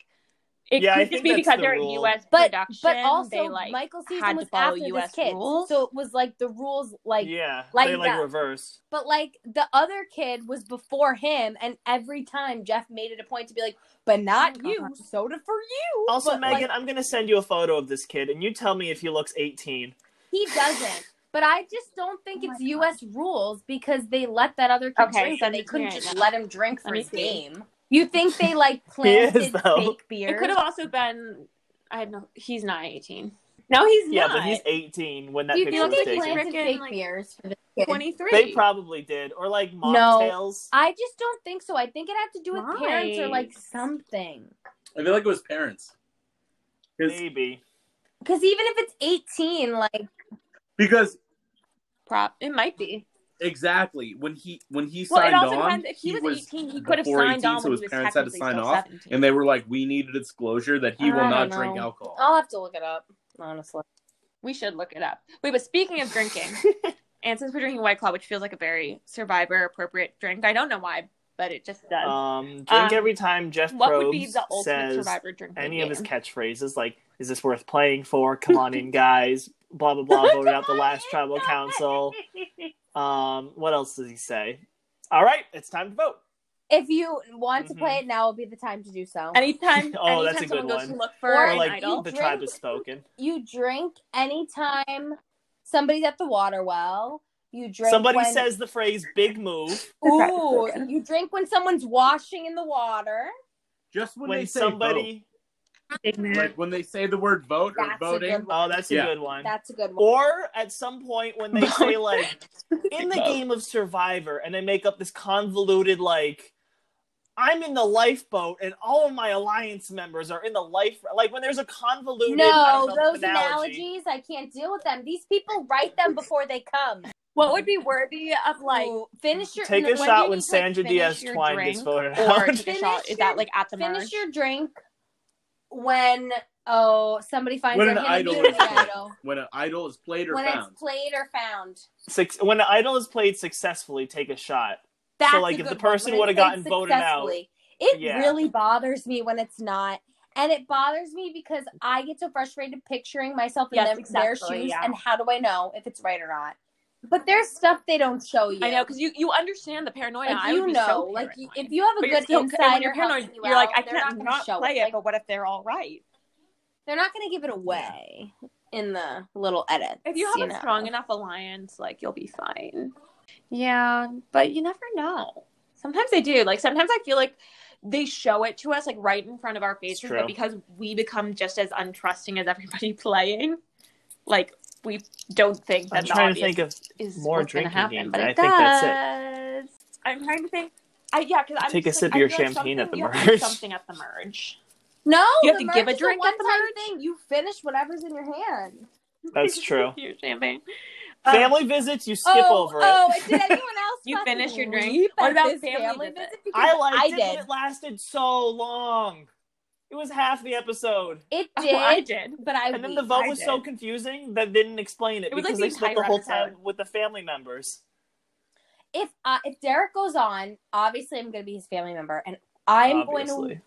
C: It
D: Yeah, I
C: could
D: think
C: just be
D: that's
C: because
D: the
C: they're
D: rule.
C: in U.S.
B: But
C: production.
B: but also
C: they, like,
B: Michael
C: had
B: season
C: to
B: was
C: follow
B: after
C: US
B: this kid,
C: rules.
B: so it was like the rules like.
D: yeah,
B: like
D: they like
B: that.
D: reverse.
B: But like the other kid was before him, and every time Jeff made it a point to be like, "But not you, soda for you."
D: Also,
B: But,
D: Megan,
B: like,
D: I'm gonna send you a photo of this kid, and you tell me if he looks 18.
B: he doesn't. But I just don't think
C: Oh my
B: it's
C: God.
B: U.S. rules because they let that other kid
C: Okay,
B: drink,
C: send
B: and they
C: it to me
B: couldn't
C: right
B: just
C: now.
B: let him drink
C: Let
B: for
C: me
B: his
C: see.
B: game. You think they like planted
D: though.
B: fake beer?
C: It could have also been. I have no. He's not eighteen. No, he's
D: Yeah,
C: not.
D: but he's 18 when that
B: Do you
D: picture
B: think
D: was
B: they
C: like
D: taken.
B: planted
C: Frickin',
B: fake
C: like,
B: beers for this kid?
C: twenty-three.
D: They probably did, or like
B: No. Uh,
D: mocktails.
B: I just don't think so. I think it had to do with parents or like
C: Nice.
B: something.
E: I feel like it was parents. 'Cause-
D: Maybe.
B: Because even if it's eighteen, like
E: Because
C: Prop. It might be.
E: exactly when he when he
C: Well, it
E: signed
C: also
E: on,
C: depends. If he, was, eighteen, he
E: before
C: could have signed
E: 18,
C: on
E: so
C: when
E: his
C: he was
E: parents
C: technically
E: had to sign
C: still
E: off,
C: 17.
E: and they were like, "We needed a disclosure that he
C: I
E: will
C: don't
E: not drink
C: know. Oh.
E: alcohol."
B: I'll have to look it up. Honestly,
C: We should look it up. Wait, but speaking of drinking, and since we're drinking White Claw, which feels like a very survivor appropriate drink, I don't know why, but it just does.
D: Um, drink
C: Um,
D: every time Jeff
C: what would be
D: Probst
C: the ultimate
D: says
C: survivor drink?
D: any of his
C: game?
D: catchphrases, like "Is this worth playing for?" "Come on in, guys." Blah blah blah. Voted out the last tribal council. Um, what else does he say? All right, it's time to vote.
B: if you want to
D: Mhm.
B: play it now, will be the time to do so.
C: Anytime,
D: Oh,
C: anytime
D: that's a
C: someone
D: good
C: goes
D: one.
C: to look for
B: Or,
D: Or
C: an
D: like
C: idol,
D: the
B: drink-
D: tribe is spoken.
B: you drink anytime somebody's at the water well. You drink.
D: Somebody
B: when,
D: says the phrase "big move"
B: "Ooh." You drink when someone's washing in the water.
E: Just when,
D: when
E: they say
D: somebody.
E: vote. like when they say the word vote or
B: That's a
E: voting.
B: good one.
D: Oh, that's a
E: Yeah.
D: good one.
B: That's a good one.
D: Or at some point when they say like in the
C: Vote.
D: game of Survivor and they make up this convoluted like I'm in the lifeboat and all of my alliance members are in the life like when there's a convoluted I don't
B: no,
D: know,
B: those
D: analogy.
B: analogies, I can't deal with them. These people write them before they come.
C: what would be worthy of like
B: Ooh, finish your
D: Take a
B: when do
D: shot
B: you
D: when
B: need to, like,
D: Sandra
C: finish
D: Diaz
C: your
D: Twine
C: drink
D: gets voted
C: or
D: out.
C: take a shot? Is that like at the
B: finish
C: merge?
B: your drink when oh somebody finds
E: When
B: out
E: an
B: you have
E: idol
B: immunity
E: is played.
B: idol.
E: When an idol is played or
B: when
E: found.
B: it's played or found.
D: Six, when the idol is played successfully, take a shot.
B: That's
D: like,
B: a
D: if the
B: good one,
D: person
B: when it's
D: would've gotten
B: played
D: voted out,
B: successfully. it
D: yeah.
B: really bothers me when it's not. And it bothers me because I get so frustrated picturing myself in
C: Yes,
B: them, their
C: exactly,
B: shoes,
C: yeah.
B: and how do I know if it's right or not? But there's stuff they don't show you.
C: I know because you you understand the paranoia.
B: like
C: I
B: you
C: would be
B: know,
C: so
B: like
C: paranoid.
B: you, if you have a
C: But you're
B: good
C: still- and
B: insider,
C: when you're paranoid,
B: helping
C: you're like, I
B: out, they're
C: can't
B: gonna
C: not,
B: show
C: play it.
B: Like,
C: But what if they're all right?
B: they're not going to give it away in the little edits.
C: If you have a
B: know.
C: strong enough alliance, like you'll be fine. Yeah, but you never know. Sometimes they do. Like sometimes I feel like they show it to us like right in front of our faces,
D: true.
C: but because we become just as untrusting as everybody playing, like we don't think that
D: I'm
C: the
D: trying to
C: obvious
D: think of
C: is
D: more
C: what's gonna
D: drinking
C: happen,
D: games,
C: but
D: and
C: it
D: I think that's
C: does. I'm trying to think. I yeah, because I'm
D: Take a
C: just, like,
D: sip of your
C: I feel like
D: champagne at
C: something-
D: the
C: you have to do
D: merge.
C: Something at the merge.
B: No,
C: You have
B: the
C: to give
B: merch
C: a
B: is
C: drink at the
B: one-time
C: merch?
B: thing. You finish whatever's in your hand.
D: that's true.
C: your champagne. Um,
D: Family visits, you skip
B: Uh, oh,
D: over it.
B: oh, did anyone else?
C: You
B: fucking
C: finish your drink?
B: leap
C: What
B: at
C: about
B: this
C: family visit?
B: visit? Because
D: I liked
B: I
D: it,
B: did.
D: but it lasted so long. It was half the episode.
B: It
C: oh,
B: did,
C: I did.
B: but I
D: And then the
B: leaped.
D: vote
C: I
D: was so
C: did.
D: confusing that they didn't explain it,
C: It was like
D: because
C: the
D: they spent the
C: entire
D: whole
C: episode.
D: time with the family members.
B: if uh, if Derek goes on, obviously I'm going to be his family member, and I'm going to
D: obviously.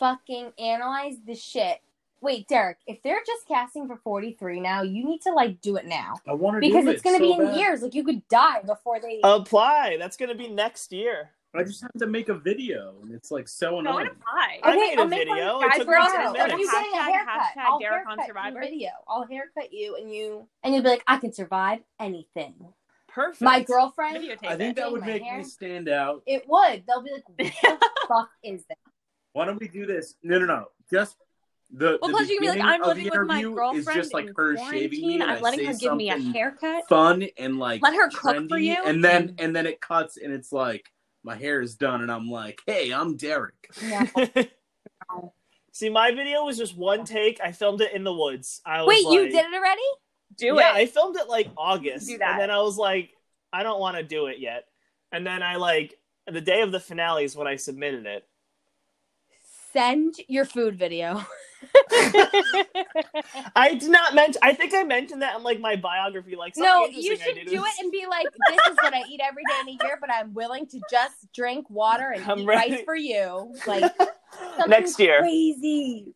B: fucking analyze the shit. Wait, Derek, if they're just casting for 43 now, you need to like do it now
E: I want to
B: because
E: do
B: it's
E: it
B: going to
E: so
B: be in
E: bad.
B: years. Like you could die before they.
D: Oh, Apply. That's going to be next year.
E: I just have to make a video, and it's like so
C: Go and
E: annoying.
C: apply.
D: I
B: Okay,
D: made a
B: I'll make one
D: video.
B: of
D: It took
B: the
D: me
B: guys for
D: ten
B: us.
C: tomorrow.
B: If
D: minutes.
B: you get a
C: Hashtag-
B: haircut,
C: hashtag
B: I'll
C: Derek on
B: haircut
C: Survivor.
B: your video. I'll haircut you, and you and you'll be like, I can survive anything.
D: Perfect.
B: My girlfriend,
C: Videotape
E: I think
C: it.
E: that would
B: My
E: make
B: hair.
E: me stand out.
B: it would. They'll be like, What the fuck is that?
E: Why don't we do this? No, no, no. Just the.
C: Well,
E: the
C: plus you can be like,
E: beginning
C: I'm
E: of
C: living
E: the
C: with my
E: interview
C: girlfriend
E: Is just like
C: in
E: her
C: quarantine.
E: shaving me. and
C: I'm
E: I
C: letting
E: say
C: her give me a
E: something
C: haircut.
E: Fun and like
C: Let her cook for
E: trendy,
C: you.
E: and then and then it cuts, and it's like my hair is done, and I'm like, hey, I'm Derek.
B: No.
D: See, my video was just one take. I filmed it in the woods. I was
B: Wait, you
D: like-
B: did it already?
C: Do
D: yeah,
C: it.
D: I filmed it like August,
C: Do that.
D: and then I was like, I don't want to do it yet. And then I like the day of the finale is when I submitted it.
B: Send your food video.
D: I did not mention. I think I mentioned that in like my biography. Like, something
B: No,
D: interesting
B: you
D: I
B: should
D: did
B: do
D: was-
B: it and be like, "This is what I eat every day in a year," but I'm willing to just drink water and
D: I'm
B: eat
D: ready.
B: rice for you. Like something
D: next year.
B: crazy.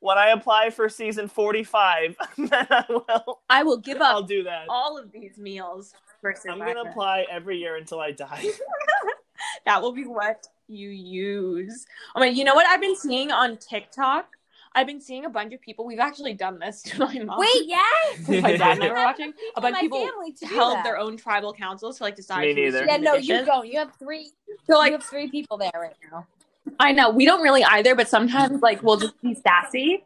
D: when I apply for season 45, then I will.
C: I will give
D: I'll
C: up
D: do that.
C: all of these meals for
D: I'm
C: Survivor.
D: going to apply every year until I die.
C: that will be what you use. Oh my, you know what I've been seeing on TikTok? I've been seeing a bunch of people. We've actually done this to my mom.
B: Wait, yes.
C: my dad and I were
B: Not
C: watching. A bunch of people
B: family to do
C: held
B: that.
C: their own tribal councils to like decide.
D: Me
C: who was
D: neither.
B: Yeah,
C: doing the
B: no, you
C: dishes.
B: don't. You have three.
C: So
B: you
C: like,
B: have three people there right now.
C: I know we don't really either, but sometimes like we'll just be sassy.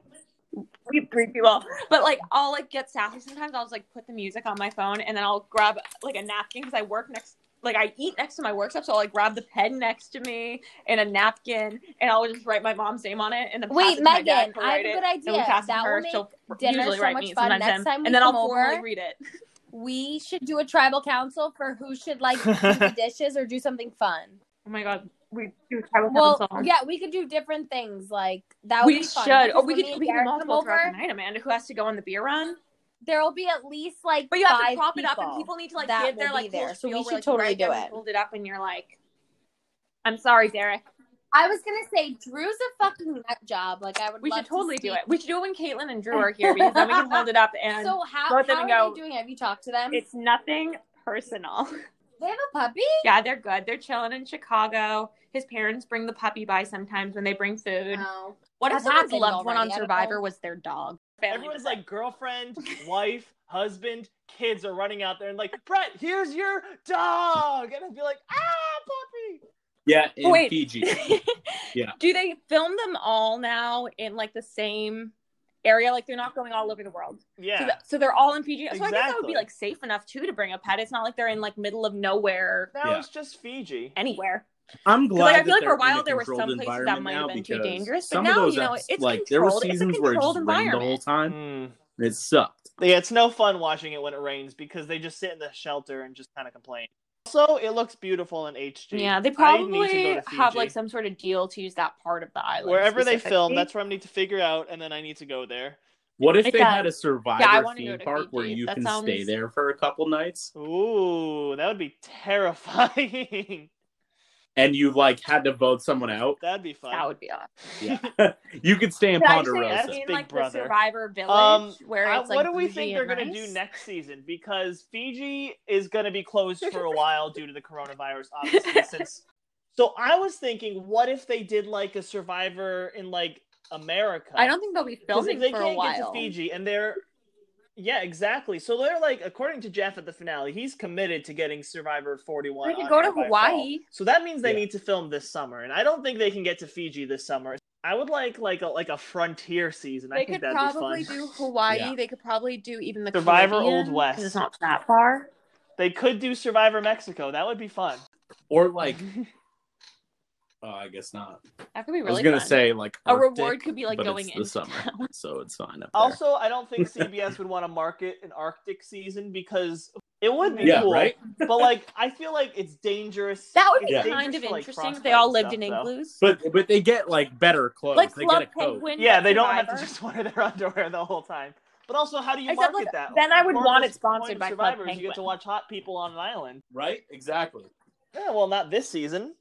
C: We breed you well, but like I'll like get sassy sometimes. I'll just like put the music on my phone and then I'll grab like a napkin because I work next. Like I eat next to my work stuff, so I'll like grab the pen next to me and a napkin, and I'll just write my mom's name on it. And then pass
B: Wait,
C: it to my dad
B: Megan,
C: to
B: I have
C: write
B: a
C: it,
B: good
C: and we
B: idea.
C: pass it to
B: That will
C: her. She'll
B: dinner
C: usually
B: so
C: write
B: much
C: me,
B: fun.
C: sometimes
B: Next
C: him,
B: time we
C: and then I'll
B: come over-
C: formally read it.
B: We should do a tribal council for who should like do the dishes or do something fun.
C: Oh my god, we do tribal
B: Well,
C: council.
B: yeah, we could do different things. Like that would
C: we
B: be fun.
C: should. Or
B: because
C: we
B: when me
C: could
B: and
C: we can
B: Garrett
C: multiple
B: come
C: throughout
B: over.
C: the night, Amanda. Who has to go on the beer run?
B: There will be at least like
C: But you have to
B: five
C: prop it up, and
B: people.
C: people need to like
B: that
C: give their
B: will be
C: like
B: there.
C: little
B: So we
C: spiel where,
B: should
C: like,
B: totally
C: Greg
B: do
C: has
B: it.
C: Hold it up, and you're like, "I'm sorry, Derek.
B: I was gonna say Drew's a fucking nut job. Like I would.
C: We
B: love
C: should
B: to
C: totally do
B: speak-
C: it. We should do it when Caitlin and Drew are here because then we can hold it up and
B: So how,
C: both of
B: how
C: them
B: are
C: go-
B: they doing? Have you talked to them?
C: it's nothing personal.
B: they have a puppy.
C: yeah, they're good. They're chilling in Chicago. His parents bring the puppy by sometimes when they bring food.
B: No.
C: what if
B: That's
C: someone's
B: happened
C: loved one on
B: Uh, already. I don't
C: Survivor
B: know.
C: was their dog?
D: Everyone's like girlfriend, wife, husband, kids are running out there and like, Brett, here's your dog. And I'd be like, ah,
E: Yeah, in
C: Oh, Wait.
E: Fiji. Yeah.
C: Do they film them all now in like the same area? Like they're not going all over the world.
D: puppy. Yeah.
C: So, th- so they're all in PG. So I guess that would
D: Exactly.
C: be like safe enough too to bring a pet. It's not like they're in like middle of nowhere
D: now
E: Yeah.
D: it's just Fiji.
C: anywhere.
E: I'm
C: 'Cause,
E: glad.
C: Like I
E: that
C: feel like for
E: they're
C: a while
E: in
C: there were
E: controlled
C: some places that
E: environment
C: might
E: now
C: have been too
E: because
C: dangerous, but
E: some
C: now
E: of those
C: you know
E: eps-
C: it's
E: like there were
C: controlled. It's a
E: seasons where it
C: controlled
E: just rained the whole
C: environment.
E: time.
D: Mm.
E: and It sucked.
D: Yeah, it's no fun watching it when it rains because they just sit in the shelter and just kind of complain. Also, it looks beautiful in HD.
C: Yeah, they
D: I need to
C: probably
D: go to
C: have like
D: Fiji.
C: some sort of deal to use that part of the island.
D: wherever they
C: specifically.
D: film. That's where I need to figure out, and then I need to go there.
E: What if
C: It
E: they had a
C: does.
E: survivor
C: Yeah, I wanna go
E: theme
C: to
E: park where
C: Fiji.
E: you
C: That
E: can stay
C: sounds-
E: there for a couple nights
D: Ooh, that would be terrifying.
E: and you like had to vote someone out?
D: That'd be fun.
C: that would be awesome.
E: Yeah. you could stay in
C: Could I just say
E: Ponderosa.
C: it's
D: That's
C: in
D: Big
C: like the
D: Brother.
C: Survivor Village
D: Um,
C: where
D: Uh,
C: it's like
D: what do we
C: bougie
D: think they're
C: and
D: going to do
C: nice?
D: next season? Because Fiji is going to be closed for a while due to the coronavirus, obviously. since so, I was thinking, what if they did like a Survivor in like America?
C: I don't think they'll be
D: Because
C: filming
D: if they
C: for
D: can't
C: a while.
D: get to Fiji, and they're yeah, exactly. So they're like, according to Jeff at the finale, he's committed to getting Survivor 41.
C: They could
D: on
C: go
D: air
C: to
D: by
C: Hawaii.
D: fall. So that means they
E: Yeah.
D: need to film this summer, and I don't think they can get to Fiji this summer. I would like like a like a frontier season. I
C: They could
D: think that'd be
C: probably
D: fun.
C: do Hawaii.
E: Yeah.
C: They could probably do even the
D: Survivor
C: Caribbean,
D: Old West.
C: 'cause It's not that far.
D: They could do Survivor Mexico. That would be fun.
E: Or like oh I guess not.
C: That could be really.
E: I was gonna
C: fun.
E: say like
C: A reward
E: Arctic,
C: could be, like,
E: but
C: going
E: it's
C: into
E: the summer,
C: town.
E: so it's fine. Up there.
D: Also, I don't think CBS would want to market an Arctic season because it would be
E: yeah,
D: cool.
E: right.
D: But like, I feel like it's dangerous.
C: that would be
D: it's
C: kind
D: dangerous
C: of
D: for, like,
C: interesting. if
D: frostbite
C: they all
D: and
C: lived
D: stuff,
C: in
D: though.
C: igloos,
E: But but they get like better clothes.
C: like
E: they get
C: Club
E: a coat.
C: Penguin.
D: Yeah,
C: but
D: they don't have to
C: Survivor.
D: just wear their underwear the whole time. But also, how do you
C: Except,
D: market
C: like,
D: that?
C: then I would
D: Or
C: want
D: just
C: it
D: the point
C: sponsored
D: of
C: by Club
D: Survivor is You get to
C: Penguin.
D: watch hot people on an island.
E: Right? Exactly.
D: Yeah, well, not this season.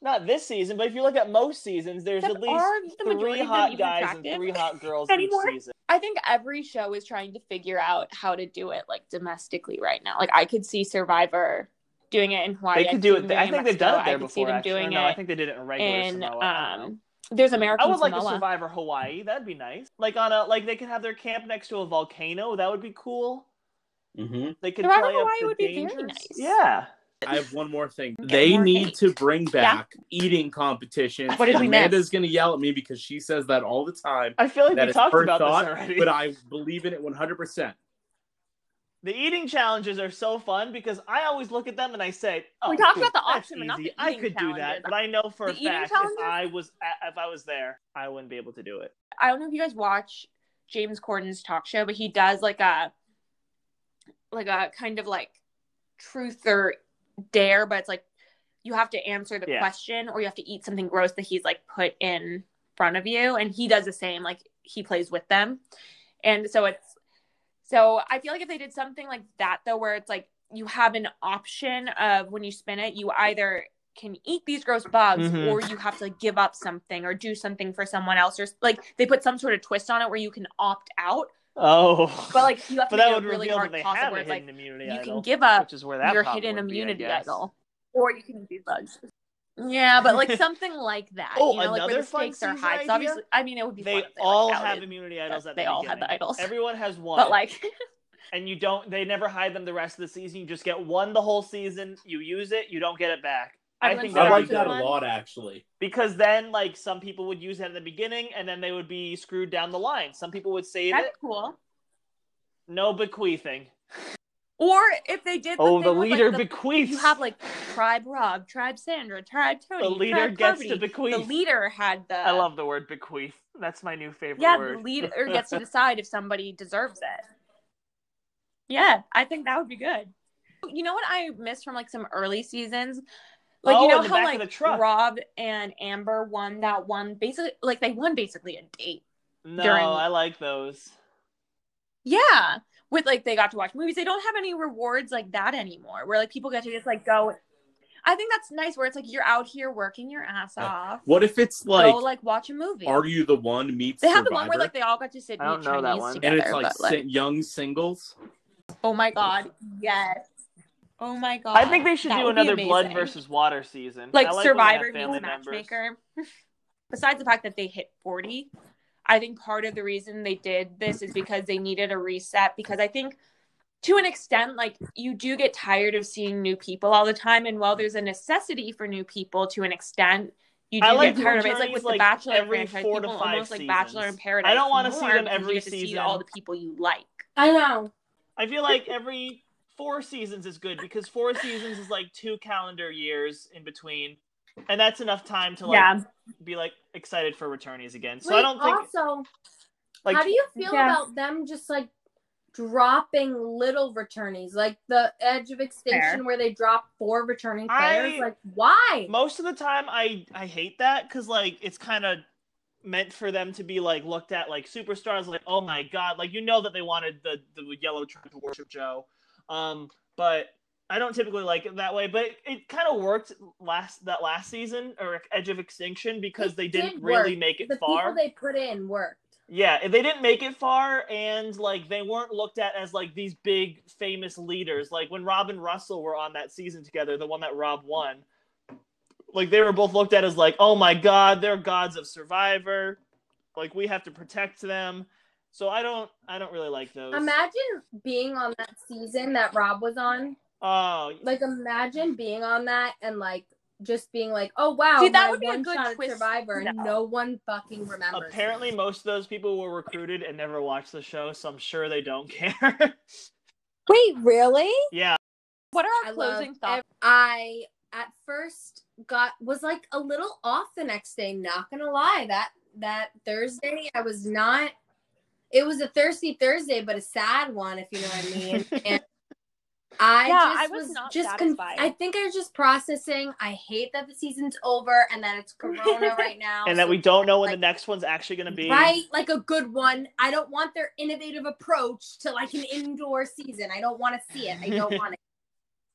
D: Not this season, but if you look at most seasons, there's
C: Except
D: at least
C: are the
D: three
C: majority of them
D: hot
C: even
D: guys
C: attractive
D: and three hot girls each
C: anymore?
D: season.
C: I think every show is trying to figure out how to do it like domestically right now. Like I could see Survivor doing it in Hawaii.
D: They could
C: could
D: do
C: see them
D: it. th-
C: doing
D: I think
C: in
D: they've done it
C: Mexico.
D: there
C: I could see
D: before.
C: them
D: actually.
C: doing
D: no, I
C: it
D: think they did it in regular
C: in
D: Samoa. I don't know.
C: um. There's American
D: I would like
C: Samoa.
D: a Survivor Hawaii. That'd be nice. Like on a like they could have their camp next to a volcano. That would be cool.
E: Mm-hmm.
D: They could
C: Survivor
D: play up
C: Hawaii
D: the
C: would be very
D: dangers.
C: nice.
D: Yeah.
E: I have one more thing.
C: Get
E: They
C: more
E: need
C: hate.
E: to bring back eating competitions.
C: What did we miss?
E: Amanda's gonna yell at me because she says that all the time.
D: I feel like
E: That
D: we
E: is
D: talked
E: her
D: about
E: thought,
D: this already.
E: But I believe in it one hundred percent.
D: the eating challenges are so fun because I always look at them and I say, oh,
C: We talked
D: dude,
C: about the
D: that's
C: option, but not
D: easy.
C: the
D: I
C: eating
D: could do that,
C: challenges.
D: but I know for
C: The
D: a
C: eating
D: fact
C: challenges?
D: if I was at, if I was there, I wouldn't be able to do it.
C: I don't know if you guys watch James Corden's talk show, but he does like a like a kind of like truth or dare, but it's like you have to answer the
D: Yeah.
C: question or you have to eat something gross that he's like put in front of you and he does the same like he plays with them. And so it's so I feel like if they did something like that though where it's like you have an option of when you spin it you either can eat these gross bugs
D: Mhm.
C: or you have to like give up something or do something for someone else or like they put some sort of twist on it where you can opt out
D: Oh,
C: but like you have to
D: but that
C: make
D: would
C: a really
D: reveal that
C: hard
D: they
C: toss
D: have
C: up
D: a
C: where
D: hidden
C: it's like
D: immunity
C: you can
D: idol,
C: give up
D: which is where that
C: your
D: problem
C: hidden
D: would be, I
C: immunity
D: guess.
C: idol or you can do bugs yeah but like something like that
D: Oh,
C: you know like
D: another
C: where the
D: fun
C: stakes are
D: season
C: high
D: idea?
C: so obviously i mean it would be fun
D: They
C: if
D: all
C: like,
D: have
C: outed,
D: immunity idols
C: but
D: at the
C: they all had
D: beginning.
C: the idols
D: Everyone has one.
C: but like
D: and you don't they never hide them the rest of the season. You just get one the whole season, you use it, you don't get it back. I
C: Everyone
D: think
C: said
D: that
E: I
C: Yeah,
E: like
D: would be
C: good
E: that a
C: one.
D: good.
E: lot, actually.
D: Because then like some people would use that in the beginning and then they would be screwed down the line. Some people would save
C: that's
D: it.
C: cool
D: No bequeathing.
C: Or if they did,
D: Oh, the
C: thing with, like,
D: leader
C: the-
D: bequeaths.
C: you have like tribe Rob, tribe Sandra, tribe Tony.
D: the leader
C: tribe
D: gets
C: Parvati.
D: to bequeath.
C: The leader had the.
D: I love the word bequeath. That's my new favorite
C: Yeah,
D: word.
C: the leader gets to decide if somebody deserves it. Yeah, I think that would be good. You know what I miss from like some early seasons? Like
D: Oh,
C: you know
D: in the
C: how
D: back of
C: like
D: the truck.
C: Rob and Amber won that one basically like they won basically a date.
D: no,
C: during-
D: I like those.
C: Yeah. With like they got to watch movies. They don't have any rewards like that anymore where like people get to just like go I think that's nice where it's like you're out here working your ass
E: Uh,
C: off.
E: What if it's like,
C: go like watch a movie.
E: Are You the One meets
C: they have
E: Survivor?
C: the one where like they all got to sit
D: I
C: and eat
D: don't know that
C: Chinese
D: one.
C: together.
E: and it's like,
C: but, like,
E: si- young singles.
C: oh my god, yes. Oh my god.
D: I think they should
C: That
D: do
C: would be
D: another blood
C: amazing.
D: versus water season.
C: like,
D: I when they
C: Survivor
D: have
C: meets Matchmaker. Besides the fact that they hit forty, I think part of the reason they did this is because they needed a reset. Because I think to an extent, like you do get tired of seeing new people all the time, and while there's a necessity for new people to an extent. You do
D: I like
C: get tired of it. It's like
D: Journeys,
C: with
D: like,
C: the Bachelor
D: every
C: franchise,
D: four to
C: people
D: five
C: almost like Bachelor in
D: seasons.
C: Paradise.
D: don't wanna see
C: more
D: them
C: because you
D: every
C: get to see
D: season.
C: all the people you like.
B: I know.
D: I feel like every four seasons is good because four seasons is like two calendar years in between, and that's enough time to like
C: yeah,
D: be like excited for returnees again. So
B: Wait,
D: I don't think
B: also,
D: like
B: how do you feel
C: Yeah.
B: about them just like dropping little returnees, like the Edge of Extinction,
C: Fair.
B: where they drop four returning
D: I-
B: players? like, why?
D: most of the time I I hate that because like it's kind of meant for them to be like looked at like superstars like oh my god like you know that they wanted the the yellow tribe to worship Joe, um but I don't typically like it that way but it kind of worked last that last season or Edge of Extinction because
B: It
D: they
B: did
D: didn't really
B: work.
D: make it
B: the
D: far.
B: people they put in worked.
D: Yeah, and they didn't make it far, and like they weren't looked at as like these big famous leaders. Like when Rob and Russell were on that season together, the one that Rob won, like they were both looked at as like, oh my god, they're gods of Survivor. Like we have to protect them. So I don't, I don't really like those.
B: Imagine being on that season that Rob was on.
D: oh,
B: Like, imagine being on that and like just being like, "Oh wow,
C: See, that
B: my
C: would be a
B: one
C: good
B: shot at
C: twist,
B: Survivor," and
C: though.
B: no one fucking remembers.
D: apparently most of those people were recruited and never watched the show, so I'm sure they don't care.
B: Wait, really?
D: yeah,
C: What are
B: I
C: our
B: love
C: closing thoughts?
B: ev- I at first got was like a little off the next day. Not gonna lie, that that Thursday I was not. It was a thirsty Thursday, but a sad one, if you know what I mean. And I
C: Yeah,
B: just
C: I was
B: was,
C: not
B: just con-
C: satisfied.
B: I think I was just processing. I hate that the season's over and that it's Corona right now,
D: and that
B: so
D: we don't know when
B: like-
D: the next one's actually going to be.
B: right like a good one. I don't want their innovative approach to like an indoor season. I don't want to see it. I don't want it.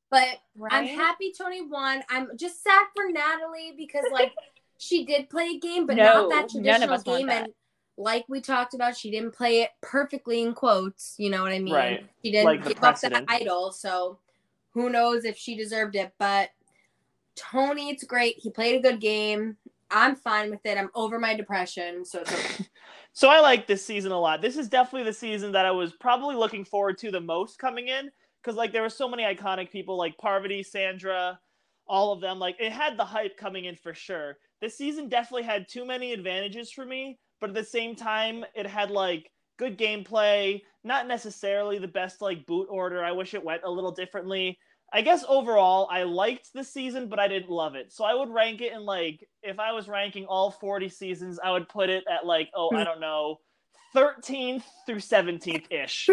B: But I'm happy Tony won. I'm just sad for Natalie because like she did play a game, but
C: No,
B: not that
C: none of
B: traditional
C: us want
B: game.
C: that.
B: And like we talked about, she didn't play it perfectly in quotes. You know what I mean?
D: Right.
B: She didn't
D: Like the
B: give up
D: precedent.
B: the idol, so who knows if she deserved it. But Tony, it's great. He played a good game. I'm fine with it. I'm over my depression, so it's okay.
D: So I like this season a lot. This is definitely the season that I was probably looking forward to the most coming in because like there were so many iconic people like Parvati, Sandra, all of them. Like it had the hype coming in for sure. This season definitely had too many advantages for me, but at the same time it had like good gameplay, not necessarily the best like boot order. I wish it went a little differently. I guess overall I liked this season, but I didn't love it. So I would rank it in like if I was ranking all 40 seasons, I would put it at like, oh,
C: Hmm.
D: I don't know, 13th through 17th ish.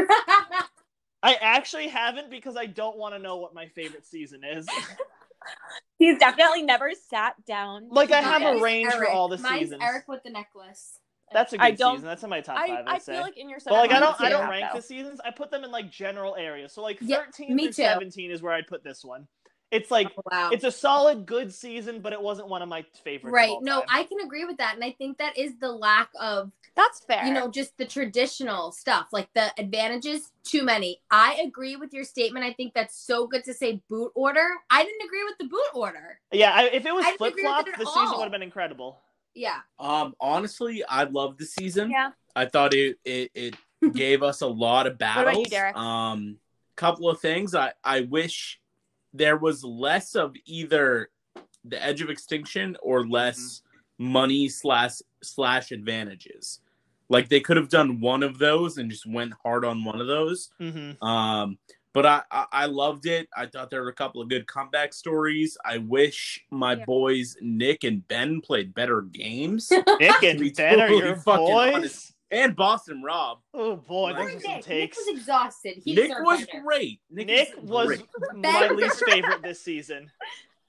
D: I actually haven't because I don't want to know what my favorite season is.
C: He's definitely never sat down.
D: Like
C: to
D: I have a
B: Mine's
C: this.
D: range for
B: Eric.
D: all the
B: Mine's
D: seasons.
B: Eric with the necklace.
D: That's a good
C: I don't-
D: season. That's in my top
C: I,
D: five. I'd
C: I
D: say.
C: feel like in your
D: but like I don't,
B: Me
D: I
B: too.
D: don't rank the seasons. I put them in like general areas. So like
B: Yeah,
D: 13
B: me
D: through
B: too.
D: 17 is where I'd put this one, It's like
B: Wow.
D: it's a solid good season, but it wasn't one of my favorites. of
B: Right.
D: all
B: No,
D: time.
B: I can agree with that. And I think that is the lack of,
C: That's fair.
B: you know, just the traditional stuff, like the advantages, too many. I agree with your statement. I think that's so good to say boot order. I didn't agree with the boot order.
D: yeah. I, if it was
B: I didn't agree
D: flip
B: with
D: flop,
B: it at
D: the season
B: all.
D: would have been incredible.
B: Yeah.
E: Um, honestly, I loved the season.
C: Yeah.
E: I thought it it, it gave us a lot of
C: about you,
E: battles.
C: Derek?
E: Um, couple of things. I I wish there was less of either the edge of extinction or less money slash slash advantages. Like they could have done one of those and just went hard on one of those.
D: Mm-hmm.
E: Um, but I, I I loved it. I thought there were a couple of good comeback stories. I wish my
C: Yeah.
E: boys Nick and Ben played better games.
D: Nick
E: To be
D: and Ben are
E: totally
D: your
E: fucking
D: boys.
E: honest. and Boston Rob.
D: Oh boy,
E: Poor
D: those are
B: Nick.
D: some
B: Nick
D: takes.
B: was exhausted. He
E: Nick
B: deserved
E: was
B: better.
E: great.
D: Nick
E: is
D: was
E: great.
D: my least favorite this season.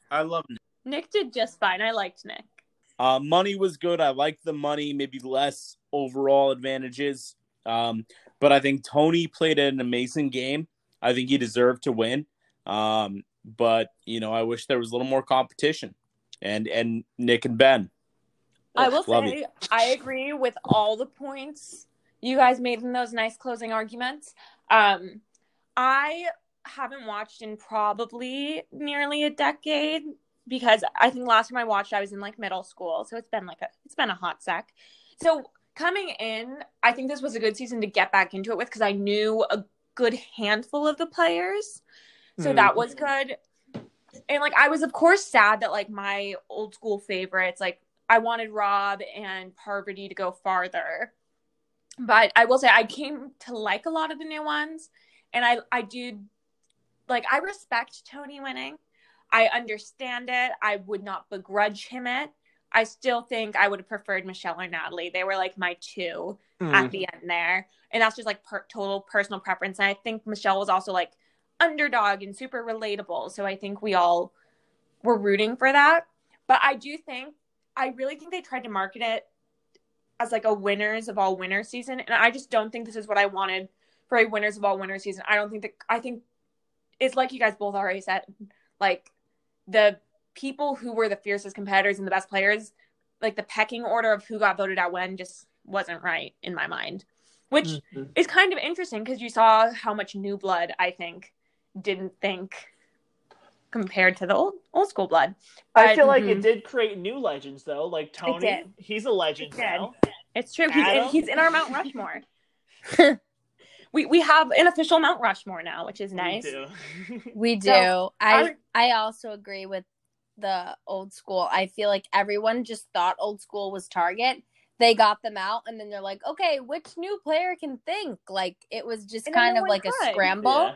E: I love Nick.
C: Nick did just fine. I liked Nick.
E: Uh, money was good. I liked the money. Maybe less overall advantages. Um, but I think Tony played an amazing game. I think he deserved to win. Um, but you know, I wish there was a little more competition. And and Nick and Ben.
C: I will
E: Love
C: say I agree with all the points you guys made in those nice closing arguments. Um, I haven't watched in probably nearly a decade because I think last time I watched I was in like middle school, so it's been like a it's been a hot sec. So coming in, I think this was a good season to get back into it with because I knew a good handful of the players, so
D: Mm.
C: that was good. And like I was of course sad that like my old school favorites like I wanted Rob and Parvati to go farther. But I will say I came to like a lot of the new ones and I I do like I respect Tony winning. I understand it. I would not begrudge him it. I still think I would have preferred Michelle or Natalie. They were like my two at the end there. And that's just like per- total personal preference. And I think Michelle was also like underdog and super relatable. So I think we all were rooting for that. But I do think, I really think they tried to market it as like a winners of all winner season. And I just don't think this is what I wanted for a winners of all winner season. I don't think that, I think it's like you guys both already said, like the people who were the fiercest competitors and the best players, like the pecking order of who got voted out when just wasn't right in my mind, which
D: Mhm.
C: is kind of interesting because you saw how much new blood I think didn't think compared to the old old school blood.
D: I
C: But-
D: feel like
B: Mhm.
D: it did create new legends though. Like Tony,
C: did.
D: he's a legend
C: It did.
D: now.
C: It's true. He's in,
D: Adam?
C: he's in our Mount Rushmore. we we have an official Mount Rushmore now, which is nice.
D: We do.
B: We do.
C: So,
B: I
C: I-
B: I also agree with the old school. I feel like everyone just thought old school was Target. They got them out, and then they're like, okay, which new player can think? Like it was just
C: And then
B: kind
C: no
B: of
C: one
B: like a
C: could.
B: scramble.
D: Yeah.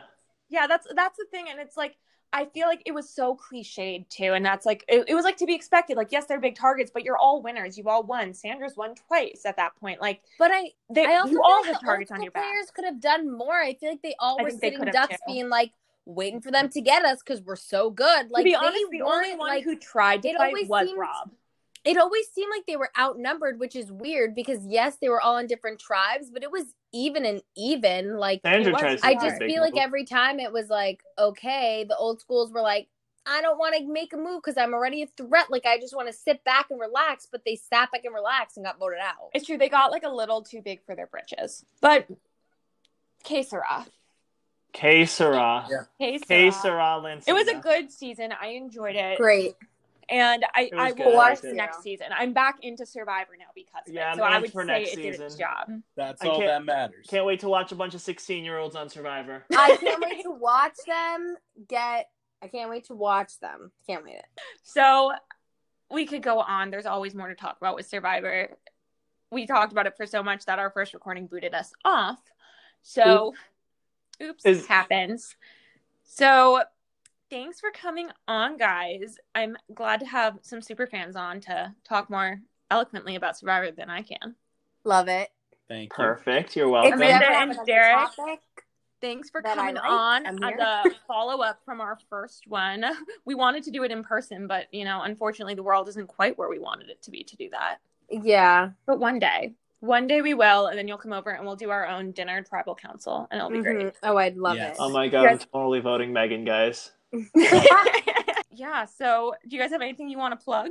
C: Yeah, that's that's the thing, and it's like I feel like it was so cliched too, and that's like it, it was like to be expected. Like, yes, they're big targets, but you're all winners. You all won. Sanders won twice at that point. Like
B: But I
C: they,
B: I also
C: you
B: feel
C: all
B: like
C: have
B: the
C: targets on
B: old school
C: your back.
B: Players could have done more. I feel like they all
C: I
B: were
C: think they
B: sitting
C: could have,
B: ducks,
C: too.
B: being like waiting for them to get us because we're so good. Like
C: to be
B: they
C: honest, the only
B: weren't,
C: one
B: like,
C: who tried to
B: it
C: fight
B: always
C: was
B: seems-
C: Rob.
B: it always seemed like they were outnumbered, which is weird because yes, they were all in different tribes, but it was even and even. Like
D: Sandra
C: It was
D: tries to
B: I
C: hard.
D: be
B: just
D: big
B: feel like
D: move.
B: every time it was like, okay, the old schools were like, I don't want to make a move because I'm already a threat. Like I just want to sit back and relax, but they sat back and relaxed and got voted out.
C: It's true. They got like a little too big for their britches. But que sera.
D: K Sarah.
E: Yeah.
C: Que
D: K
C: sera.
D: Sarah Lindsay.
C: It was a good season. I enjoyed it.
B: Great.
C: And I,
D: It was
C: I
D: good.
C: will
D: I
C: watch
D: liked it.
C: next season. I'm back into Survivor now because of
D: Yeah,
C: it.
D: I'm
C: So I
D: amped
C: would
D: for
C: say
D: next
C: it did its
D: season.
C: job.
E: That's
D: I
E: all
D: can't-
E: that matters.
D: Can't wait to watch a bunch of 16 year olds on Survivor.
B: I can't wait to watch them get. I can't wait to watch them. Can't wait.
C: So we could go on. There's always more to talk about with Survivor. We talked about it for so much that our first recording booted us off. So, oops,
D: Is-
C: happens. So, thanks for coming on, guys. I'm glad to have some super fans on to talk more eloquently about Survivor than I can.
B: Love it.
E: Thank you.
D: Perfect. You're
B: If
D: welcome.
B: we ever
C: Amanda
B: have
C: and
B: another
C: Derek.
B: topic,
C: Thanks for
B: That I
C: coming
B: like.
C: on.
B: I'm
C: As
B: here.
C: a follow up from our first one, we wanted to do it in person, but you know, unfortunately, the world isn't quite where we wanted it to be to do that.
B: yeah,
C: But one day, one day we will, and then you'll come over and we'll do our own dinner tribal
B: Mm-hmm.
C: council, and it'll be
B: Mhm. Oh, I'd love
E: Yes.
B: it.
D: Oh my god,
C: Yes.
D: I'm totally voting Megan, guys.
C: great. yeah, so do you guys have anything you want to plug?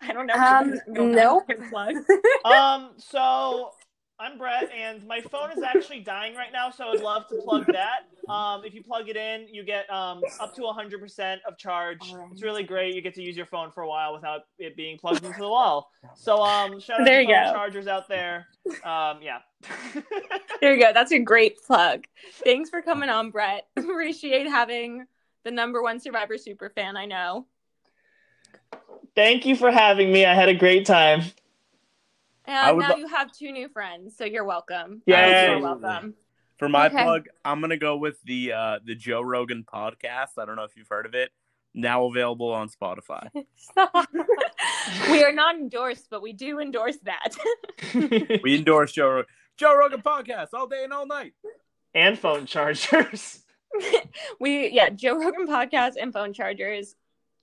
C: I don't know.
B: Um,
C: I don't know
B: nope.
C: if you can Plug.
D: um, so I'm Brett, and my phone is actually dying right now, so I'd love to plug that. Um, if you plug it in, you get um, up to 100% of charge.
B: Alright.
D: It's really great. You get to use your phone for a while without it being plugged into the wall. So um, shout out
C: There
D: to
C: you
D: phone
C: go.
D: chargers out there. Um, yeah.
C: There you go. That's a great plug. Thanks for coming on, Brett. Appreciate having the number one Survivor super fan I know.
D: Thank you for having me. I had a great time.
E: I
C: And
E: would
C: now
E: lo-
C: you have two new friends, so you're welcome.
D: Yay.
C: You're welcome.
E: For my
B: Okay.
E: plug, I'm gonna go with the uh, the Joe Rogan podcast. I don't know if you've heard of it. Now available on Spotify.
C: we are not endorsed, but we do endorse that.
E: we endorse Joe Rogan. Joe Rogan podcast all day and all night.
D: and phone chargers.
C: We yeah, Joe Rogan podcast and phone chargers.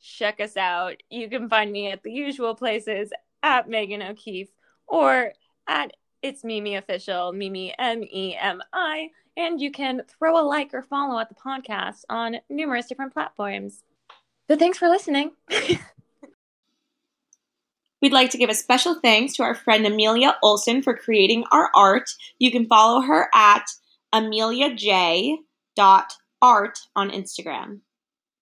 C: Check us out. You can find me at the usual places at Megan O'Keefe or at it's Mimi official, Mimi M E M I, and you can throw a like or follow at the podcast on numerous different platforms. So thanks for listening.
A: We'd like to give a special thanks to our friend Amelia Olson for creating our art. You can follow her at ameliaj.art on Instagram.